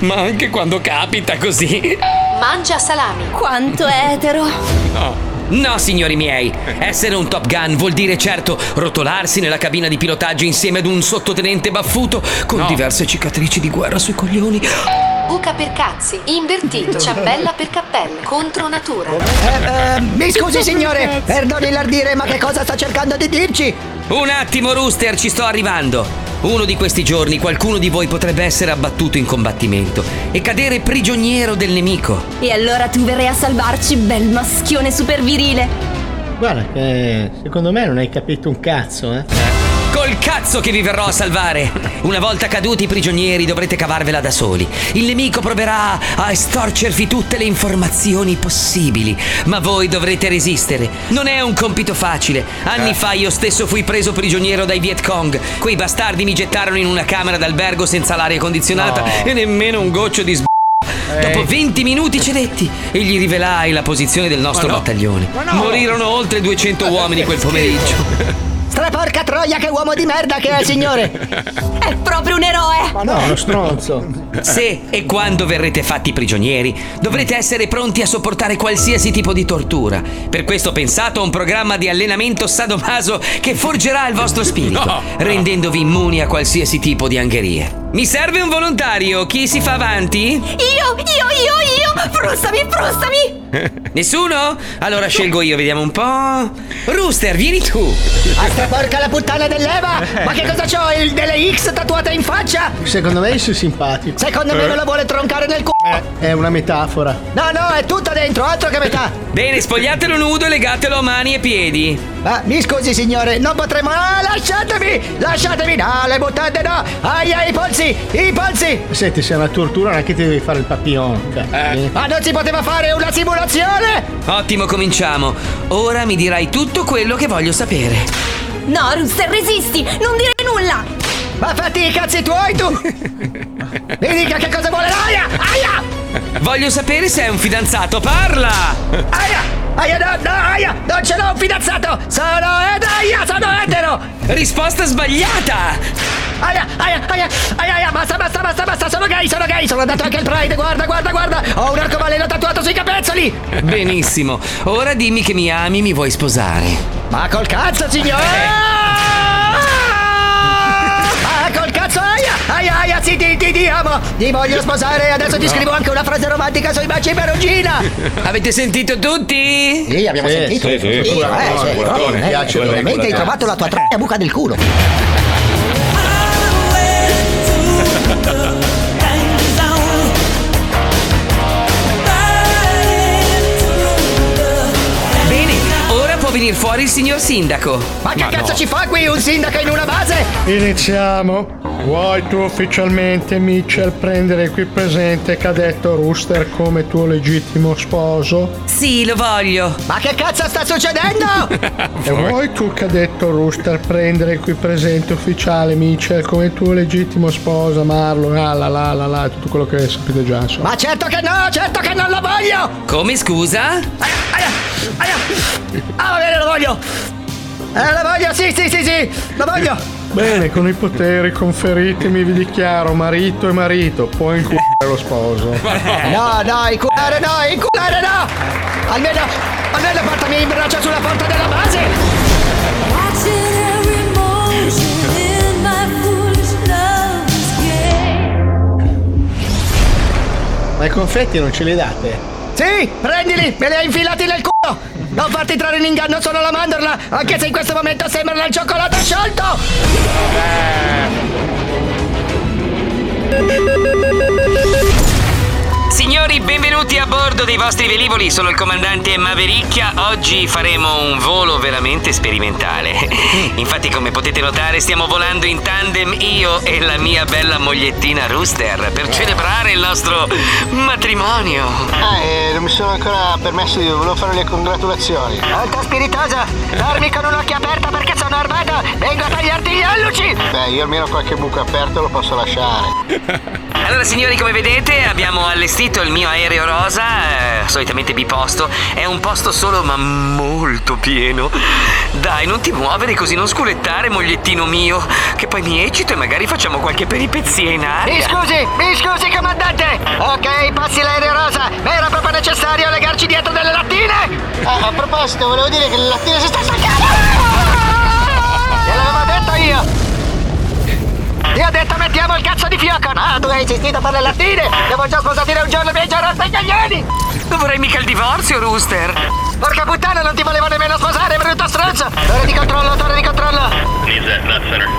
ma anche quando capita così. Mangia salami. Quanto è etero. No. No, signori miei, essere un Top Gun vuol dire certo rotolarsi nella cabina di pilotaggio insieme ad un sottotenente baffuto con diverse cicatrici di guerra sui coglioni. Buca per cazzi. Invertito. Ciambella per cappello. Contro natura. Eh, Eh, Mi scusi signore, perdoni l'ardire, ma che cosa sta cercando di dirci? Un attimo, Rooster, ci sto arrivando. Uno di questi giorni qualcuno di voi potrebbe essere abbattuto in combattimento e cadere prigioniero del nemico. E allora tu verrai a salvarci, bel maschione super virile. Guarda, che Eh, secondo me non hai capito un cazzo, eh. Col cazzo che vi verrò a salvare! Una volta caduti i prigionieri dovrete cavarvela da soli. Il nemico proverà a estorcervi tutte le informazioni possibili, ma voi dovrete resistere. Non è un compito facile. Anni fa io stesso fui preso prigioniero dai Viet Cong. Quei bastardi mi gettarono in una camera d'albergo senza l'aria condizionata e nemmeno un goccio di s. Dopo 20 minuti cedetti e gli rivelai la posizione del nostro Ma no. battaglione. Ma no. Morirono oltre 200 uomini quel pomeriggio. Straporca troia che uomo di merda che è, signore! È proprio un eroe. Ma No, uno stronzo. Se e quando verrete fatti prigionieri, dovrete essere pronti a sopportare qualsiasi tipo di tortura. Per questo ho pensato a un programma di allenamento sadomaso che forgerà il vostro spirito, rendendovi immuni a qualsiasi tipo di angherie. Mi serve un volontario, chi si fa avanti? Io, io, io, io! Frustami, frustami! Nessuno? Allora scelgo io, vediamo un po'. Rooster, vieni tu! A straporca Ah, la puttana dell'Eva! Ma che cosa c'ho? Il delle X tatuata in faccia? Secondo me sei simpatico. Secondo me me la vuole troncare nel c***o! Eh. È una metafora. No, no, è tutta dentro, altro che metà! Bene, spogliatelo nudo e legatelo a mani e piedi. Ma Ah, mi scusi signore, non potremo... Ah, lasciatemi! Lasciatemi! No, le mutande no! Aia, i polsi! I polsi! Senti, se è una tortura non è che ti devi fare il papillon. cioè, eh. Ma non si poteva fare una simulazione? Ottimo, cominciamo. Ora mi dirai tutto quello che voglio sapere. No, Rooster, resisti! Non dire nulla! Ma fatti i cazzi tuoi tu! Mi dica che cosa vuole l'aia! Aia! Voglio sapere se è un fidanzato, parla! Aia! Aia no, no, aia! Non ce l'ho un fidanzato! Sono ed aia! Sono etero! Risposta sbagliata! Aia, aia, aia, aia, aia, basta, basta, basta, basta, sono gay, sono gay, sono andato anche al Pride, guarda, guarda, guarda, ho un arcobaleno tatuato sui capezzoli! Benissimo, ora dimmi che mi ami, mi vuoi sposare. Ma col cazzo, signore! Eh. Ah, col cazzo, aia! Aia, aia, sì, ti, ti, ti amo! Ti voglio sposare, adesso ti No. scrivo anche una frase romantica sui baci in perugina! Avete sentito tutti? Sì, abbiamo sentito. sì. Sì, eh, sì, guardone, eh, piace, veramente hai guardone. trovato la tua troia buca del culo. Bene, ora può venire fuori il signor sindaco. Ma che cazzo ci fa qui un sindaco in una base? Iniziamo. Vuoi tu ufficialmente, Mitchell, prendere qui presente cadetto Rooster come tuo legittimo sposo? Sì, lo voglio. Ma che cazzo sta succedendo? E vuoi tu, cadetto Rooster, prendere qui presente ufficiale Mitchell come tuo legittimo sposo, amarlo, la la la la la, tutto quello che sapete già, insomma. Ma certo che no, certo che non lo voglio! Come scusa? Ah, va bene, lo voglio! Eh, lo voglio, sì, sì, sì, sì, lo voglio! Bene, con i poteri conferitemi vi dichiaro marito e marito, poi inculare lo sposo. No, no, inculare no, inculare no! Almeno, almeno portami in braccio sulla porta della base! Ma i confetti non ce li date? Sì, prendili, me li hai infilati nel culo! Non farti trarre in inganno solo la mandorla, anche se in questo momento sembrano il cioccolato sciolto! Signori, benvenuti a bordo dei vostri velivoli, sono il comandante Mavericchia. Oggi faremo un volo veramente sperimentale. Infatti, come potete notare, stiamo volando in tandem io e la mia bella mogliettina Rooster per celebrare il nostro matrimonio. Ah, non mi sono ancora permesso di volevo fare le congratulazioni. Alta spiritosa, dormi con un occhio aperto perché sono armata! Vengo a tagliarti gli alluci! Beh, io almeno qualche buco aperto lo posso lasciare. Allora, signori, come vedete, abbiamo allestito il mio aereo rosa, eh, solitamente biposto. È un posto solo ma molto pieno Dai, non ti muovere così, non sculettare, mogliettino mio. Che poi mi eccito e magari facciamo qualche peripezia in aria. Mi scusi, mi scusi, comandante! Ok, passi l'aereo rosa, ma era proprio necessario legarci dietro delle lattine? Ah, a proposito, volevo dire che la lattina si sta staccando. Te l'avevo detto io! Io ho detto mettiamo il cazzo di fioco! No, tu hai insistito per le lattine! Devo già scusatire un giorno e mi hai già rotto i coglioni! Non vorrei mica il divorzio, Rooster! Porca puttana, non ti volevo nemmeno sposare, brutto stronzo! Torre di controllo, torre di controllo!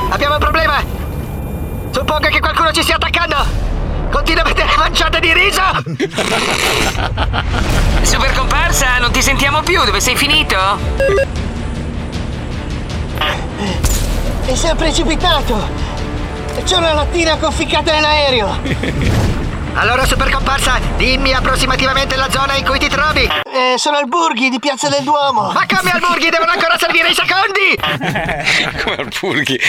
Abbiamo un problema! Suppongo che qualcuno ci stia attaccando! Continua a mettere manciate di riso! Super comparsa, non ti sentiamo più, dove sei finito? E si è precipitato. C'è una lattina conficcata nell'aereo. Allora, super comparsa, dimmi approssimativamente la zona in cui ti trovi! Eh, sono al Burghi di Piazza del Duomo. Ma come al Burghi, devono ancora servire i secondi! Come al Purghi.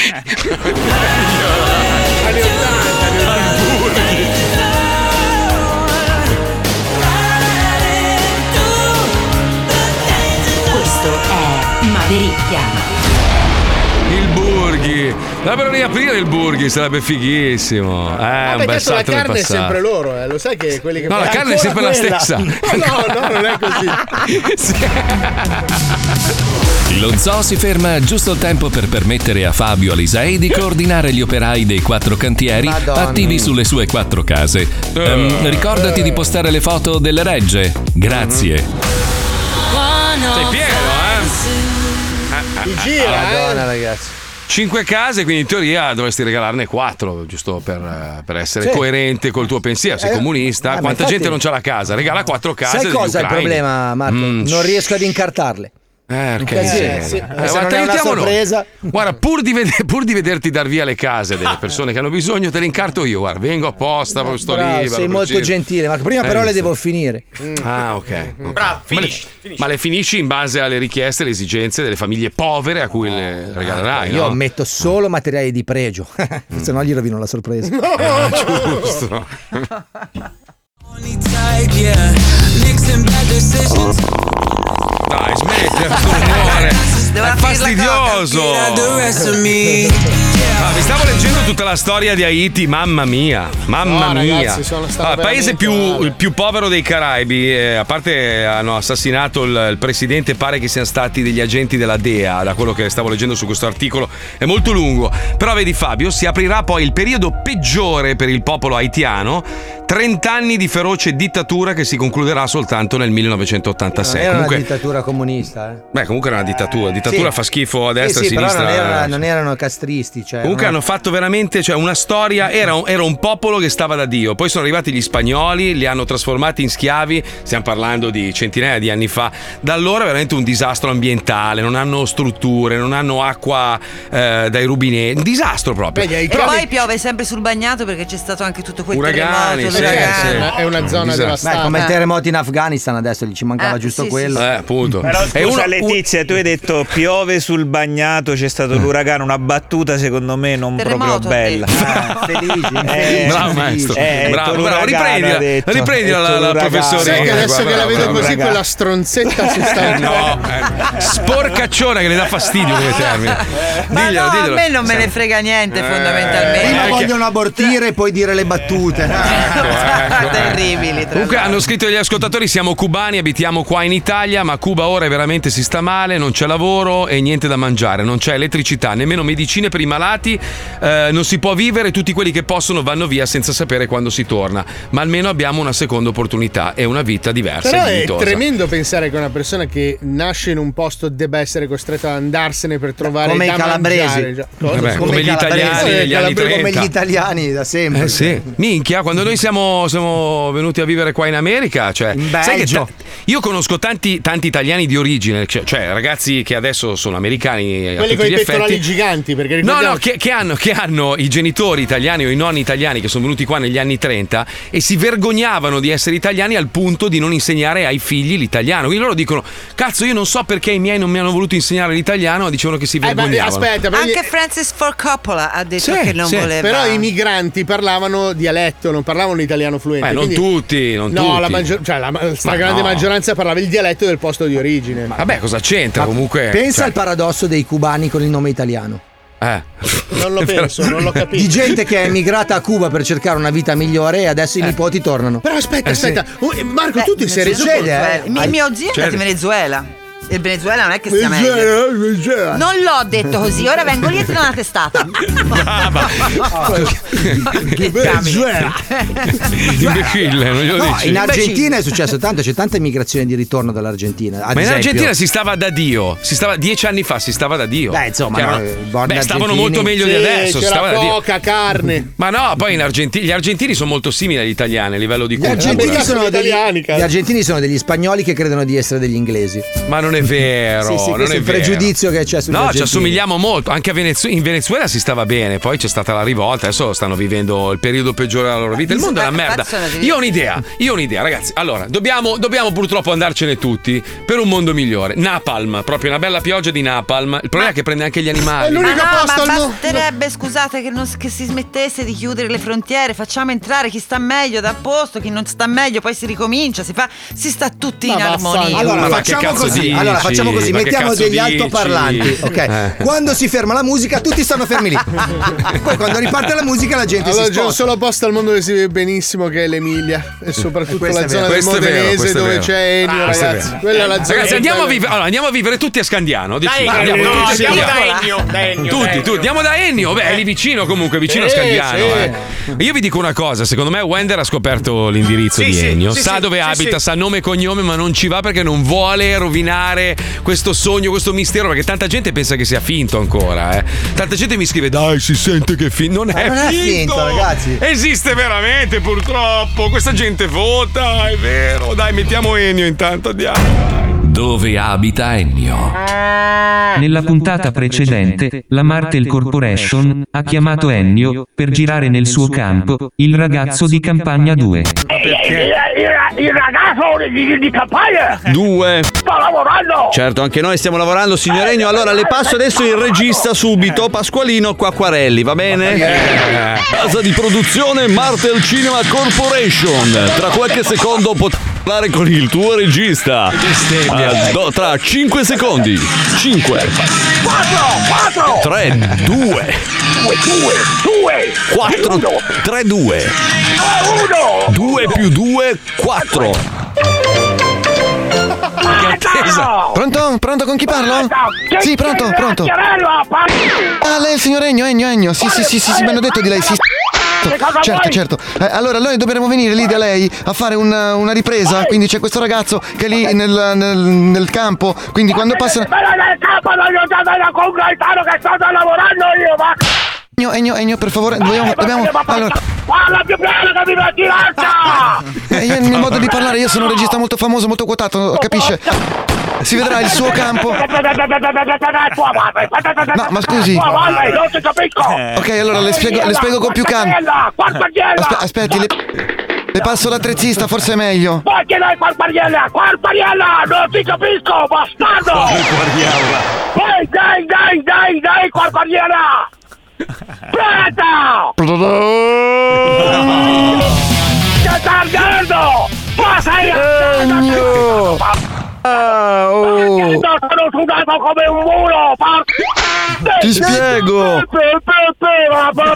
Questo è Mavericchia. Il Burghi. Dovrebbero riaprire il Burghi, sarebbe fighissimo. Eh, un Vabbè, bel tanto la salto nel carne è passato. sempre loro, eh. lo sai che quelli che No, la fanno- carne è sempre la Ancora quella? stessa. No, no, non è così. Lo zoo si ferma a giusto il tempo per permettere a Fabio Alisei di coordinare gli operai dei quattro cantieri Madonna. attivi sulle sue quattro case. Ehm, ricordati di postare le foto delle regge. Grazie. Sei pieno, eh? Ti gira, Madonna, eh. ragazzi. Cinque case, quindi in teoria dovresti regalarne quattro, giusto per, eh, per essere Sì. coerente col tuo pensiero. Sei Eh, comunista, eh, ma quanta infatti- gente non c'ha la casa? Regala quattro case. Sai degli cosa è il ucraini. problema, Marco? Mm, non riesco ad incartarle. Eh, che miseria. sì. Eh, Eh, se guarda, non è una aiutiamo noi. sorpresa. Guarda, pur di, vede- pur di vederti dar via le case delle persone che hanno bisogno, te le incarto io. Guarda, vengo apposta, proprio sto lì. Bravo, vado sei per molto giro. gentile, Marco. Prima Eh, però le visto. devo finire. Ah, ok. Bravo, finisci, ma, le, ma le finisci in base alle richieste e alle esigenze delle famiglie povere a cui le regalerai. Io no? metto solo materiali di pregio, se no gli rovino la sorpresa. Ah, giusto. Dai, smettila, amore. È fastidioso. Ah, vi stavo leggendo tutta la storia di Haiti, mamma mia, mamma No, mia. ragazzi, sono stato Ah, paese veramente più, male. il più povero dei Caraibi, eh, a parte hanno assassinato il, il presidente, pare che siano stati degli agenti della DEA, da quello che stavo leggendo su questo articolo, è molto lungo. Però vedi Fabio, si aprirà poi il periodo peggiore per il popolo haitiano, 30 anni di feroce dittatura che si concluderà soltanto nel 1986. Non era Comunque, una dittatura comunista. Eh. beh, comunque era una dittatura, dittatura Sì. fa schifo a Sì, destra, sì, a sinistra. eh, Però non, era- non erano castristi. Cioè, Comunque non- hanno fatto veramente, cioè una storia, era un, era un popolo che stava da Dio, poi sono arrivati gli spagnoli, li hanno trasformati in schiavi, stiamo parlando di centinaia di anni fa, da allora è veramente un disastro ambientale, non hanno strutture, non hanno acqua eh, dai rubinetti, un disastro proprio. Eh, E Però- poi piove sempre sul bagnato perché c'è stato anche tutto quel Uragani, terremoto. sì, l'uragano. sì. È una zona Beh, devastata. come il Eh. terremoto in Afghanistan adesso gli ci mancava Eh, giusto sì, sì, quello. sì. Eh, appunto. Però E scusa Letizia, tu hai detto piove sul bagnato, c'è stato l'uragano, una battuta secondo me non Terremoto, proprio bella. Ah, Eh, bravo maestro, bravo, bravo, riprendila, riprendila la, la professoressa. Sai che adesso che la Guarda, vedo guarda, così, guarda. quella stronzetta si sta. No, eh, sporcacciona che le dà fastidio come termine. Ma Diglielo, no, diglielo. a me non me ne Senti. frega niente Eh, fondamentalmente. Prima Perché- vogliono abortire e poi dire le Eh, battute. Ecco, Terribili. tra Comunque hanno scritto gli ascoltatori: siamo cubani, abitiamo qua in Italia, ma Cuba ora è veramente si sta male, non c'è lavoro e niente da mangiare, non c'è elettricità, nemmeno medicine per i malati, eh, non si può vivere, tutti quelli che possono vanno via senza sapere quando si torna. Ma almeno abbiamo una seconda opportunità e una vita diversa. Però e è dignitosa. tremendo pensare che una persona che nasce in un posto debba essere costretta ad andarsene per trovare Come i da calabresi. mangiare. cioè. Già- cosa? Vabbè, come i gli calabresi. italiani degli anni Calabre- Come 30. gli italiani da sempre. Eh sì, minchia, quando noi siamo, siamo venuti a vivere qua in America, cioè, sai che Belgio. ta- io conosco tanti, tanti italiani di origine, cioè, cioè ragazzi che adesso sono americani a Quelli tutti con i gli pettorali effetti. giganti, perché No, ricordiamo no, che, che hanno, che hanno i genitori italiani o i nonni italiani che sono venuti qua negli anni 30 e si vergognavano di essere italiani al punto di non insegnare ai figli l'italiano. Quindi loro dicono: Cazzo, io non so perché i miei non mi hanno voluto insegnare l'italiano, dicevano che si Eh, vergognavano. Cioè, Eh, Anche Francis Ford Coppola ha detto che non voleva. Però i migranti parlavano dialetto, non parlavano parlavano italiano fluente. Beh, non quindi- tutti, non no, tutti. La, maggior- cioè, la ma- stragrande no. maggioranza parlava il dialetto del posto di origine. Ah, Vabbè, cosa c'entra comunque? Pensa cioè, al paradosso dei cubani con il nome italiano. eh. Non lo penso, non l'ho capito. Di gente che è emigrata a Cuba per cercare una vita migliore e adesso i nipoti tornano. Eh. Però aspetta, aspetta. Oh, eh, Marco, tu ti sei reso Succede, conto? eh? Mi- mio zio è certo. andato in Venezuela. E Il Venezuela non è che sia meglio. Venezuela, Venezuela. Non l'ho detto così, ora vengo lì e ti do una testata. Ah, Brava. Venezuela. Cioè, Imbecille, non glielo No, dici. in Argentina è successo tanto, c'è tanta immigrazione di ritorno dall'Argentina. ad Ma in esempio. Argentina si stava da Dio, si stava, dieci anni fa si stava da Dio. Beh, insomma, Che no, erano- eh, born beh, stavano argentini. molto meglio di Sì, adesso. c'era stavano da Dio. poca carne. Ma no, poi in Argentina, gli argentini sono molto simili agli italiani a livello di Gli cultura. argentini, sono degli, italiani, gli argentini sono degli spagnoli che credono di essere degli inglesi. Ma non è vero, Sì, sì, non questo è è il vero. pregiudizio che c'è sugli No, ci argentini. assomigliamo molto. Anche a Venezu- in Venezuela si stava bene, poi c'è stata la rivolta, adesso stanno vivendo il periodo peggiore della loro vita. Il mondo è una merda. Io ho un'idea, io ho un'idea, ragazzi. Allora, dobbiamo, dobbiamo purtroppo andarcene tutti per un mondo migliore. Napalm, proprio una bella pioggia di Napalm. Il problema è che prende anche gli animali. ma no, ma basterebbe, scusate, che, non- che si smettesse di chiudere le frontiere, facciamo entrare chi sta meglio da posto, chi non sta meglio, poi si ricomincia, si fa, si sta tutti in armonia. Allora, Ma che facciamo cazzo così, dici? allora facciamo così, Ma che mettiamo cazzo degli dici? altoparlanti, ok? Eh. Quando si ferma la musica tutti stanno fermi lì. Poi quando riparte la musica la gente Allora, si c'è un sposta. solo posto al mondo dove si vede benissimo che è l'Emilia e soprattutto Questo la è vero. zona del Questo è vero, Modenese questo è dove vero. c'è Ennio, Ah, questo è ragazzi. vero. Quella è la zona Ragazzi, del andiamo a, Modenese. vivi- allora, andiamo a vivere tutti a Scandiano. Dai, decidiamo. Ennio, andiamo no, tutti a andiamo Scandiano. da Ennio, da Ennio, Tutti, da Ennio. tutti. Andiamo da Ennio. Beh, è lì vicino comunque, vicino a Sì, Scandiano. sì. eh. Io vi dico una cosa: secondo me Wender ha scoperto l'indirizzo Sì, di sì, Ennio. sì, sa sì, dove sì, abita, sì. sa nome e cognome, ma non ci va perché non vuole rovinare questo sogno, questo mistero. Perché tanta gente pensa che sia finto ancora. eh. Tanta gente mi scrive: Dai, si sente che è finto. Non è, non è finto, ragazzi. Esiste veramente, purtroppo. Questa gente vota, è vero. Dai, mettiamo Ennio intanto, andiamo. Dove abita Ennio? Nella puntata precedente, la Martel Corporation ha chiamato Ennio per girare nel suo campo il ragazzo di Campagna 2. Il, il- il ragazzo di, di campagna Due. sta lavorando. Certo, anche noi stiamo lavorando, signoregno. Allora le passo adesso il regista subito, Pasqualino Quacquarelli, va bene? Eh. Casa di produzione Martel Cinema Corporation. Eh, Tra qualche secondo potrai parlare con il tuo regista. Ah, do- tra 5 secondi. 5, 4, 4, 3, 2, 2, 2, 4, 3, 2. 1. 2 più 2, 4. Ah, Pronto? Pronto con chi parlo? Sì, pronto, pronto. Ah, lei è il signor Egno, Egno, Egno. Sì, sì, sì, sì, sì, mi hanno detto di lei. Sì. Certo, certo. Eh, allora noi dovremmo venire lì da lei a fare una, una ripresa. Quindi c'è questo ragazzo che è lì nel, nel- nel campo. Quindi quando passa. Ma nel capo non gli ho dato la con Gaetano che sto già lavorando io, ma... Egno, Egno, Egno, per favore, dobbiamo. dobbiamo allora, Parla più bene che mi metti l'alta! eh, io, nel modo di parlare, io sono un regista molto famoso, molto quotato, capisce? Si vedrà il suo campo. No, ma scusi. Eh. Tua valle, non ti capisco! Ok, allora le spiego, le spiego con più calma. Aspe- aspetti, le, le passo l'attrezzista, forse è meglio. Perché dai Quarpariella? Quarpariella! Non ti capisco, bastardo! Dai, dai, dai, dai, dai, Quarpariella! Preta! Che targando! Ma sei Egno! Ah, oh! Sono sudato come un muro! par- Ti spiego. Pe- pe- pe- ma- ma-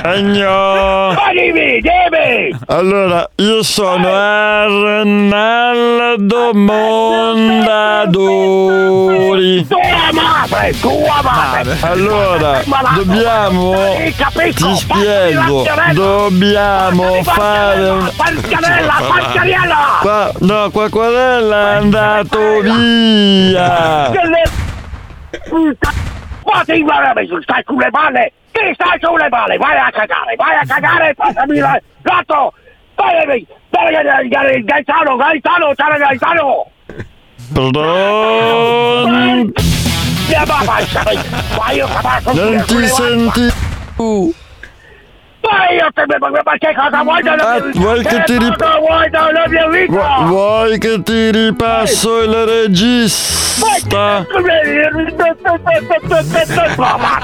ma- Agno. Ma dimmi, dimmi! Allora, io sono Arnaldo Mondadori. Tua madre, tua madre. Allora, dobbiamo. Capisco, Ti spiego. Pasquale, Dobbiamo fare un. Pasquarella, Pasquarella! Qua, no, Quacquarella è andato via. Che le- Puta- Ma ti guarda, mi stai sulle palle! Ti stai sulle palle! Vai a cagare, vai a cagare e passami la- l'atto! Vai, vai, vai, vai, vai, Gaetano, Gaetano, c'era Gaetano! Pronto? Mia mamma, sai, ma io capisco Non ti senti più. Ma io te ma che cosa vuoi dalla mia vuoi che ti rip- cosa vuoi dalla mia vita? Vu- Vuoi che ti ripasso il regista? Ma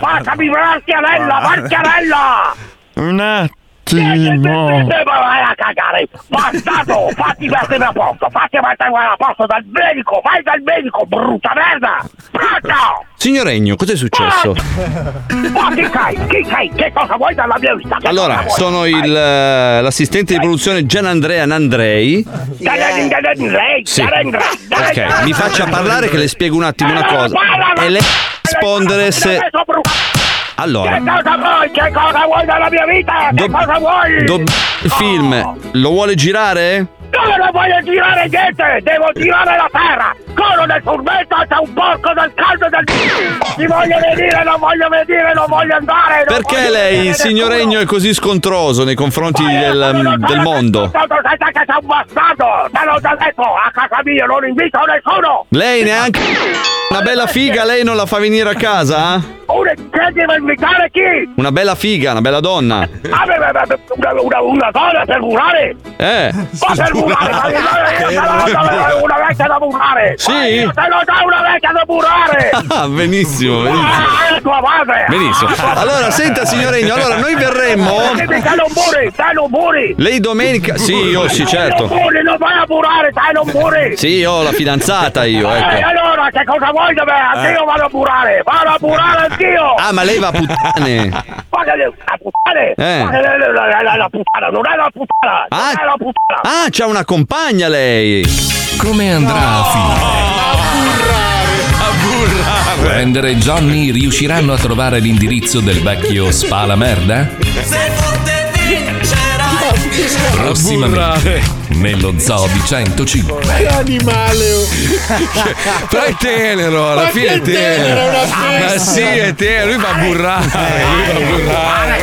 Passami Marchiarella, Marchiarella! Un attimo. Cretino! Eh, ma vai a cagare! Bastardo! Fatti mettere a posto! Fatti mettere a posto dal medico! Vai dal medico, brutta merda! Pronto! Signoregno, cos'è successo? Ah. Ma chi sei? Chi sei? Che cosa vuoi dalla mia vita? Che Allora, cosa vuoi? sono il, eh, l'assistente di produzione Gianandrea Nandrei. Dai, dai, dai, dai, dai, Sì. dai, dai, dai, Ok, mi faccia parlare che le spiego un attimo una cosa. E lei rispondere se... Che Allora, cosa vuoi? Che cosa vuoi dalla mia vita? Che Dob- cosa vuoi? dob- il film lo vuole girare? Io non voglio girare niente, devo girare la terra! Corro nel furbetto, c'è un porco del caldo del... Ti voglio venire, non voglio venire, non voglio andare! non Perché voglio lei, venire il signoregno, è così scontroso nei confronti del, del mondo? Tanto sai già che sei un bastardo! Te l'ho già detto, a casa mia non invito nessuno! Lei neanche... Una bella figa, lei non la fa venire a casa? Una che deve invitare chi? Una bella figa, una bella donna. Ah, beh, beh, beh, Una, una, una donna per murare! Eh? Ma per murare! ma io- io- io- io- io- io- Una vecchia da murare! Sì? Ma Io te l'ho già una vecchia da murare! Ah, benissimo, benissimo. Ah, è tua madre! Benissimo. Allora, senta, signoregno, allora noi verremmo. Dai non muri, dai non muri! Lei domenica. Sì, io sì, certo. Non muri, non vai a murare, dai non muri! Sì, io ho la fidanzata io, E ecco. Eh, allora, che cosa vuoi da me? Anch'io Eh. vado a murare! Vado a murare anch'io! Ah, ma lei va a puttane. Ma che le- la puttana! Eh. Ma che le- la- la- la- la puttana, non è la puttana! Non è la puttana! Ah, c'ha una compagna lei. Come andrà a finire? Render e Johnny riusciranno a trovare l'indirizzo del vecchio spala merda? Prossimamente nello Zoo di 105. Che animale! oh. Però è tenero, alla Ma fine è che tenero, tenero. una Ma festa. sì, è tenero, lui va a burrare. Lui va a burrare.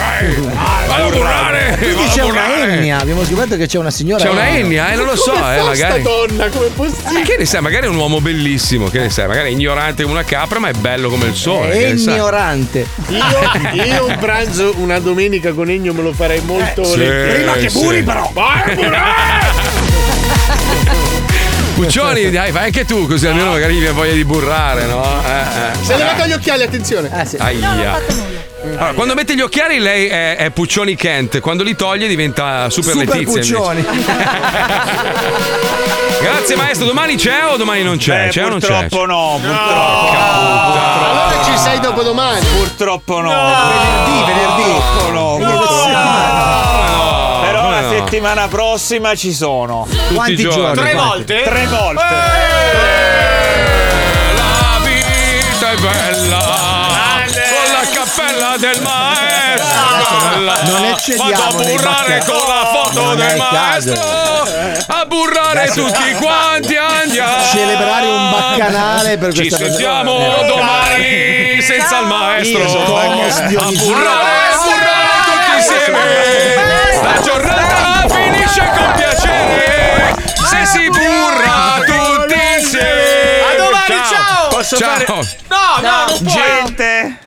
Va a burrare. Quindi va a c'è una burrare. ennia, abbiamo scoperto che c'è una signora. C'è una ennia, eh, non lo so, eh, magari. donna, come possibile? Che ne sai, magari è un uomo bellissimo, che ne sai, magari è ignorante come una capra, ma è bello come il sole. che ne Eh, sai. Io, io un pranzo una domenica con Egno me lo farei molto Eh, sì, volentieri. Prima che sì. muri, però. Puccioni, dai, vai anche tu, così almeno magari gli viene voglia di burrare, no? Eh, eh. Si è levato gli occhiali, attenzione. Ah, sì. Aia. Allora, quando mette gli occhiali lei è, è Puccioni Kent, quando li toglie diventa Super, Super Letizia. invece. Puccioni. Grazie maestro, domani c'è o domani non c'è? Beh, c'è o non c'è? Eh, purtroppo no, purtroppo. Allora ci sei dopo domani. Purtroppo no. Venerdì, venerdì. Purtroppo no. purtroppo no. Però come la no? settimana prossima ci sono. Tutti Quanti i giorni? giorni? Tre volte? Tre volte. La vita è bella con la cappella del Eh, maestro. Non eccediamo Esatto. Vado a nei burrare bacchetti. con la foto Non è del il caso. maestro. Eh. A burrare Adesso- tutti quanti andiamo. Celebrare un baccanale per Ci questa persona. sentiamo Eh. domani senza il maestro. Io sono Agnes A burrare, Dionisio. burrare tutti insieme. La giornata finisce con piacere. Se si burra tutti insieme. A domani, ciao. Ciao. No, no, non puoi. Gente.